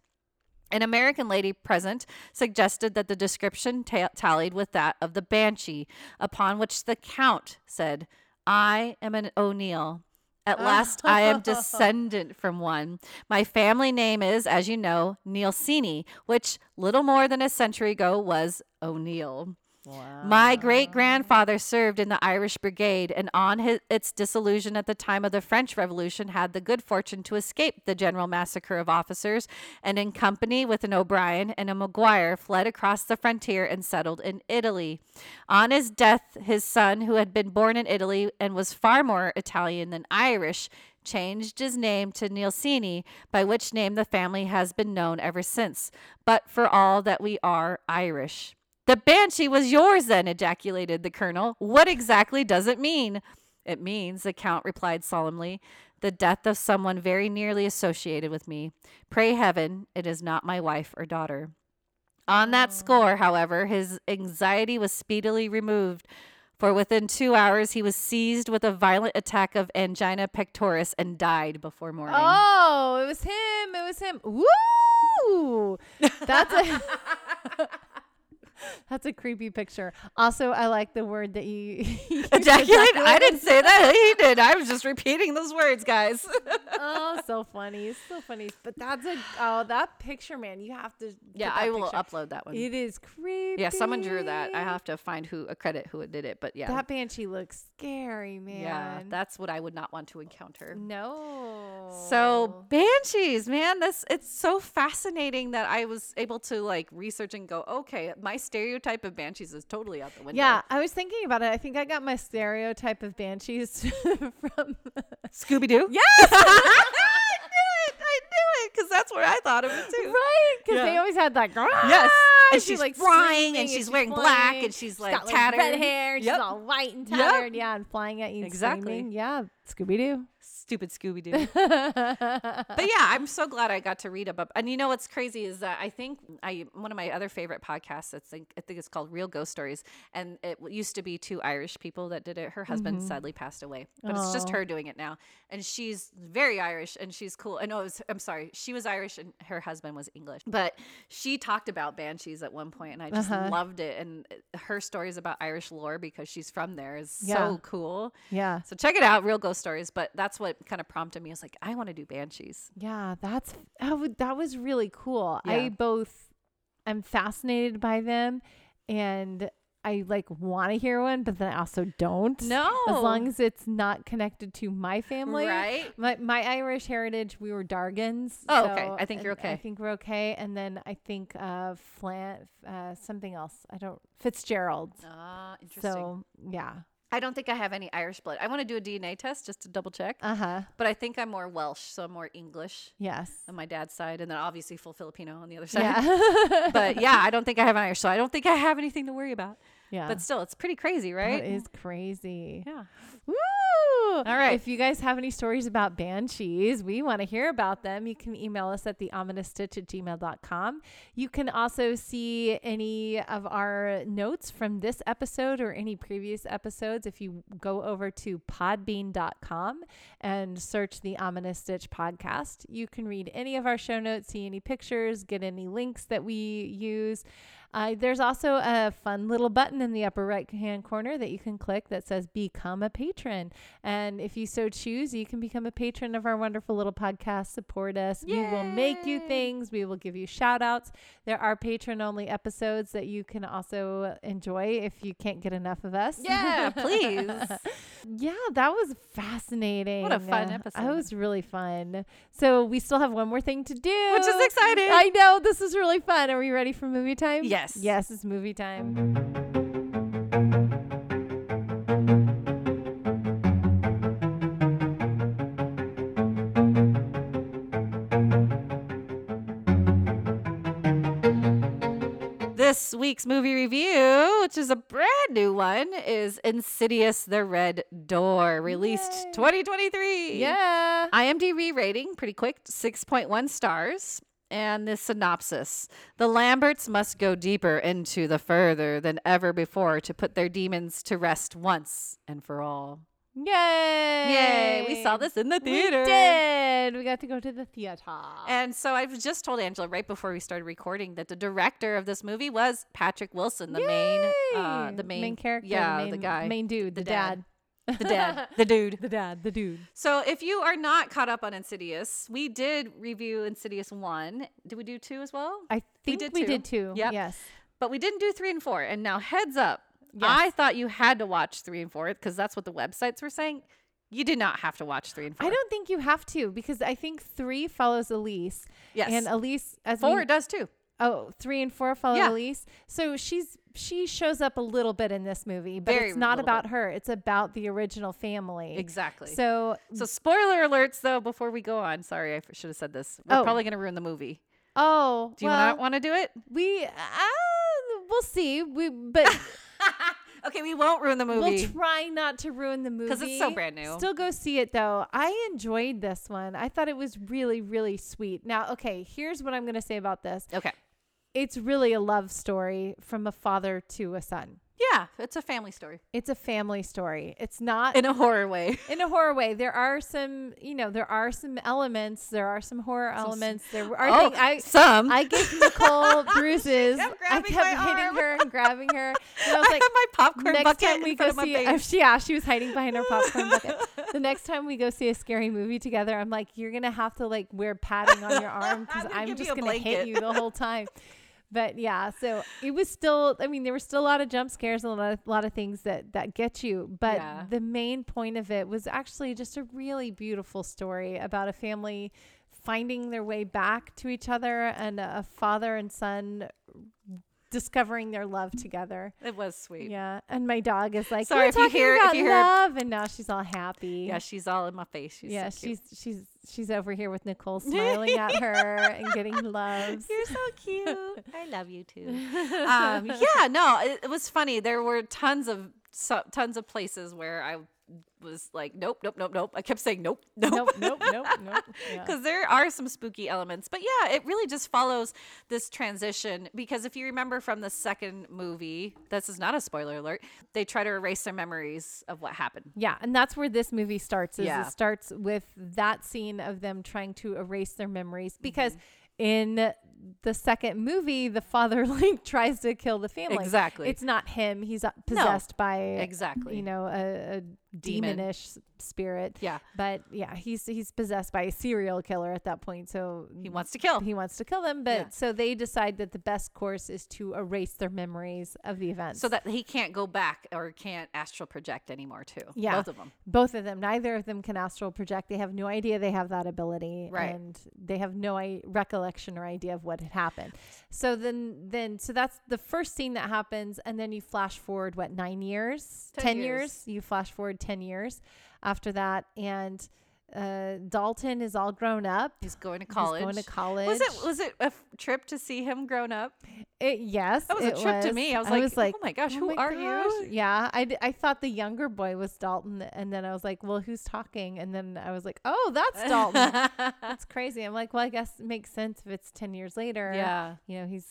Speaker 2: An American lady present suggested that the description ta- tallied with that of the banshee, upon which the count said, I am an O'Neill. At last, I am descendant from one. My family name is, as you know, Neilsini, which little more than a century ago was O'Neill. My great grandfather served in the Irish Brigade, and on his, its dissolution at the time of the French Revolution, had the good fortune to escape the general massacre of officers, and in company with an O'Brien and a Maguire, fled across the frontier and settled in Italy. On his death, his son, who had been born in Italy and was far more Italian than Irish, changed his name to Nielsini, by which name the family has been known ever since. But for all that we are Irish. The banshee was yours then, ejaculated the colonel. What exactly does it mean? It means, the count replied solemnly, the death of someone very nearly associated with me. Pray heaven it is not my wife or daughter. On that score, however, his anxiety was speedily removed, for within two hours he was seized with a violent attack of angina pectoris and died before morning.
Speaker 1: Oh, it was him. It was him. Woo! That's a That's a creepy picture. Also, I like the word that you, you
Speaker 2: Ejaculate? I didn't say that. He did. I was just repeating those words, guys.
Speaker 1: Oh, so funny. So funny. But that's a oh, that picture, man. You have to
Speaker 2: Yeah,
Speaker 1: get that
Speaker 2: I will
Speaker 1: picture.
Speaker 2: upload that one.
Speaker 1: It is creepy.
Speaker 2: Yeah, someone drew that. I have to find who a credit who did it, but yeah.
Speaker 1: That banshee looks scary, man.
Speaker 2: yeah, that's what I would not want to encounter.
Speaker 1: no.
Speaker 2: So banshees, man, this it's so fascinating that I was able to like research and go, okay, my stereotype of banshees is totally out the window.
Speaker 1: Yeah, I was thinking about it. I think I got my stereotype of banshees from
Speaker 2: Scooby Doo.
Speaker 1: Yes. right,
Speaker 2: I knew it. I knew it because that's where I thought of it too.
Speaker 1: because they
Speaker 2: Yeah.
Speaker 1: always had that. "Grrr,"
Speaker 2: Yes. And
Speaker 1: she,
Speaker 2: she's
Speaker 1: like,
Speaker 2: flying
Speaker 1: screaming
Speaker 2: and she's wearing black and she's like
Speaker 1: got,
Speaker 2: tattered.
Speaker 1: red hair. and She's
Speaker 2: Yep.
Speaker 1: all white and
Speaker 2: Yep.
Speaker 1: tattered. Yeah, and flying at you. and
Speaker 2: Exactly.
Speaker 1: screaming. Yeah, Scooby Doo.
Speaker 2: Stupid Scooby Doo. but yeah, I'm so glad I got to read up. And you know what's crazy is that I think I one of my other favorite podcasts. I think I think it's called Real Ghost Stories, and it used to be two Irish people that did it. Her husband
Speaker 1: Mm-hmm.
Speaker 2: sadly passed away, but it's just
Speaker 1: Oh.
Speaker 2: her doing it now, and she's very Irish and she's cool. And no, it was, I'm sorry, she was Irish and her husband was English, but she talked about banshees at one point, and I just
Speaker 1: Uh-huh.
Speaker 2: loved it. And uh, her stories about Irish lore because she's from there is
Speaker 1: Yeah.
Speaker 2: so cool.
Speaker 1: yeah.
Speaker 2: So check it out, Real Ghost Stories. But that's what kind of prompted me. I was like, I want to do banshees.
Speaker 1: Yeah, that's that wa- that was really cool.
Speaker 2: Yeah.
Speaker 1: I both am fascinated by them and I like want to hear one, but then I also don't.
Speaker 2: No,
Speaker 1: As long as it's not connected to my family.
Speaker 2: right.
Speaker 1: My my Irish heritage, we were Dargans.
Speaker 2: Oh, okay. I think you're
Speaker 1: and I
Speaker 2: okay.
Speaker 1: think we're okay. And then I think uh Flan uh something else. I don't Fitzgerald.
Speaker 2: Ah, interesting.
Speaker 1: So yeah.
Speaker 2: I don't think I have any Irish blood. I want to do a DNA test just to double check.
Speaker 1: Uh-huh.
Speaker 2: but I think I'm more Welsh, so I'm more English
Speaker 1: Yes.
Speaker 2: on my dad's side, and then obviously full Filipino on the other side.
Speaker 1: Yeah.
Speaker 2: but yeah, I don't think I have an Irish, so I don't think I have anything to worry about.
Speaker 1: yeah.
Speaker 2: But still, it's pretty crazy, right?
Speaker 1: That is crazy.
Speaker 2: yeah.
Speaker 1: Woo!
Speaker 2: All right.
Speaker 1: If you guys have any stories about banshees, we want to hear about them. You can email us at the stitch at gmail.com. You can also see any of our notes from this episode or any previous episodes if you go over to podbean.com and search the ominous stitch podcast. You can read any of our show notes, see any pictures, get any links that we use. Uh, there's also a fun little button in the upper right hand corner that you can click that says Become a Patron. And if you so choose, you can become a patron of our wonderful little podcast. Support us. We will make you
Speaker 2: Yay!
Speaker 1: things, we will give you shout outs. There are patron only episodes that you can also enjoy if you can't get enough of us.
Speaker 2: Yeah, please.
Speaker 1: Yeah, that was fascinating.
Speaker 2: fun
Speaker 1: Uh, That
Speaker 2: episode.
Speaker 1: was really fun. So we still have one more thing to do.
Speaker 2: Which is exciting.
Speaker 1: I know. This is really fun. Are we ready for movie time?
Speaker 2: Yes.
Speaker 1: Yes, it's movie time.
Speaker 2: This week's movie review, which is a brand new one, is Insidious the Red Door, released
Speaker 1: Yay.
Speaker 2: 2023.
Speaker 1: Yeah.
Speaker 2: IMDb rating, pretty quick, 6.1 stars. And this synopsis The Lamberts must go deeper into the further than ever before to put their demons to rest once and for all.
Speaker 1: Yay.
Speaker 2: Yay! We saw this in the theater.
Speaker 1: We did. We got to go to the theater.
Speaker 2: And so I was just told Angela right before we started recording that the director of this movie was Patrick Wilson, the main, uh,
Speaker 1: Yay.
Speaker 2: the main,
Speaker 1: character.
Speaker 2: yeah,
Speaker 1: main-
Speaker 2: the guy,
Speaker 1: Main dude. The,
Speaker 2: The
Speaker 1: dad.
Speaker 2: dad. the dad, the dude.
Speaker 1: The dad. The dude.
Speaker 2: So if you are not caught up on Insidious, we did review Insidious one. Did we do two as well?
Speaker 1: I think
Speaker 2: did
Speaker 1: we
Speaker 2: too.
Speaker 1: did too.
Speaker 2: Yep.
Speaker 1: Yes.
Speaker 2: But we didn't do three and four. And now, heads up,
Speaker 1: Yes.
Speaker 2: I thought you had to watch three and four because that's what the websites were saying. You did not have to watch three and four.
Speaker 1: I don't think you have to because I think three follows Elise.
Speaker 2: Yes.
Speaker 1: And Elise as
Speaker 2: Four
Speaker 1: we,
Speaker 2: does too.
Speaker 1: oh three and four follow
Speaker 2: Yeah.
Speaker 1: Elise. So she's she shows up a little bit in this movie, but
Speaker 2: Very
Speaker 1: it's not
Speaker 2: little bit.
Speaker 1: about her. It's about the original family.
Speaker 2: Exactly. So,
Speaker 1: So
Speaker 2: spoiler alerts though. Before we go on, sorry, I f- should have said this. We're
Speaker 1: Oh.
Speaker 2: probably going to ruin the movie.
Speaker 1: oh
Speaker 2: Do you
Speaker 1: well,
Speaker 2: not want to do it?
Speaker 1: we uh, we'll see. We but
Speaker 2: okay, we won't ruin the
Speaker 1: we'll
Speaker 2: movie.
Speaker 1: try not to ruin the movie
Speaker 2: 'Cause it's so brand new.
Speaker 1: Still go see it though. I enjoyed this one. I thought it was really really sweet. Now okay, here's what I'm gonna say about this.
Speaker 2: okay.
Speaker 1: it's really a love story from a father to a son.
Speaker 2: Yeah, it's a family story
Speaker 1: It's a family story. It's not
Speaker 2: in a horror way.
Speaker 1: in a horror way. There are some, you know, there are some elements. There are some horror elements. There are
Speaker 2: oh,
Speaker 1: things I.
Speaker 2: some.
Speaker 1: I gave Nicole bruises.
Speaker 2: kept
Speaker 1: I
Speaker 2: grabbing
Speaker 1: kept
Speaker 2: my
Speaker 1: hitting
Speaker 2: arm.
Speaker 1: her and grabbing her. And I was
Speaker 2: I
Speaker 1: like,
Speaker 2: have my popcorn
Speaker 1: next
Speaker 2: bucket
Speaker 1: time
Speaker 2: in
Speaker 1: we go
Speaker 2: front of my
Speaker 1: see,
Speaker 2: face.
Speaker 1: oh, she, yeah, she was hiding behind her popcorn bucket. The next time we go see a scary movie together, I'm like, you're gonna have to like wear padding on your arm because
Speaker 2: I'm gonna
Speaker 1: I'm
Speaker 2: give you
Speaker 1: just
Speaker 2: a
Speaker 1: gonna hit
Speaker 2: blanket.
Speaker 1: you the whole time. But yeah, so it was still. I mean, there were still a lot of jump scares and a lot of, lot of things that that get you. But
Speaker 2: Yeah.
Speaker 1: the main point of it was actually just a really beautiful story about a family finding their way back to each other and a father and son discovering their love together.
Speaker 2: It was sweet.
Speaker 1: Yeah, and my dog is like,
Speaker 2: Sorry
Speaker 1: "We're
Speaker 2: if you
Speaker 1: talking
Speaker 2: hear- if
Speaker 1: about
Speaker 2: you hear-
Speaker 1: love," and now she's all happy.
Speaker 2: Yeah, she's all in my face. She's
Speaker 1: yeah,
Speaker 2: so cute.
Speaker 1: she's she's she's over here with Nicole smiling at her and getting loves.
Speaker 2: You're so cute. I love you too. Um, yeah, no, it, it was funny. There were tons of so, tons of places where I was like, nope, nope, nope, nope. I kept saying nope, nope.
Speaker 1: Nope, nope, nope, nope. Yeah.
Speaker 2: Because there are some spooky elements. But yeah, it really just follows this transition. Because if you remember from the second movie, this is not a spoiler alert, they try to erase their memories of what happened.
Speaker 1: Yeah, and that's where this movie starts. Is
Speaker 2: Yeah.
Speaker 1: it starts with that scene of them trying to erase their
Speaker 2: Mm-hmm.
Speaker 1: memories because in the second movie, the father like tries to kill the family.
Speaker 2: Exactly.
Speaker 1: it's not him. He's uh, possessed by
Speaker 2: exactly.
Speaker 1: you know a, a
Speaker 2: Demon.
Speaker 1: demonish s- spirit.
Speaker 2: Yeah.
Speaker 1: but yeah, he's he's possessed by a serial killer at that point. So
Speaker 2: He wants to kill.
Speaker 1: he wants to kill them, but
Speaker 2: Yeah.
Speaker 1: so they decide that the best course is to erase their memories of the events.
Speaker 2: so that he can't go back or can't astral project anymore, too.
Speaker 1: Yeah.
Speaker 2: Both of them.
Speaker 1: both of them neither of them can astral project they have no idea they have that ability
Speaker 2: Right.
Speaker 1: and they have no I- recollection or idea of what had happened so then then so that's the first scene that happens and then you flash forward what nine years
Speaker 2: Ten
Speaker 1: years.
Speaker 2: years.
Speaker 1: you flash forward 10 years after that and uh, dalton is all grown up
Speaker 2: He's going to
Speaker 1: He's
Speaker 2: college.
Speaker 1: going to college
Speaker 2: Was it was it a f- trip to see him grown up?
Speaker 1: It- yes
Speaker 2: That was a
Speaker 1: it
Speaker 2: trip to
Speaker 1: was.
Speaker 2: me. I was like, "Oh my gosh, who are you?"
Speaker 1: gosh." yeah I, d- I thought the younger boy was dalton and then i was like well who's talking and then i was like oh that's dalton That's crazy. I'm like, well, I guess it makes sense if it's 10 years later.
Speaker 2: yeah.
Speaker 1: You know, he's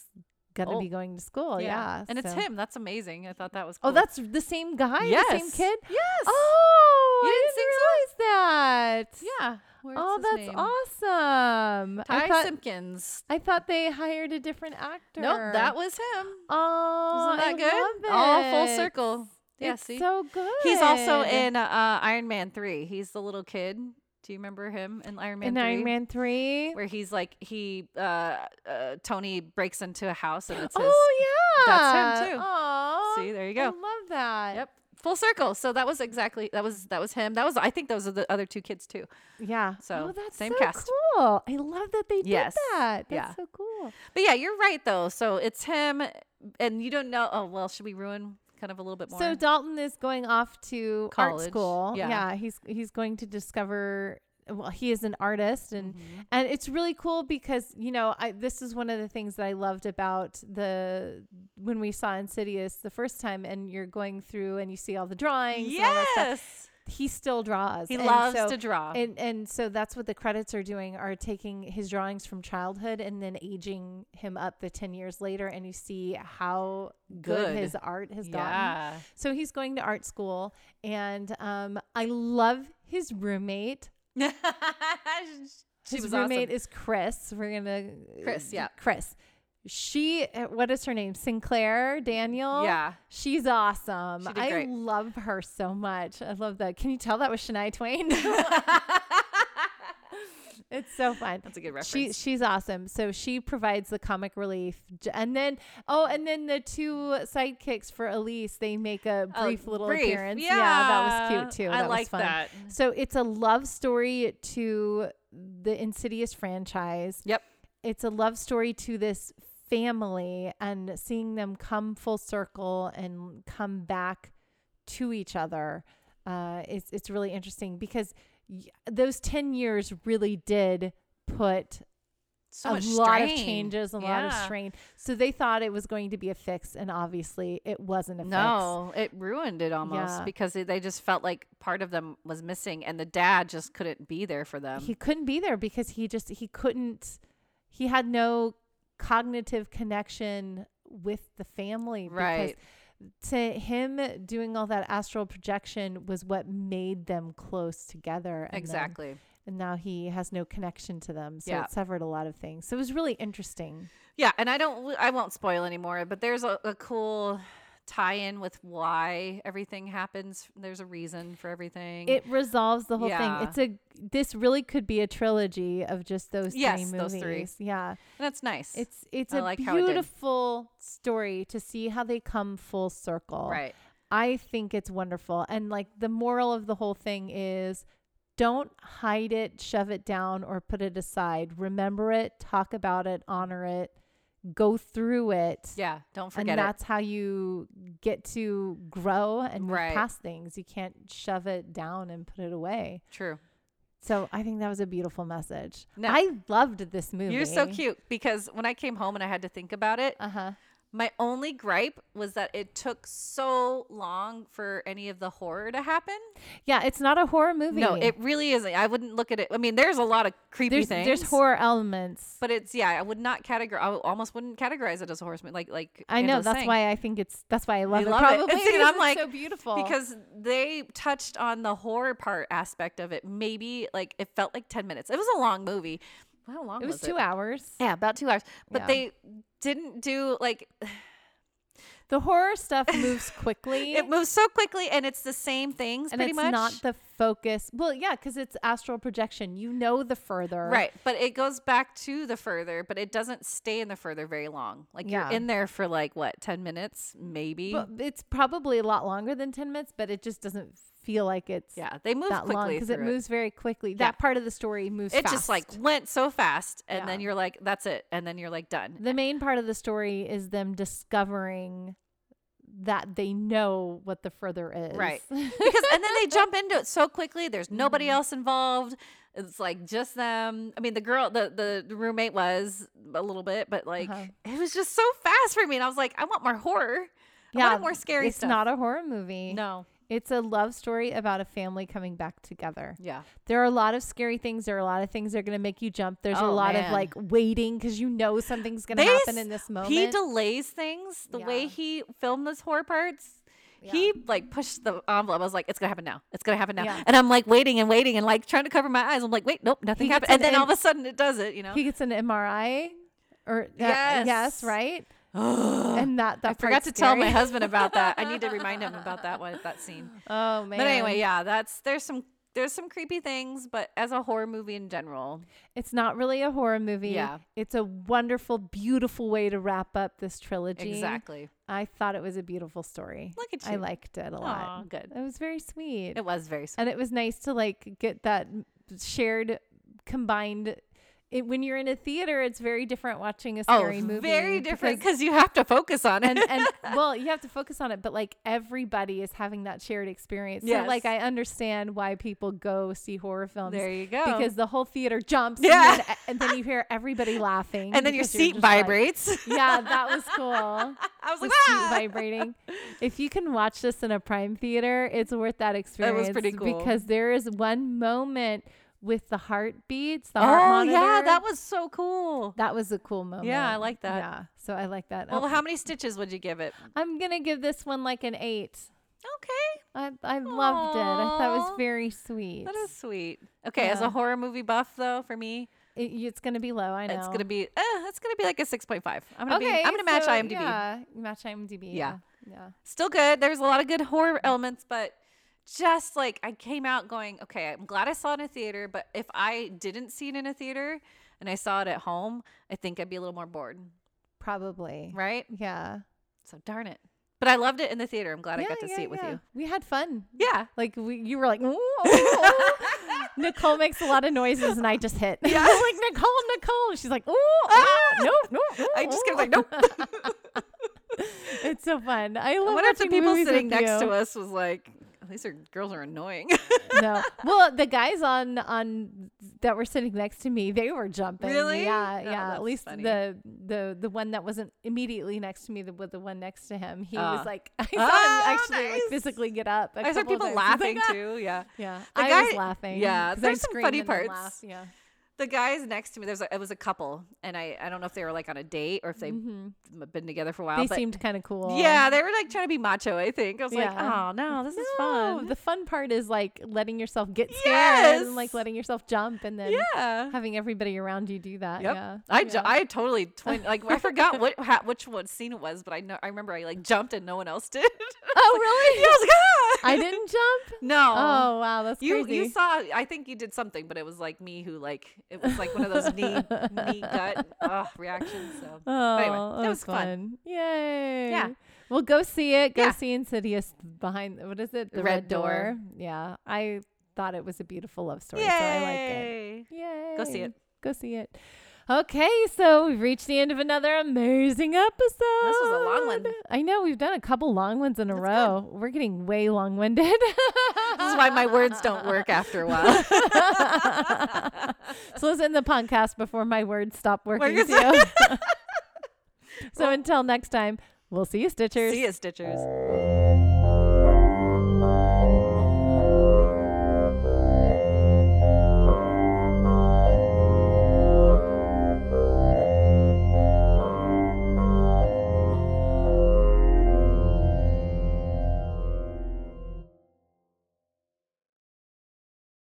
Speaker 1: going to
Speaker 2: Oh.
Speaker 1: be going to school. Yeah.
Speaker 2: And it's
Speaker 1: so-
Speaker 2: him. That's amazing. I thought that was
Speaker 1: Oh,
Speaker 2: cool.
Speaker 1: that's the same guy? The same
Speaker 2: Yes.
Speaker 1: kid?
Speaker 2: Yes.
Speaker 1: Oh,
Speaker 2: You
Speaker 1: I
Speaker 2: didn't
Speaker 1: didn't, realize that.
Speaker 2: Yeah. Where's
Speaker 1: oh,
Speaker 2: his
Speaker 1: that's
Speaker 2: name?
Speaker 1: awesome.
Speaker 2: Ty
Speaker 1: I thought,
Speaker 2: Simpkins.
Speaker 1: I thought they hired a different actor.
Speaker 2: Nope, that was him.
Speaker 1: Oh,
Speaker 2: Isn't that
Speaker 1: I
Speaker 2: good?
Speaker 1: love
Speaker 2: All full
Speaker 1: it.
Speaker 2: circle. Yeah,
Speaker 1: it's
Speaker 2: see?
Speaker 1: so good.
Speaker 2: He's also in uh, uh, Iron Man 3. He's the little kid. Do you remember him in Iron Man
Speaker 1: in
Speaker 2: 3?
Speaker 1: Iron Man 3.
Speaker 2: Where he's like, he, uh, uh, Tony breaks into a house and it's his.
Speaker 1: Oh, yeah.
Speaker 2: That's him, too.
Speaker 1: Aw,
Speaker 2: See, there you
Speaker 1: I
Speaker 2: go.
Speaker 1: love that.
Speaker 2: Yep. Full circle. So that was exactly, that was, that was him. That was, I think those are the other two kids too.
Speaker 1: Yeah.
Speaker 2: So,
Speaker 1: oh, that's
Speaker 2: same
Speaker 1: so
Speaker 2: cast.
Speaker 1: cool. I love that they
Speaker 2: Yes.
Speaker 1: did that. That's
Speaker 2: Yeah.
Speaker 1: so cool.
Speaker 2: But yeah, you're right though. So it's him and you don't know. Oh, well, should we ruin kind of a little bit more?
Speaker 1: So Dalton is going off to
Speaker 2: College.
Speaker 1: art school.
Speaker 2: Yeah.
Speaker 1: he's he's going to discover well, he is an artist and
Speaker 2: Mm-hmm.
Speaker 1: and it's really cool because, you know, I this is one of the things that I loved about the when we saw Insidious the first time and you're going through and you see all the drawings and all that stuff.
Speaker 2: yes.
Speaker 1: He still draws.
Speaker 2: He
Speaker 1: And
Speaker 2: loves
Speaker 1: so-
Speaker 2: to draw.
Speaker 1: and and so that's what the credits are doing are taking his drawings from childhood and then aging him up the 10 years later and you see how good,
Speaker 2: Good.
Speaker 1: his art has gotten
Speaker 2: yeah.
Speaker 1: so he's going to art school and um i love his roommate
Speaker 2: she
Speaker 1: his
Speaker 2: was
Speaker 1: roommate
Speaker 2: awesome.
Speaker 1: is chris we're gonna
Speaker 2: Chris, yeah.
Speaker 1: chris she uh, what is her name sinclair daniel
Speaker 2: Yeah.
Speaker 1: She's awesome.
Speaker 2: She did
Speaker 1: I
Speaker 2: great.
Speaker 1: love her so much. I love that. Can you tell that was Shania Twain? it's so fun.
Speaker 2: That's a good reference.
Speaker 1: She she's awesome. So she provides the comic relief, J- and then oh, and then the two sidekicks for Elise they make a
Speaker 2: Oh,
Speaker 1: brief little
Speaker 2: brief.
Speaker 1: appearance. Yeah. that was cute
Speaker 2: Yeah.
Speaker 1: too.
Speaker 2: I
Speaker 1: that
Speaker 2: like
Speaker 1: was fun.
Speaker 2: that.
Speaker 1: So it's a love story to the Insidious franchise.
Speaker 2: Yep.
Speaker 1: It's a love story to this family and seeing them come full circle and come back to each other. Uh, it's it's really interesting because y- those ten years really did put
Speaker 2: So
Speaker 1: a
Speaker 2: much
Speaker 1: lot of
Speaker 2: strain.
Speaker 1: changes, a lot of
Speaker 2: Yeah.
Speaker 1: strain. So they thought it was going to be a fix, and obviously it wasn't a fix.
Speaker 2: No, it ruined it almost
Speaker 1: Yeah.
Speaker 2: because they- they just felt like part of them was missing, and the dad just couldn't be there for them.
Speaker 1: he couldn't be there because he just he couldn't he had no cognitive connection with the family because
Speaker 2: right?
Speaker 1: to him doing all that astral projection was what made them close together and then-
Speaker 2: Exactly.
Speaker 1: and now he has no connection to them so
Speaker 2: Yeah.
Speaker 1: it severed a lot of things so it was really interesting
Speaker 2: Yeah, and I don't, I won't spoil anymore, but there's a, a cool tie-in with why everything happens. There's a reason for everything.
Speaker 1: it resolves the whole
Speaker 2: Yeah.
Speaker 1: thing it's a this really could be a trilogy of just those
Speaker 2: Yes,
Speaker 1: three
Speaker 2: those
Speaker 1: movies
Speaker 2: three.
Speaker 1: yeah
Speaker 2: and that's nice.
Speaker 1: It's it's
Speaker 2: I
Speaker 1: a
Speaker 2: like how it did.
Speaker 1: beautiful story to see how they come full circle.
Speaker 2: right.
Speaker 1: I think it's wonderful. And like the moral of the whole thing is don't hide it, shove it down or put it aside. Remember it, talk about it, honor it, go through it.
Speaker 2: Yeah. Don't
Speaker 1: And
Speaker 2: forget it.
Speaker 1: that's how you get to grow and move
Speaker 2: Right.
Speaker 1: past things. You can't shove it down and put it away.
Speaker 2: True.
Speaker 1: So I think that was a beautiful message.
Speaker 2: No.
Speaker 1: I loved this movie.
Speaker 2: You're so cute because when I came home and I had to think about it,
Speaker 1: Uh huh.
Speaker 2: My only gripe was that it took so long for any of the horror to happen.
Speaker 1: Yeah, it's not a horror movie.
Speaker 2: No, it really isn't. I wouldn't look at it. I mean, there's a lot of creepy
Speaker 1: there's
Speaker 2: things.
Speaker 1: there's horror elements.
Speaker 2: but it's yeah. I would not categorize. I almost wouldn't categorize it as a horse movie. Like like
Speaker 1: I know
Speaker 2: Angela's
Speaker 1: that's
Speaker 2: saying.
Speaker 1: why I think it's that's why I love
Speaker 2: You
Speaker 1: it.
Speaker 2: love it.
Speaker 1: Probably
Speaker 2: See,
Speaker 1: because
Speaker 2: I'm
Speaker 1: it's
Speaker 2: like-
Speaker 1: so beautiful
Speaker 2: because they touched on the horror part aspect of it. Maybe like it felt like ten minutes. It was a long movie. How long
Speaker 1: it was two
Speaker 2: it?
Speaker 1: hours.
Speaker 2: Yeah, about two hours. But
Speaker 1: Yeah.
Speaker 2: they didn't do like
Speaker 1: The horror stuff moves quickly.
Speaker 2: it moves so quickly, and it's the same things
Speaker 1: and
Speaker 2: pretty
Speaker 1: it's
Speaker 2: much.
Speaker 1: not the focus. Well, yeah, because it's astral projection. You know the further.
Speaker 2: Right, but it goes back to the further, but it doesn't stay in the further very long. Like
Speaker 1: Yeah.
Speaker 2: you're in there for like what, 10 minutes maybe.
Speaker 1: But it's probably a lot longer than 10 minutes, but it just doesn't feel like it's
Speaker 2: yeah, they move
Speaker 1: that
Speaker 2: quickly
Speaker 1: long
Speaker 2: because
Speaker 1: because it moves very quickly. That part of the story moves
Speaker 2: It, just like
Speaker 1: fast.
Speaker 2: went so fast and
Speaker 1: Yeah.
Speaker 2: then you're like that's it and then you're like done.
Speaker 1: the main part of the story is them discovering that they know what the further is.
Speaker 2: Right. because and then they jump into it so quickly. There's nobody
Speaker 1: Mm-hmm.
Speaker 2: else involved. It's like just them. I mean, the girl, the the, the roommate was a little bit, but like
Speaker 1: Uh-huh.
Speaker 2: it was just so fast for me. And I was like, I want more horror. I
Speaker 1: yeah,
Speaker 2: want more scary
Speaker 1: it's
Speaker 2: stuff.
Speaker 1: not a horror movie.
Speaker 2: no.
Speaker 1: It's a love story about a family coming back together.
Speaker 2: Yeah.
Speaker 1: There are a lot of scary things. There are a lot of things that are going to make you jump. There's a
Speaker 2: Oh,
Speaker 1: lot
Speaker 2: man.
Speaker 1: of like waiting because you know something's going to
Speaker 2: They
Speaker 1: happen
Speaker 2: s-
Speaker 1: in this moment.
Speaker 2: He delays things. The way
Speaker 1: Yeah.
Speaker 2: he filmed those horror parts,
Speaker 1: Yeah.
Speaker 2: he like pushed the envelope. I was like, it's gonna happen now. It's gonna happen now.
Speaker 1: Yeah.
Speaker 2: And I'm like waiting and waiting and like trying to cover my eyes. I'm like, wait, nope, nothing
Speaker 1: He gets
Speaker 2: happened. And
Speaker 1: an
Speaker 2: then all
Speaker 1: in-
Speaker 2: of a sudden it does it. You know.
Speaker 1: he gets an MRI or uh,
Speaker 2: Yes.
Speaker 1: yes, right? and that that
Speaker 2: I forgot
Speaker 1: part's
Speaker 2: to tell my
Speaker 1: scary.
Speaker 2: husband about that. I need to remind him about that one, that scene.
Speaker 1: Oh man.
Speaker 2: But anyway, yeah, that's there's some there's some creepy things, but as a horror movie in general,
Speaker 1: it's not really a horror movie.
Speaker 2: Yeah.
Speaker 1: It's a wonderful, beautiful way to wrap up this trilogy.
Speaker 2: exactly.
Speaker 1: I thought it was a beautiful story.
Speaker 2: Look at
Speaker 1: I
Speaker 2: you.
Speaker 1: liked it a lot.
Speaker 2: Aw, good.
Speaker 1: It was very sweet.
Speaker 2: It was very sweet.
Speaker 1: and it was nice to like get that m- shared combined it, when you're in a theater it's very different watching a scary movie
Speaker 2: Oh, very different
Speaker 1: because-
Speaker 2: because you have to focus on it.
Speaker 1: and, and well you have to focus on it but like everybody is having that shared experience so like
Speaker 2: Yes.
Speaker 1: i understand why people go see horror films
Speaker 2: there you go.
Speaker 1: because the whole theater jumps
Speaker 2: Oh. Yeah.
Speaker 1: and, then, and then you hear everybody laughing
Speaker 2: and then your
Speaker 1: because you're
Speaker 2: seat
Speaker 1: just like-
Speaker 2: vibrates.
Speaker 1: yeah that was cool
Speaker 2: I was
Speaker 1: the
Speaker 2: like,
Speaker 1: seat
Speaker 2: ah!
Speaker 1: vibrating. If you can watch this in a prime theater, it's worth that experience.
Speaker 2: pretty cool.
Speaker 1: because there is one moment with the heartbeats, the heart
Speaker 2: Oh
Speaker 1: monitor.
Speaker 2: yeah, that was so cool.
Speaker 1: that was a cool moment.
Speaker 2: Yeah, I like that.
Speaker 1: Yeah, so I like that.
Speaker 2: Well,
Speaker 1: Oh,
Speaker 2: how many stitches would you give it?
Speaker 1: I'm gonna give this one like an eight.
Speaker 2: Okay.
Speaker 1: I I loved it. I thought it was
Speaker 2: Aw.
Speaker 1: very sweet.
Speaker 2: That is sweet. Okay, as
Speaker 1: Yeah.
Speaker 2: a horror movie buff though, for me,
Speaker 1: It- it's gonna be low. I know.
Speaker 2: It's gonna be uh, it's gonna be like a six point five. I'm gonna
Speaker 1: okay.
Speaker 2: be I'm gonna match
Speaker 1: so,
Speaker 2: IMDb.
Speaker 1: Yeah, match IMDb.
Speaker 2: Yeah.
Speaker 1: yeah.
Speaker 2: Still good. There's a lot of good horror elements, but just like I came out going, okay, I'm glad I saw it in a theater, but if I didn't see it in a theater and I saw it at home, I think I'd be a little more bored,
Speaker 1: Probably.
Speaker 2: right?
Speaker 1: Yeah.
Speaker 2: So darn it. But I loved it in the theater. I'm glad I
Speaker 1: yeah,
Speaker 2: got to
Speaker 1: yeah,
Speaker 2: see it with
Speaker 1: yeah.
Speaker 2: you.
Speaker 1: We had fun.
Speaker 2: Yeah.
Speaker 1: Like we, you were like, "Ooh, ooh, ooh." Nicole makes a lot of noises, and I just hit. Yeah, I was like Nicole, Nicole. She's like, ooh, ooh, no, no. ooh,
Speaker 2: I just
Speaker 1: ooh."
Speaker 2: kept like, nope.
Speaker 1: It's so fun. I
Speaker 2: I
Speaker 1: love
Speaker 2: wonder if the
Speaker 1: watching
Speaker 2: people
Speaker 1: movies
Speaker 2: sitting
Speaker 1: with
Speaker 2: next
Speaker 1: you.
Speaker 2: to us was like, these are girls are annoying.
Speaker 1: No, well, the guys on on that were sitting next to me, they were jumping.
Speaker 2: Really?
Speaker 1: Yeah,
Speaker 2: Oh,
Speaker 1: yeah. At
Speaker 2: that's
Speaker 1: least
Speaker 2: funny.
Speaker 1: the the the one that wasn't immediately next to me, the with the one next to him, he
Speaker 2: Ah.
Speaker 1: was like, I saw
Speaker 2: Oh,
Speaker 1: him actually like
Speaker 2: nice.
Speaker 1: physically get up. I
Speaker 2: I saw people laughing too. Yeah.
Speaker 1: Yeah,
Speaker 2: The
Speaker 1: I was
Speaker 2: guy-
Speaker 1: laughing.
Speaker 2: yeah,
Speaker 1: 'cause I'd
Speaker 2: there's some
Speaker 1: scream
Speaker 2: funny
Speaker 1: and then
Speaker 2: parts.
Speaker 1: laugh, Yeah.
Speaker 2: the guys next to me there's a, it was a couple and I, I don't know if they were like on a date or if they've been together for a while
Speaker 1: Mm-hmm. They
Speaker 2: but
Speaker 1: seemed kind of cool.
Speaker 2: yeah they were like trying to be macho i think i was like
Speaker 1: Yeah.
Speaker 2: oh no this is
Speaker 1: No,
Speaker 2: fun
Speaker 1: The fun part is like letting yourself get scared and like
Speaker 2: Yes.
Speaker 1: letting yourself jump and then
Speaker 2: yeah
Speaker 1: having everybody around you do that.
Speaker 2: Yep.
Speaker 1: Yeah.
Speaker 2: I,
Speaker 1: yeah.
Speaker 2: ju- I totally twin like I forgot what ha- which one scene it was, but I know I remember I like jumped and no one else did.
Speaker 1: Oh, really?
Speaker 2: yeah, I was like, ah!
Speaker 1: I didn't jump.
Speaker 2: No.
Speaker 1: Oh, wow. That's
Speaker 2: you
Speaker 1: crazy.
Speaker 2: you saw I think you did something, but it was like me who like it was like one of those knee knee gut uh, reactions. So
Speaker 1: Oh,
Speaker 2: but anyway,
Speaker 1: that
Speaker 2: it was fun.
Speaker 1: Yay. Well, go see it. Go
Speaker 2: Yeah.
Speaker 1: see Insidious behind, what is it? The
Speaker 2: Red Door.
Speaker 1: Yeah. I thought it was a beautiful love story. So I like it.
Speaker 2: Yay.
Speaker 1: Yay.
Speaker 2: see it.
Speaker 1: Go see it. Okay, so we've reached the end of another amazing episode. This
Speaker 2: was a long one.
Speaker 1: I know we've done a couple long ones in a row. We're getting way long-winded.
Speaker 2: This is why my words don't work after a while.
Speaker 1: so let's end the podcast before my words stop working
Speaker 2: Workers-
Speaker 1: too. So until next time, we'll see you, Stitchers.
Speaker 2: See you, Stitchers.